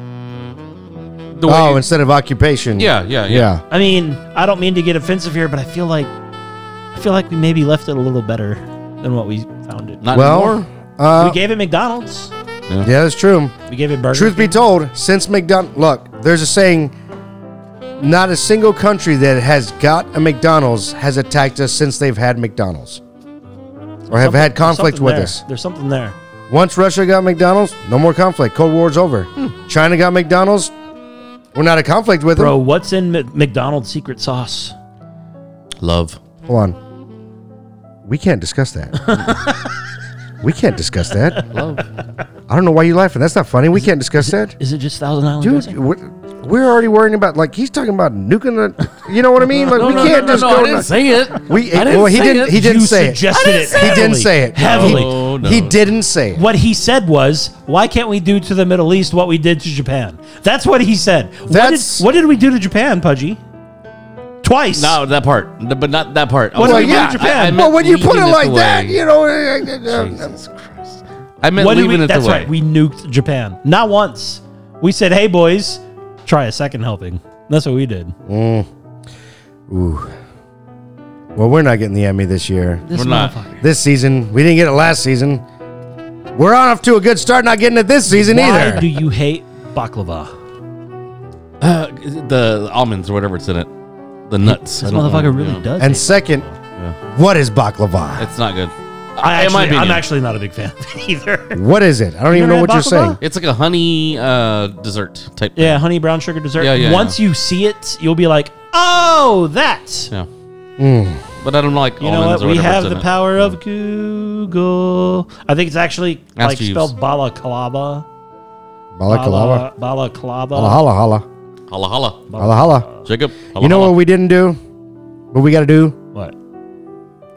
Speaker 4: The way
Speaker 2: Oh,
Speaker 4: it-
Speaker 2: instead of occupation.
Speaker 4: Yeah, yeah, yeah.
Speaker 5: I mean, I don't mean to get offensive here, but I feel like, I feel like we maybe left it a little better than what we found it.
Speaker 4: not
Speaker 2: Well,
Speaker 4: anymore.
Speaker 2: uh,
Speaker 5: we gave it McDonald's.
Speaker 2: yeah, that's true.
Speaker 5: We gave it Burger.
Speaker 2: Truth be told, since McDonald, look, there's a saying. Not a single country that has got a McDonald's has attacked us since they've had McDonald's, or have had conflict
Speaker 5: something
Speaker 2: with
Speaker 5: there.
Speaker 2: us.
Speaker 5: There's something there.
Speaker 2: Once Russia got McDonald's, no more conflict. Cold War's over. China got McDonald's. We're not a conflict with
Speaker 5: Bro, what's in Mc- McDonald's secret sauce?
Speaker 4: Love.
Speaker 2: them. Hold on. We can't discuss that. we can't discuss that.
Speaker 4: Love.
Speaker 2: I don't know why you're laughing. That's not funny. We can't discuss that.
Speaker 5: Is it just Thousand Island
Speaker 2: Dude,
Speaker 5: dressing?
Speaker 2: we're, we're already worrying about, like, he's talking about nuking the, you know what I mean? Like, we can't just go.
Speaker 4: I didn't say it.
Speaker 2: we,
Speaker 4: I didn't
Speaker 2: well, he
Speaker 4: say
Speaker 2: didn't,
Speaker 4: it.
Speaker 2: he didn't
Speaker 5: You
Speaker 2: say it.
Speaker 5: suggested it.
Speaker 2: He didn't
Speaker 5: heavily.
Speaker 2: say it.
Speaker 5: Heavily.
Speaker 4: No, no.
Speaker 2: He didn't say it.
Speaker 5: What he said was, "Why can't we do to the Middle East what we did to Japan?" That's what he said. What did,
Speaker 2: That's-
Speaker 5: what did we do to Japan, Pudgy? Twice.
Speaker 4: No, that part, N- but not that part. I
Speaker 5: What
Speaker 4: was
Speaker 5: did
Speaker 2: Well,
Speaker 5: we do
Speaker 4: like,
Speaker 5: to
Speaker 2: yeah.
Speaker 5: Japan?
Speaker 4: I meant
Speaker 2: well, when you put
Speaker 4: leaving
Speaker 2: it
Speaker 4: the
Speaker 2: like
Speaker 4: way-
Speaker 2: that, you know. uh, uh, uh,
Speaker 4: Jesus Christ. I meant
Speaker 5: What did
Speaker 4: leaving
Speaker 5: we?
Speaker 4: it
Speaker 5: That's
Speaker 4: the way.
Speaker 5: right. We nuked Japan. Not once. We said, "Hey, boys, try a second helping." That's what we did.
Speaker 2: Well, we're not getting the Emmy this year.
Speaker 5: This
Speaker 4: We're not.
Speaker 5: motherfucker.
Speaker 2: This season, we didn't get it last season. We're on off to a good start, not getting it this season
Speaker 5: Why
Speaker 2: either.
Speaker 5: do you hate
Speaker 4: Mm-hmm,
Speaker 5: baklava?
Speaker 4: Uh, the almonds or whatever it's in it. The nuts.
Speaker 5: This
Speaker 4: I don't know.
Speaker 5: motherfucker really
Speaker 4: Yeah.
Speaker 5: does.
Speaker 2: and
Speaker 5: hate
Speaker 2: second, what is baklava?
Speaker 4: It's not good.
Speaker 5: it. I
Speaker 4: in my
Speaker 5: actually, I'm
Speaker 4: opinion.
Speaker 5: actually not a big fan of it either.
Speaker 2: What is it? I don't even know
Speaker 5: never
Speaker 2: what
Speaker 5: had
Speaker 2: you're saying.
Speaker 5: baklava?
Speaker 4: It's like a honey uh, dessert type. thing.
Speaker 5: Yeah, honey brown sugar dessert.
Speaker 4: Yeah, yeah,
Speaker 5: Once you see it, you'll be like, oh, that.
Speaker 4: Yeah. But I don't like
Speaker 5: Mm. You know
Speaker 4: almonds
Speaker 5: what?
Speaker 4: or
Speaker 5: We
Speaker 4: whatever
Speaker 5: have
Speaker 4: it's
Speaker 5: the
Speaker 4: in it.
Speaker 5: power of Google. I think it's actually
Speaker 4: Ask
Speaker 5: like
Speaker 4: Jeeves.
Speaker 5: spelled balaklava.
Speaker 2: Balaklava.
Speaker 5: Bala- Balaklava.
Speaker 2: Holla holla holla.
Speaker 4: Holla holla.
Speaker 2: Holla holla.
Speaker 4: Jacob. Holla,
Speaker 2: You know
Speaker 4: holla.
Speaker 2: what we didn't do? What we got to do?
Speaker 5: What?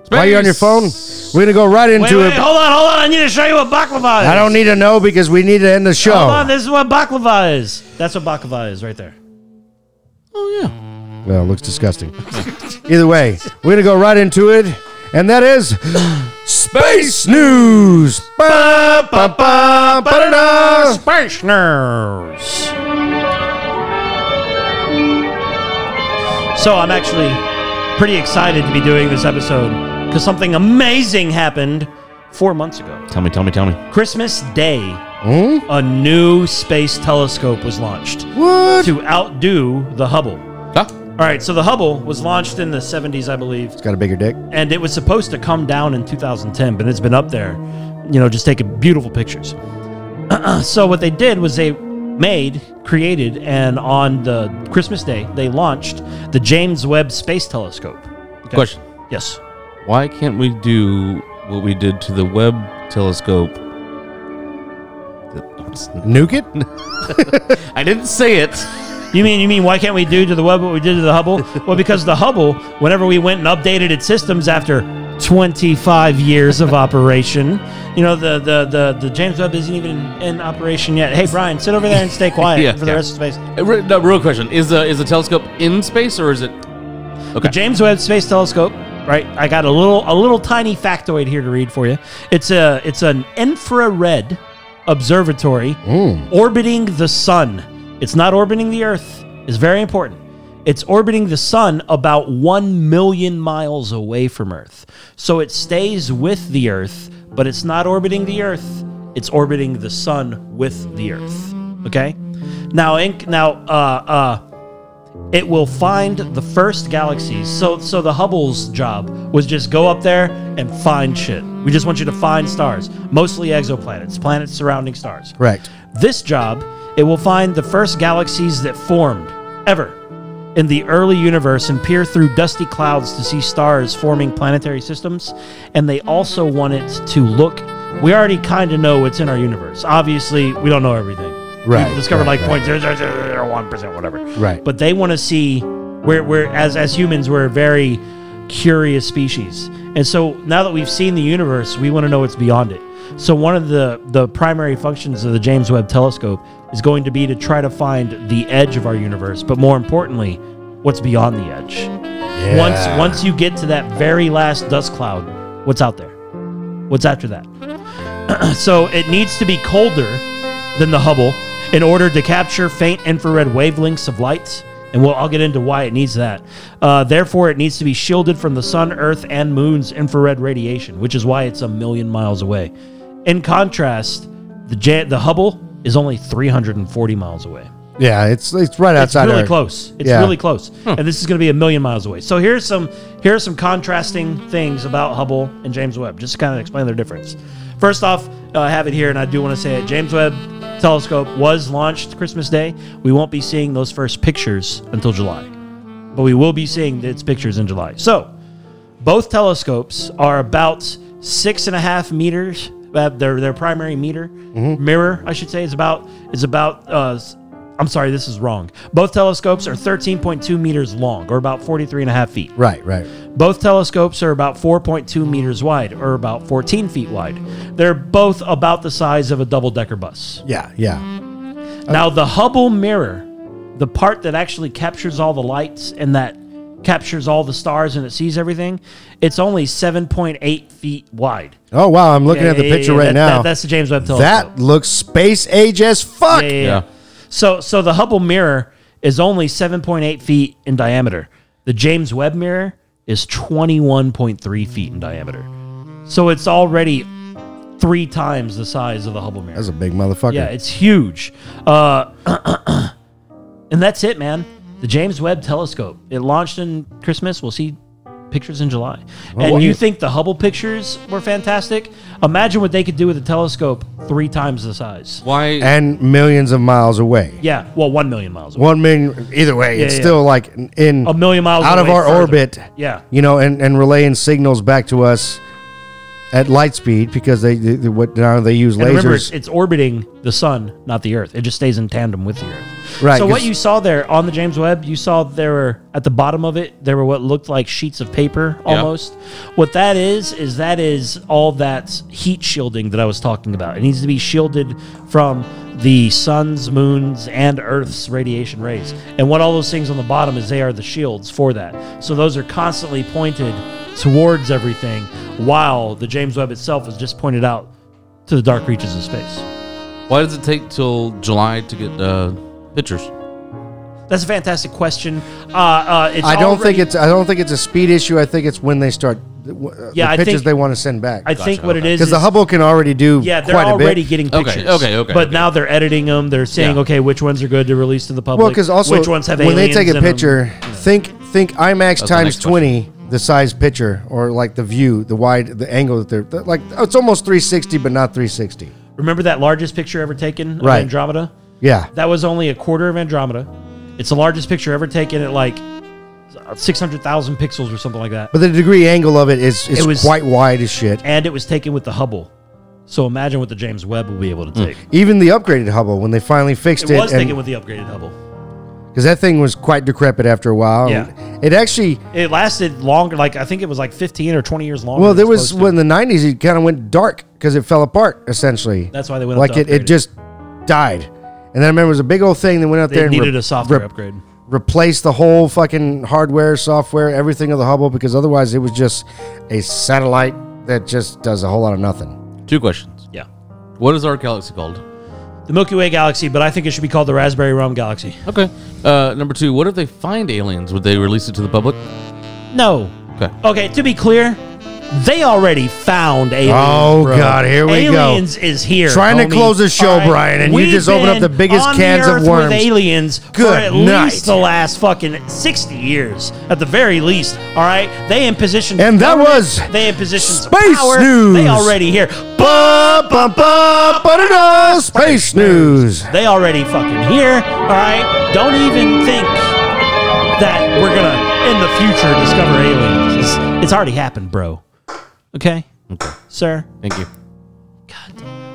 Speaker 2: While you're on your phone, we're going to go right
Speaker 5: Wait,
Speaker 2: into
Speaker 5: wait,
Speaker 2: it.
Speaker 5: hold on, hold on. I need to show you what baklava is.
Speaker 2: I don't need to know because we need to end the show.
Speaker 5: Hold on, this is what baklava is. That's what baklava is right there.
Speaker 2: Well, it looks disgusting. Either way, we're gonna go right into it, and that is space news. Ba, ba, ba, ba-da-da. Space news.
Speaker 5: So I'm actually pretty excited to be doing this episode because something amazing happened four months ago.
Speaker 4: Tell me, tell me, tell me.
Speaker 5: Christmas Day, a new space telescope was launched
Speaker 2: What?
Speaker 5: to outdo the Hubble.
Speaker 4: Huh?
Speaker 5: All right, so the Hubble was launched in the 70s, I believe,
Speaker 2: Got a bigger dick.
Speaker 5: and it was supposed to come down in 2010, but it's been up there, you know, just taking beautiful pictures. so what they did was they made, created, and on the Christmas Day they launched the James Webb Space Telescope.
Speaker 4: Question.
Speaker 5: Yes,
Speaker 4: Why can't we do what we did to the Webb telescope?
Speaker 2: Nuke it?
Speaker 4: I didn't say it.
Speaker 5: you mean you mean why can't we do to the Webb what we did to the Hubble? well, because the Hubble, whenever we went and updated its systems after 25 years of operation, you know the the the, the James Webb isn't even in, in operation yet. Hey Brian, sit over there and stay quiet
Speaker 4: Yeah,
Speaker 5: for the
Speaker 4: yeah.
Speaker 5: rest of space.
Speaker 4: Uh, re- No, real question. Is the is the telescope in space or is it?
Speaker 5: The James Webb Space Telescope, right? I got a little a little tiny factoid here to read for you. It's a it's an infrared observatory orbiting the sun. It's not orbiting the Earth. It's very important. It's orbiting the sun about 1 million miles away from Earth. So it stays with the Earth, but it's not orbiting the Earth. It's orbiting the sun with the Earth. Okay? Now, in, now uh uh it will find the first galaxies. So so the Hubble's job was just go up there and find shit. We just want you to find stars, mostly exoplanets, planets surrounding stars.
Speaker 2: Correct.
Speaker 5: This job, it will find the first galaxies that formed ever in the early universe and peer through dusty clouds to see stars forming planetary systems. And they also want it to look. We already kind of know what's in our universe. Obviously, we don't know everything.
Speaker 2: Right,
Speaker 5: We've discovered
Speaker 2: right,
Speaker 5: like
Speaker 2: right.
Speaker 5: point zero zero zero zero one percent, whatever.
Speaker 2: Right.
Speaker 5: But they want to see where we're as as humans we're a very curious species, and so now that we've seen the universe, we want to know what's beyond it. So one of the the primary functions of the James Webb Telescope is going to be to try to find the edge of our universe, but more importantly, what's beyond the edge. Once once you get to that very last dust cloud, what's out there? What's after that? so it needs to be colder than the Hubble in order to capture faint infrared wavelengths of light. And we'll, I'll get into why it needs that. Uh, therefore, it needs to be shielded from the sun, earth, and moon's infrared radiation, which is why it's a million miles away. In contrast, the J- the Hubble is only 340 miles away.
Speaker 2: Yeah, it's it's right outside.
Speaker 5: It's really
Speaker 2: our-
Speaker 5: close. It's
Speaker 2: Yeah.
Speaker 5: really close. And this is going to be a million miles away. So here's some here are some contrasting things about Hubble and James Webb, just to kind of explain their difference. First off, uh, I have it here, and I do want to say it. James Webb Telescope was launched Christmas Day. We won't be seeing those first pictures until July, but we will be seeing its pictures in July. So both telescopes are about six and a half meters. Uh, their their primary meter mirror, I should say, is about is about. Uh, s- I'm sorry, this is wrong. Both telescopes are 13.2 meters long, or about 43 and a half feet.
Speaker 2: Right, right.
Speaker 5: Both telescopes are about 4.2 meters wide, or about 14 feet wide. They're both about the size of a double decker bus.
Speaker 2: Yeah, yeah.
Speaker 5: Now, the Hubble mirror, the part that actually captures all the lights and that captures all the stars and it sees everything, it's only 7.8 feet wide.
Speaker 2: Oh wow, I'm looking at the
Speaker 5: Yeah, yeah,
Speaker 2: picture
Speaker 5: yeah,
Speaker 2: right
Speaker 5: that-
Speaker 2: now.
Speaker 5: that- that's the James Webb telescope.
Speaker 2: that looks space age as fuck.
Speaker 5: yeah, yeah, yeah.
Speaker 4: Yeah.
Speaker 5: So, so the Hubble mirror is only 7.8 feet in diameter. The James Webb mirror is 21.3 feet in diameter. So it's already three times the size of the Hubble Mirror.
Speaker 2: That's a big motherfucker.
Speaker 5: Yeah, it's huge. Uh, and that's it, man. The James Webb Telescope. It launched in Christmas. We'll see pictures in July. and
Speaker 2: what-
Speaker 5: you think the Hubble pictures were fantastic? Imagine what they could do with a telescope three times the size.
Speaker 4: Why?
Speaker 2: and millions of miles away.
Speaker 5: Yeah, well, one million miles away.
Speaker 2: One million. Either way,
Speaker 5: Yeah,
Speaker 2: it's
Speaker 5: yeah.
Speaker 2: still like in
Speaker 5: A million miles
Speaker 2: out of
Speaker 5: away
Speaker 2: our
Speaker 5: further.
Speaker 2: orbit.
Speaker 5: Yeah.
Speaker 2: You know, and, and relaying signals back to us at light speed because they, they, they- what now they use
Speaker 5: And remember, it's,
Speaker 2: lasers.
Speaker 5: it's orbiting the sun, not the Earth. It just stays in tandem with the Earth.
Speaker 2: Right,
Speaker 5: So what
Speaker 2: 'cause-
Speaker 5: you saw there on the James Webb, you saw there were at the bottom of it there were what looked like sheets of paper
Speaker 4: Yeah.
Speaker 5: almost. What that is is that is all that heat shielding that I was talking about. It needs to be shielded from the sun's, moon's, and Earth's radiation rays. And what all those things on the bottom is they are the shields for that. So those are constantly pointed towards everything, while the James Webb itself is just pointed out to the dark reaches of space.
Speaker 4: Why does it take till July to get uh, pictures?
Speaker 5: That's a fantastic question. Uh, uh, it's
Speaker 2: I don't think
Speaker 5: already-
Speaker 2: it's I don't think it's a speed issue. I think it's when they start uh,
Speaker 5: Yeah,
Speaker 2: the
Speaker 5: I
Speaker 2: pictures
Speaker 5: think-
Speaker 2: they want to send back.
Speaker 5: I think what it is
Speaker 2: because the
Speaker 5: is-
Speaker 2: Hubble can already do
Speaker 5: Yeah, they're
Speaker 2: quite a
Speaker 5: already
Speaker 2: bit.
Speaker 5: getting
Speaker 4: Okay,
Speaker 5: pictures.
Speaker 4: okay, okay,
Speaker 5: But
Speaker 4: okay.
Speaker 5: now they're editing them. They're saying,
Speaker 4: Yeah.
Speaker 5: okay, which ones are good to release to the public?
Speaker 2: Well, because also
Speaker 5: which ones have
Speaker 2: when they
Speaker 5: aliens
Speaker 2: take
Speaker 5: in
Speaker 2: a
Speaker 5: 'em?
Speaker 2: picture, think think IMAX
Speaker 4: the
Speaker 2: times
Speaker 4: next question.
Speaker 2: twenty, the size picture, or like the view, the wide, the angle that they're that- like. oh, It's almost three sixty, but not three sixty.
Speaker 5: Remember that largest picture ever taken
Speaker 2: Right.
Speaker 5: of Andromeda?
Speaker 2: Yeah,
Speaker 5: That was only a quarter of Andromeda. It's the largest picture ever taken at like six hundred thousand pixels or something like that,
Speaker 2: but the degree angle of it is is
Speaker 5: It was-
Speaker 2: quite wide as shit.
Speaker 5: and it was taken with the Hubble. So imagine what the James Webb will be able to
Speaker 2: Mm.
Speaker 5: take.
Speaker 2: Even the upgraded Hubble, when they finally fixed
Speaker 5: It
Speaker 2: it,
Speaker 5: was taken
Speaker 2: because
Speaker 5: with the upgraded Hubble.
Speaker 2: that thing was quite decrepit after a while.
Speaker 5: Yeah.
Speaker 2: And it actually.
Speaker 5: It lasted longer. Like I think it was like fifteen or twenty years longer.
Speaker 2: Well,
Speaker 5: than
Speaker 2: there
Speaker 5: it's
Speaker 2: was
Speaker 5: supposed to.
Speaker 2: when the '90s, it kind of went dark because it fell apart essentially.
Speaker 5: That's why they went up
Speaker 2: like
Speaker 5: to
Speaker 2: it, it
Speaker 5: upgrade it.
Speaker 2: just died. And then I remember it was a big old thing that went out
Speaker 5: they
Speaker 2: there and
Speaker 5: needed
Speaker 2: re-
Speaker 5: a software
Speaker 2: re-
Speaker 5: upgrade.
Speaker 2: replace the whole fucking hardware, software, everything of the Hubble because otherwise it was just a satellite that just does a whole lot of nothing.
Speaker 4: Two questions.
Speaker 5: Yeah.
Speaker 4: What is our galaxy called?
Speaker 5: The Milky Way galaxy, but I think it should be called the Raspberry Rum Galaxy.
Speaker 4: Okay. Uh, number two. What if they find aliens? Would they release it to the public?
Speaker 5: No.
Speaker 4: Okay.
Speaker 5: Okay, to be clear, they already found aliens.
Speaker 2: Oh,
Speaker 5: bro.
Speaker 2: God, here we go.
Speaker 5: Aliens is here.
Speaker 2: Trying to
Speaker 5: homie.
Speaker 2: close the show,
Speaker 5: All
Speaker 2: Brian, and you
Speaker 5: We've
Speaker 2: just opened up
Speaker 5: been
Speaker 2: the biggest
Speaker 5: on
Speaker 2: cans of
Speaker 5: Earth
Speaker 2: worms.
Speaker 5: With aliens for
Speaker 2: Good
Speaker 5: at
Speaker 2: night.
Speaker 5: least the last fucking 60 years, at the very least. All right? They in positions.
Speaker 2: And
Speaker 5: of
Speaker 2: that
Speaker 5: government,
Speaker 2: was
Speaker 5: They in positions. of
Speaker 2: Space
Speaker 5: power,
Speaker 2: News.
Speaker 5: They already here.
Speaker 2: Ba, ba, ba, ba, da, da, space news.
Speaker 5: They already fucking here, all right? Don't even think that we're gonna, in the future, discover aliens. It's, it's already happened, bro. Okay? Okay. Sir?
Speaker 4: Thank you.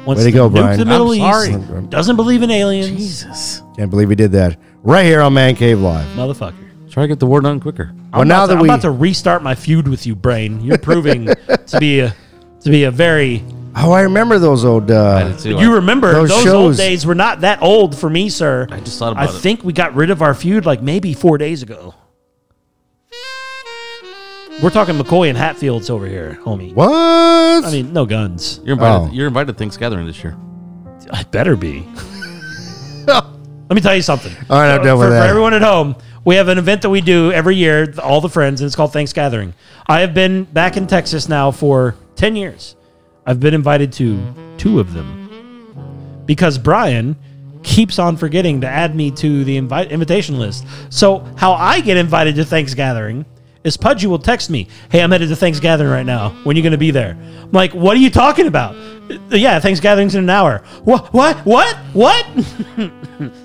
Speaker 5: Once
Speaker 2: Way to go,
Speaker 5: nuke
Speaker 2: Brian.
Speaker 5: the Middle
Speaker 4: I'm
Speaker 5: East
Speaker 2: sorry.
Speaker 5: doesn't believe in aliens.
Speaker 2: Can't believe we did that right here on Man Cave Live.
Speaker 5: Motherfucker.
Speaker 4: Try to get the word on quicker.
Speaker 2: Well,
Speaker 5: I'm,
Speaker 2: now
Speaker 5: about to,
Speaker 2: that
Speaker 5: I'm
Speaker 2: we
Speaker 5: about to restart my feud with you, Brain. You're proving to be a to be a very
Speaker 2: oh, I remember those old.
Speaker 4: I
Speaker 2: Uh,
Speaker 4: did too.
Speaker 5: you
Speaker 4: I-
Speaker 5: remember
Speaker 2: Those
Speaker 5: those, old
Speaker 2: shows-
Speaker 5: days were not that old for me, sir.
Speaker 4: I just thought
Speaker 5: I
Speaker 4: about it.
Speaker 5: think we got rid of our feud like maybe four days ago. We're talking McCoy and Hatfields over here, homie.
Speaker 2: what?
Speaker 5: I mean, no guns.
Speaker 4: You're invited.
Speaker 2: Oh.
Speaker 4: You're invited to Thanksgiving this year.
Speaker 5: I better be. Let me tell you something.
Speaker 2: All right, I'm done
Speaker 5: for,
Speaker 2: with
Speaker 5: for
Speaker 2: that.
Speaker 5: everyone at home, we have an event that we do every year, th- all the friends, and it's called Thanks Gathering. I have been back in Texas now for 10 years. I've been invited to two of them because Brian keeps on forgetting to add me to the invite invitation list. So, how I get invited to Thanks Gathering is Pudgy will text me, "Hey, I'm headed to Thanks Gathering right now. When you going to be there?" I'm like, "What are you talking about?" Uh, Yeah, Thanks Gathering's in an hour. What? What? What? What?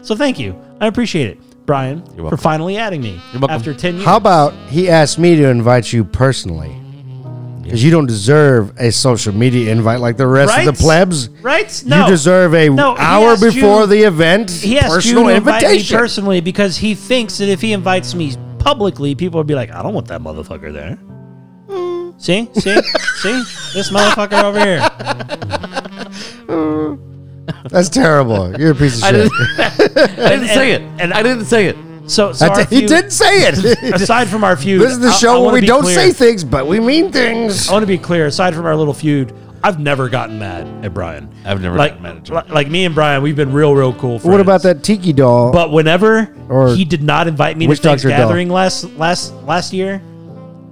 Speaker 5: So thank you. I appreciate it, Brian, for
Speaker 4: welcome.
Speaker 5: finally adding me
Speaker 4: welcome.
Speaker 5: after 10 years.
Speaker 2: How about he asked me to invite you personally? Because you don't deserve a social media invite like the rest
Speaker 5: right?
Speaker 2: of the plebs.
Speaker 5: Right? No.
Speaker 2: You deserve a
Speaker 5: No, he
Speaker 2: hour
Speaker 5: asked you-
Speaker 2: before the event
Speaker 5: he asked
Speaker 2: personal
Speaker 5: you to invite
Speaker 2: invitation.
Speaker 5: me personally because he thinks that if he invites me publicly, people would be like, I don't want that motherfucker there.
Speaker 2: Hmm.
Speaker 5: See? See? See? This motherfucker over here.
Speaker 2: That's terrible. You're a piece of shit.
Speaker 4: I didn't say it.
Speaker 5: and-
Speaker 4: I didn't say it.
Speaker 5: So, so our
Speaker 2: That's- he
Speaker 5: feud-
Speaker 2: didn't say it. this
Speaker 5: Aside from our feud,
Speaker 2: is the
Speaker 5: I- I
Speaker 2: show where
Speaker 5: wanna
Speaker 2: we
Speaker 5: be
Speaker 2: don't
Speaker 5: clear.
Speaker 2: say things, but we mean things.
Speaker 5: I want to be clear. Aside from our little feud, I've never gotten mad at Brian.
Speaker 4: I've never
Speaker 5: like,
Speaker 4: gotten mad at you.
Speaker 5: like, like me and Brian, we've been real, real cool. Friends.
Speaker 2: What about that tiki doll?
Speaker 5: But whenever
Speaker 2: Or-
Speaker 5: he did not invite me to
Speaker 2: Witch Doctor
Speaker 5: Thanksgiving gathering last last last year,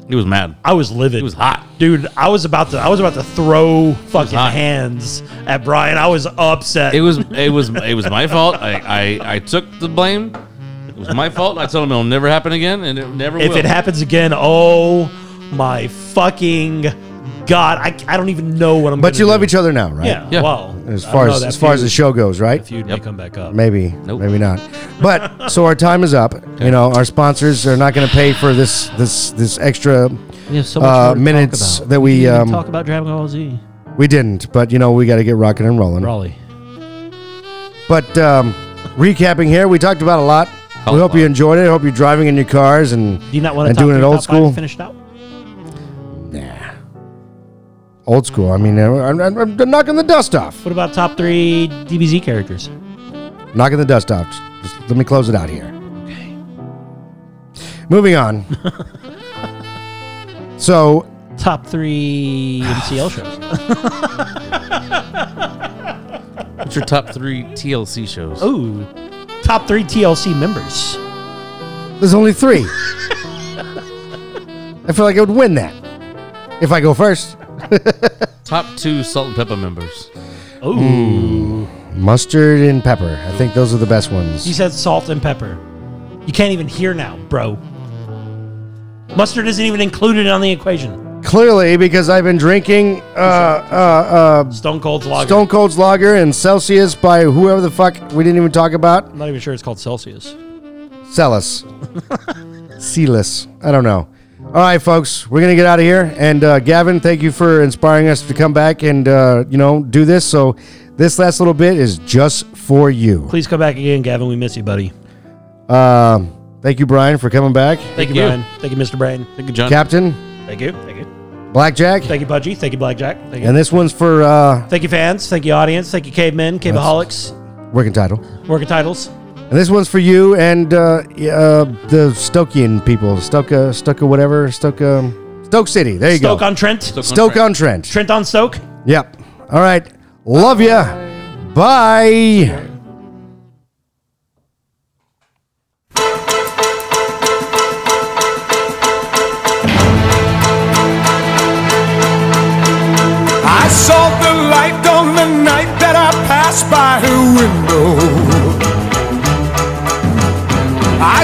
Speaker 4: He was mad.
Speaker 5: I was livid.
Speaker 4: He was hot.
Speaker 5: Dude, I was about to I was about to throw fucking
Speaker 4: hot.
Speaker 5: hands at Brian. I was upset.
Speaker 4: It was it was it was my fault. I, I I took the blame. It was my fault. I told him it'll never happen again, and it never
Speaker 5: if
Speaker 4: will.
Speaker 5: it happens again, oh my fucking god. I, I don't even know what I'm
Speaker 2: But
Speaker 5: gonna
Speaker 2: you love
Speaker 5: do.
Speaker 2: each other now, right?
Speaker 5: Yeah.
Speaker 4: Yeah.
Speaker 5: Well,
Speaker 2: As
Speaker 5: I
Speaker 2: far
Speaker 5: don't
Speaker 2: as
Speaker 5: know,
Speaker 2: as
Speaker 5: that
Speaker 2: far as
Speaker 5: feud-
Speaker 2: the show goes, right?
Speaker 6: Feud may come back up.
Speaker 2: Maybe.
Speaker 4: Nope.
Speaker 2: Maybe not. But so our time is up. You know, our sponsors are not going to pay for this this this extra
Speaker 6: We have so much
Speaker 2: uh,
Speaker 6: more to
Speaker 2: minutes
Speaker 6: talk about.
Speaker 2: that
Speaker 6: We
Speaker 2: we
Speaker 6: didn't
Speaker 2: um,
Speaker 6: talk about Dragon Ball Z.
Speaker 2: we didn't. But you know, we got to get rocking and rolling.
Speaker 6: Raleigh.
Speaker 2: But um, recapping here, we talked about a lot. we
Speaker 4: a
Speaker 2: hope you
Speaker 4: lot.
Speaker 2: enjoyed it. Hope you're driving in your cars and
Speaker 6: Do you not want to
Speaker 2: And
Speaker 6: talk
Speaker 2: doing
Speaker 6: your
Speaker 2: it old
Speaker 6: top five
Speaker 2: school?
Speaker 6: Finished out.
Speaker 2: old school. I mean, I'm, I'm, I'm knocking the dust off.
Speaker 6: What about top three DBZ characters?
Speaker 2: Knocking the dust off. Just let me close it out here. Okay. Moving on. so
Speaker 6: Top three MCL shows.
Speaker 4: What's your top three TLC shows?
Speaker 5: Oh.
Speaker 6: Ooh, top three TLC members.
Speaker 2: there's only three. I feel like I would win that if I go first.
Speaker 4: Top two Salt and Pepper members.
Speaker 6: Ooh,
Speaker 2: Mm. Mustard and pepper. I think those are the best
Speaker 5: He
Speaker 2: ones.
Speaker 5: said salt and pepper. You can't even hear now, bro. Mustard isn't even included on the equation.
Speaker 2: Clearly, because I've been drinking uh, uh, uh,
Speaker 5: Stone Cold's lager.
Speaker 2: Stone Cold's Lager and Celsius by whoever the fuck we didn't even talk about.
Speaker 6: I'm not even sure it's called Celsius.
Speaker 2: Cellus. Celus. I don't know. All right, folks, we're going to get out of here. And uh, Gavin, thank you for inspiring us to come back and, uh, you know, do this. So this last little bit is just for you.
Speaker 5: Please come back again, Gavin. We miss you, buddy.
Speaker 2: Um, thank you, Brian, for coming back.
Speaker 4: Thank, you.
Speaker 5: Brian. Thank you, Mr. Brain.
Speaker 4: Thank you, John.
Speaker 2: Captain,
Speaker 5: Thank you. Thank you.
Speaker 2: Blackjack.
Speaker 5: Thank you, Budgie. Thank you, Blackjack. Thank you.
Speaker 2: And this one's for uh,
Speaker 5: Thank you, fans. Thank you, audience. Thank you, cavemen, caveaholics,
Speaker 2: working title.
Speaker 5: working titles.
Speaker 2: And this one's for you and uh, y- uh, the Stokian people. Stoka, Stoka, whatever. Stoka, Stoke City. There you
Speaker 5: Stoke
Speaker 2: go.
Speaker 5: on Trent.
Speaker 2: Stoke on Trent.
Speaker 5: Trent on Stoke.
Speaker 2: Yep. All right. Love ya. Bye.
Speaker 3: I saw the light on the night that I passed by her window. I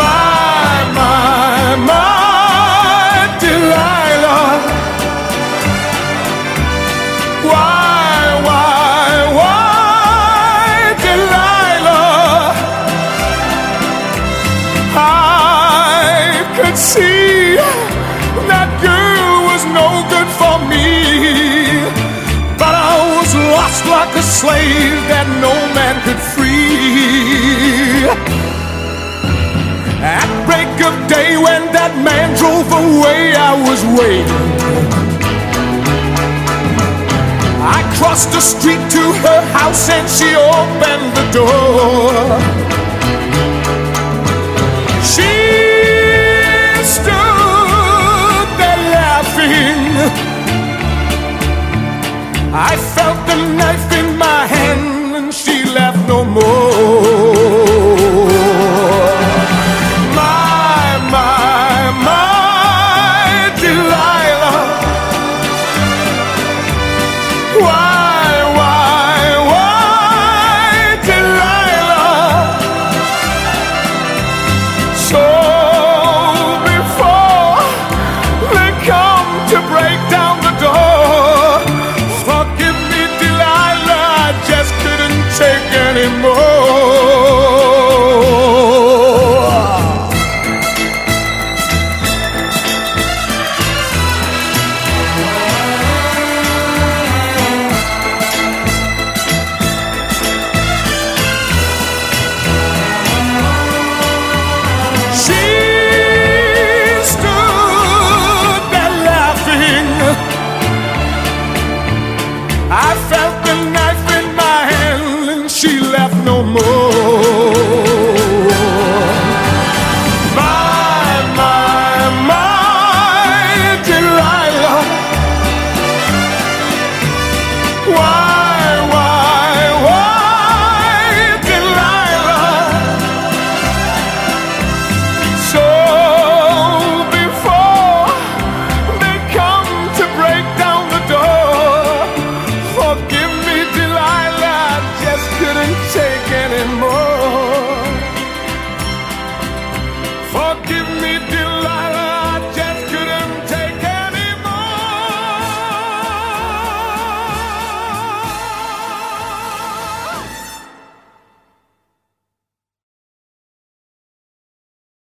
Speaker 3: My, my, my Delilah. Why, why, why, Delilah? I could see that girl was no good for me. But I was lost like a slave that no man could free. At break of day when that man drove away, I was waiting. I crossed the street to her house and she opened the door. She stood there laughing. I felt the knife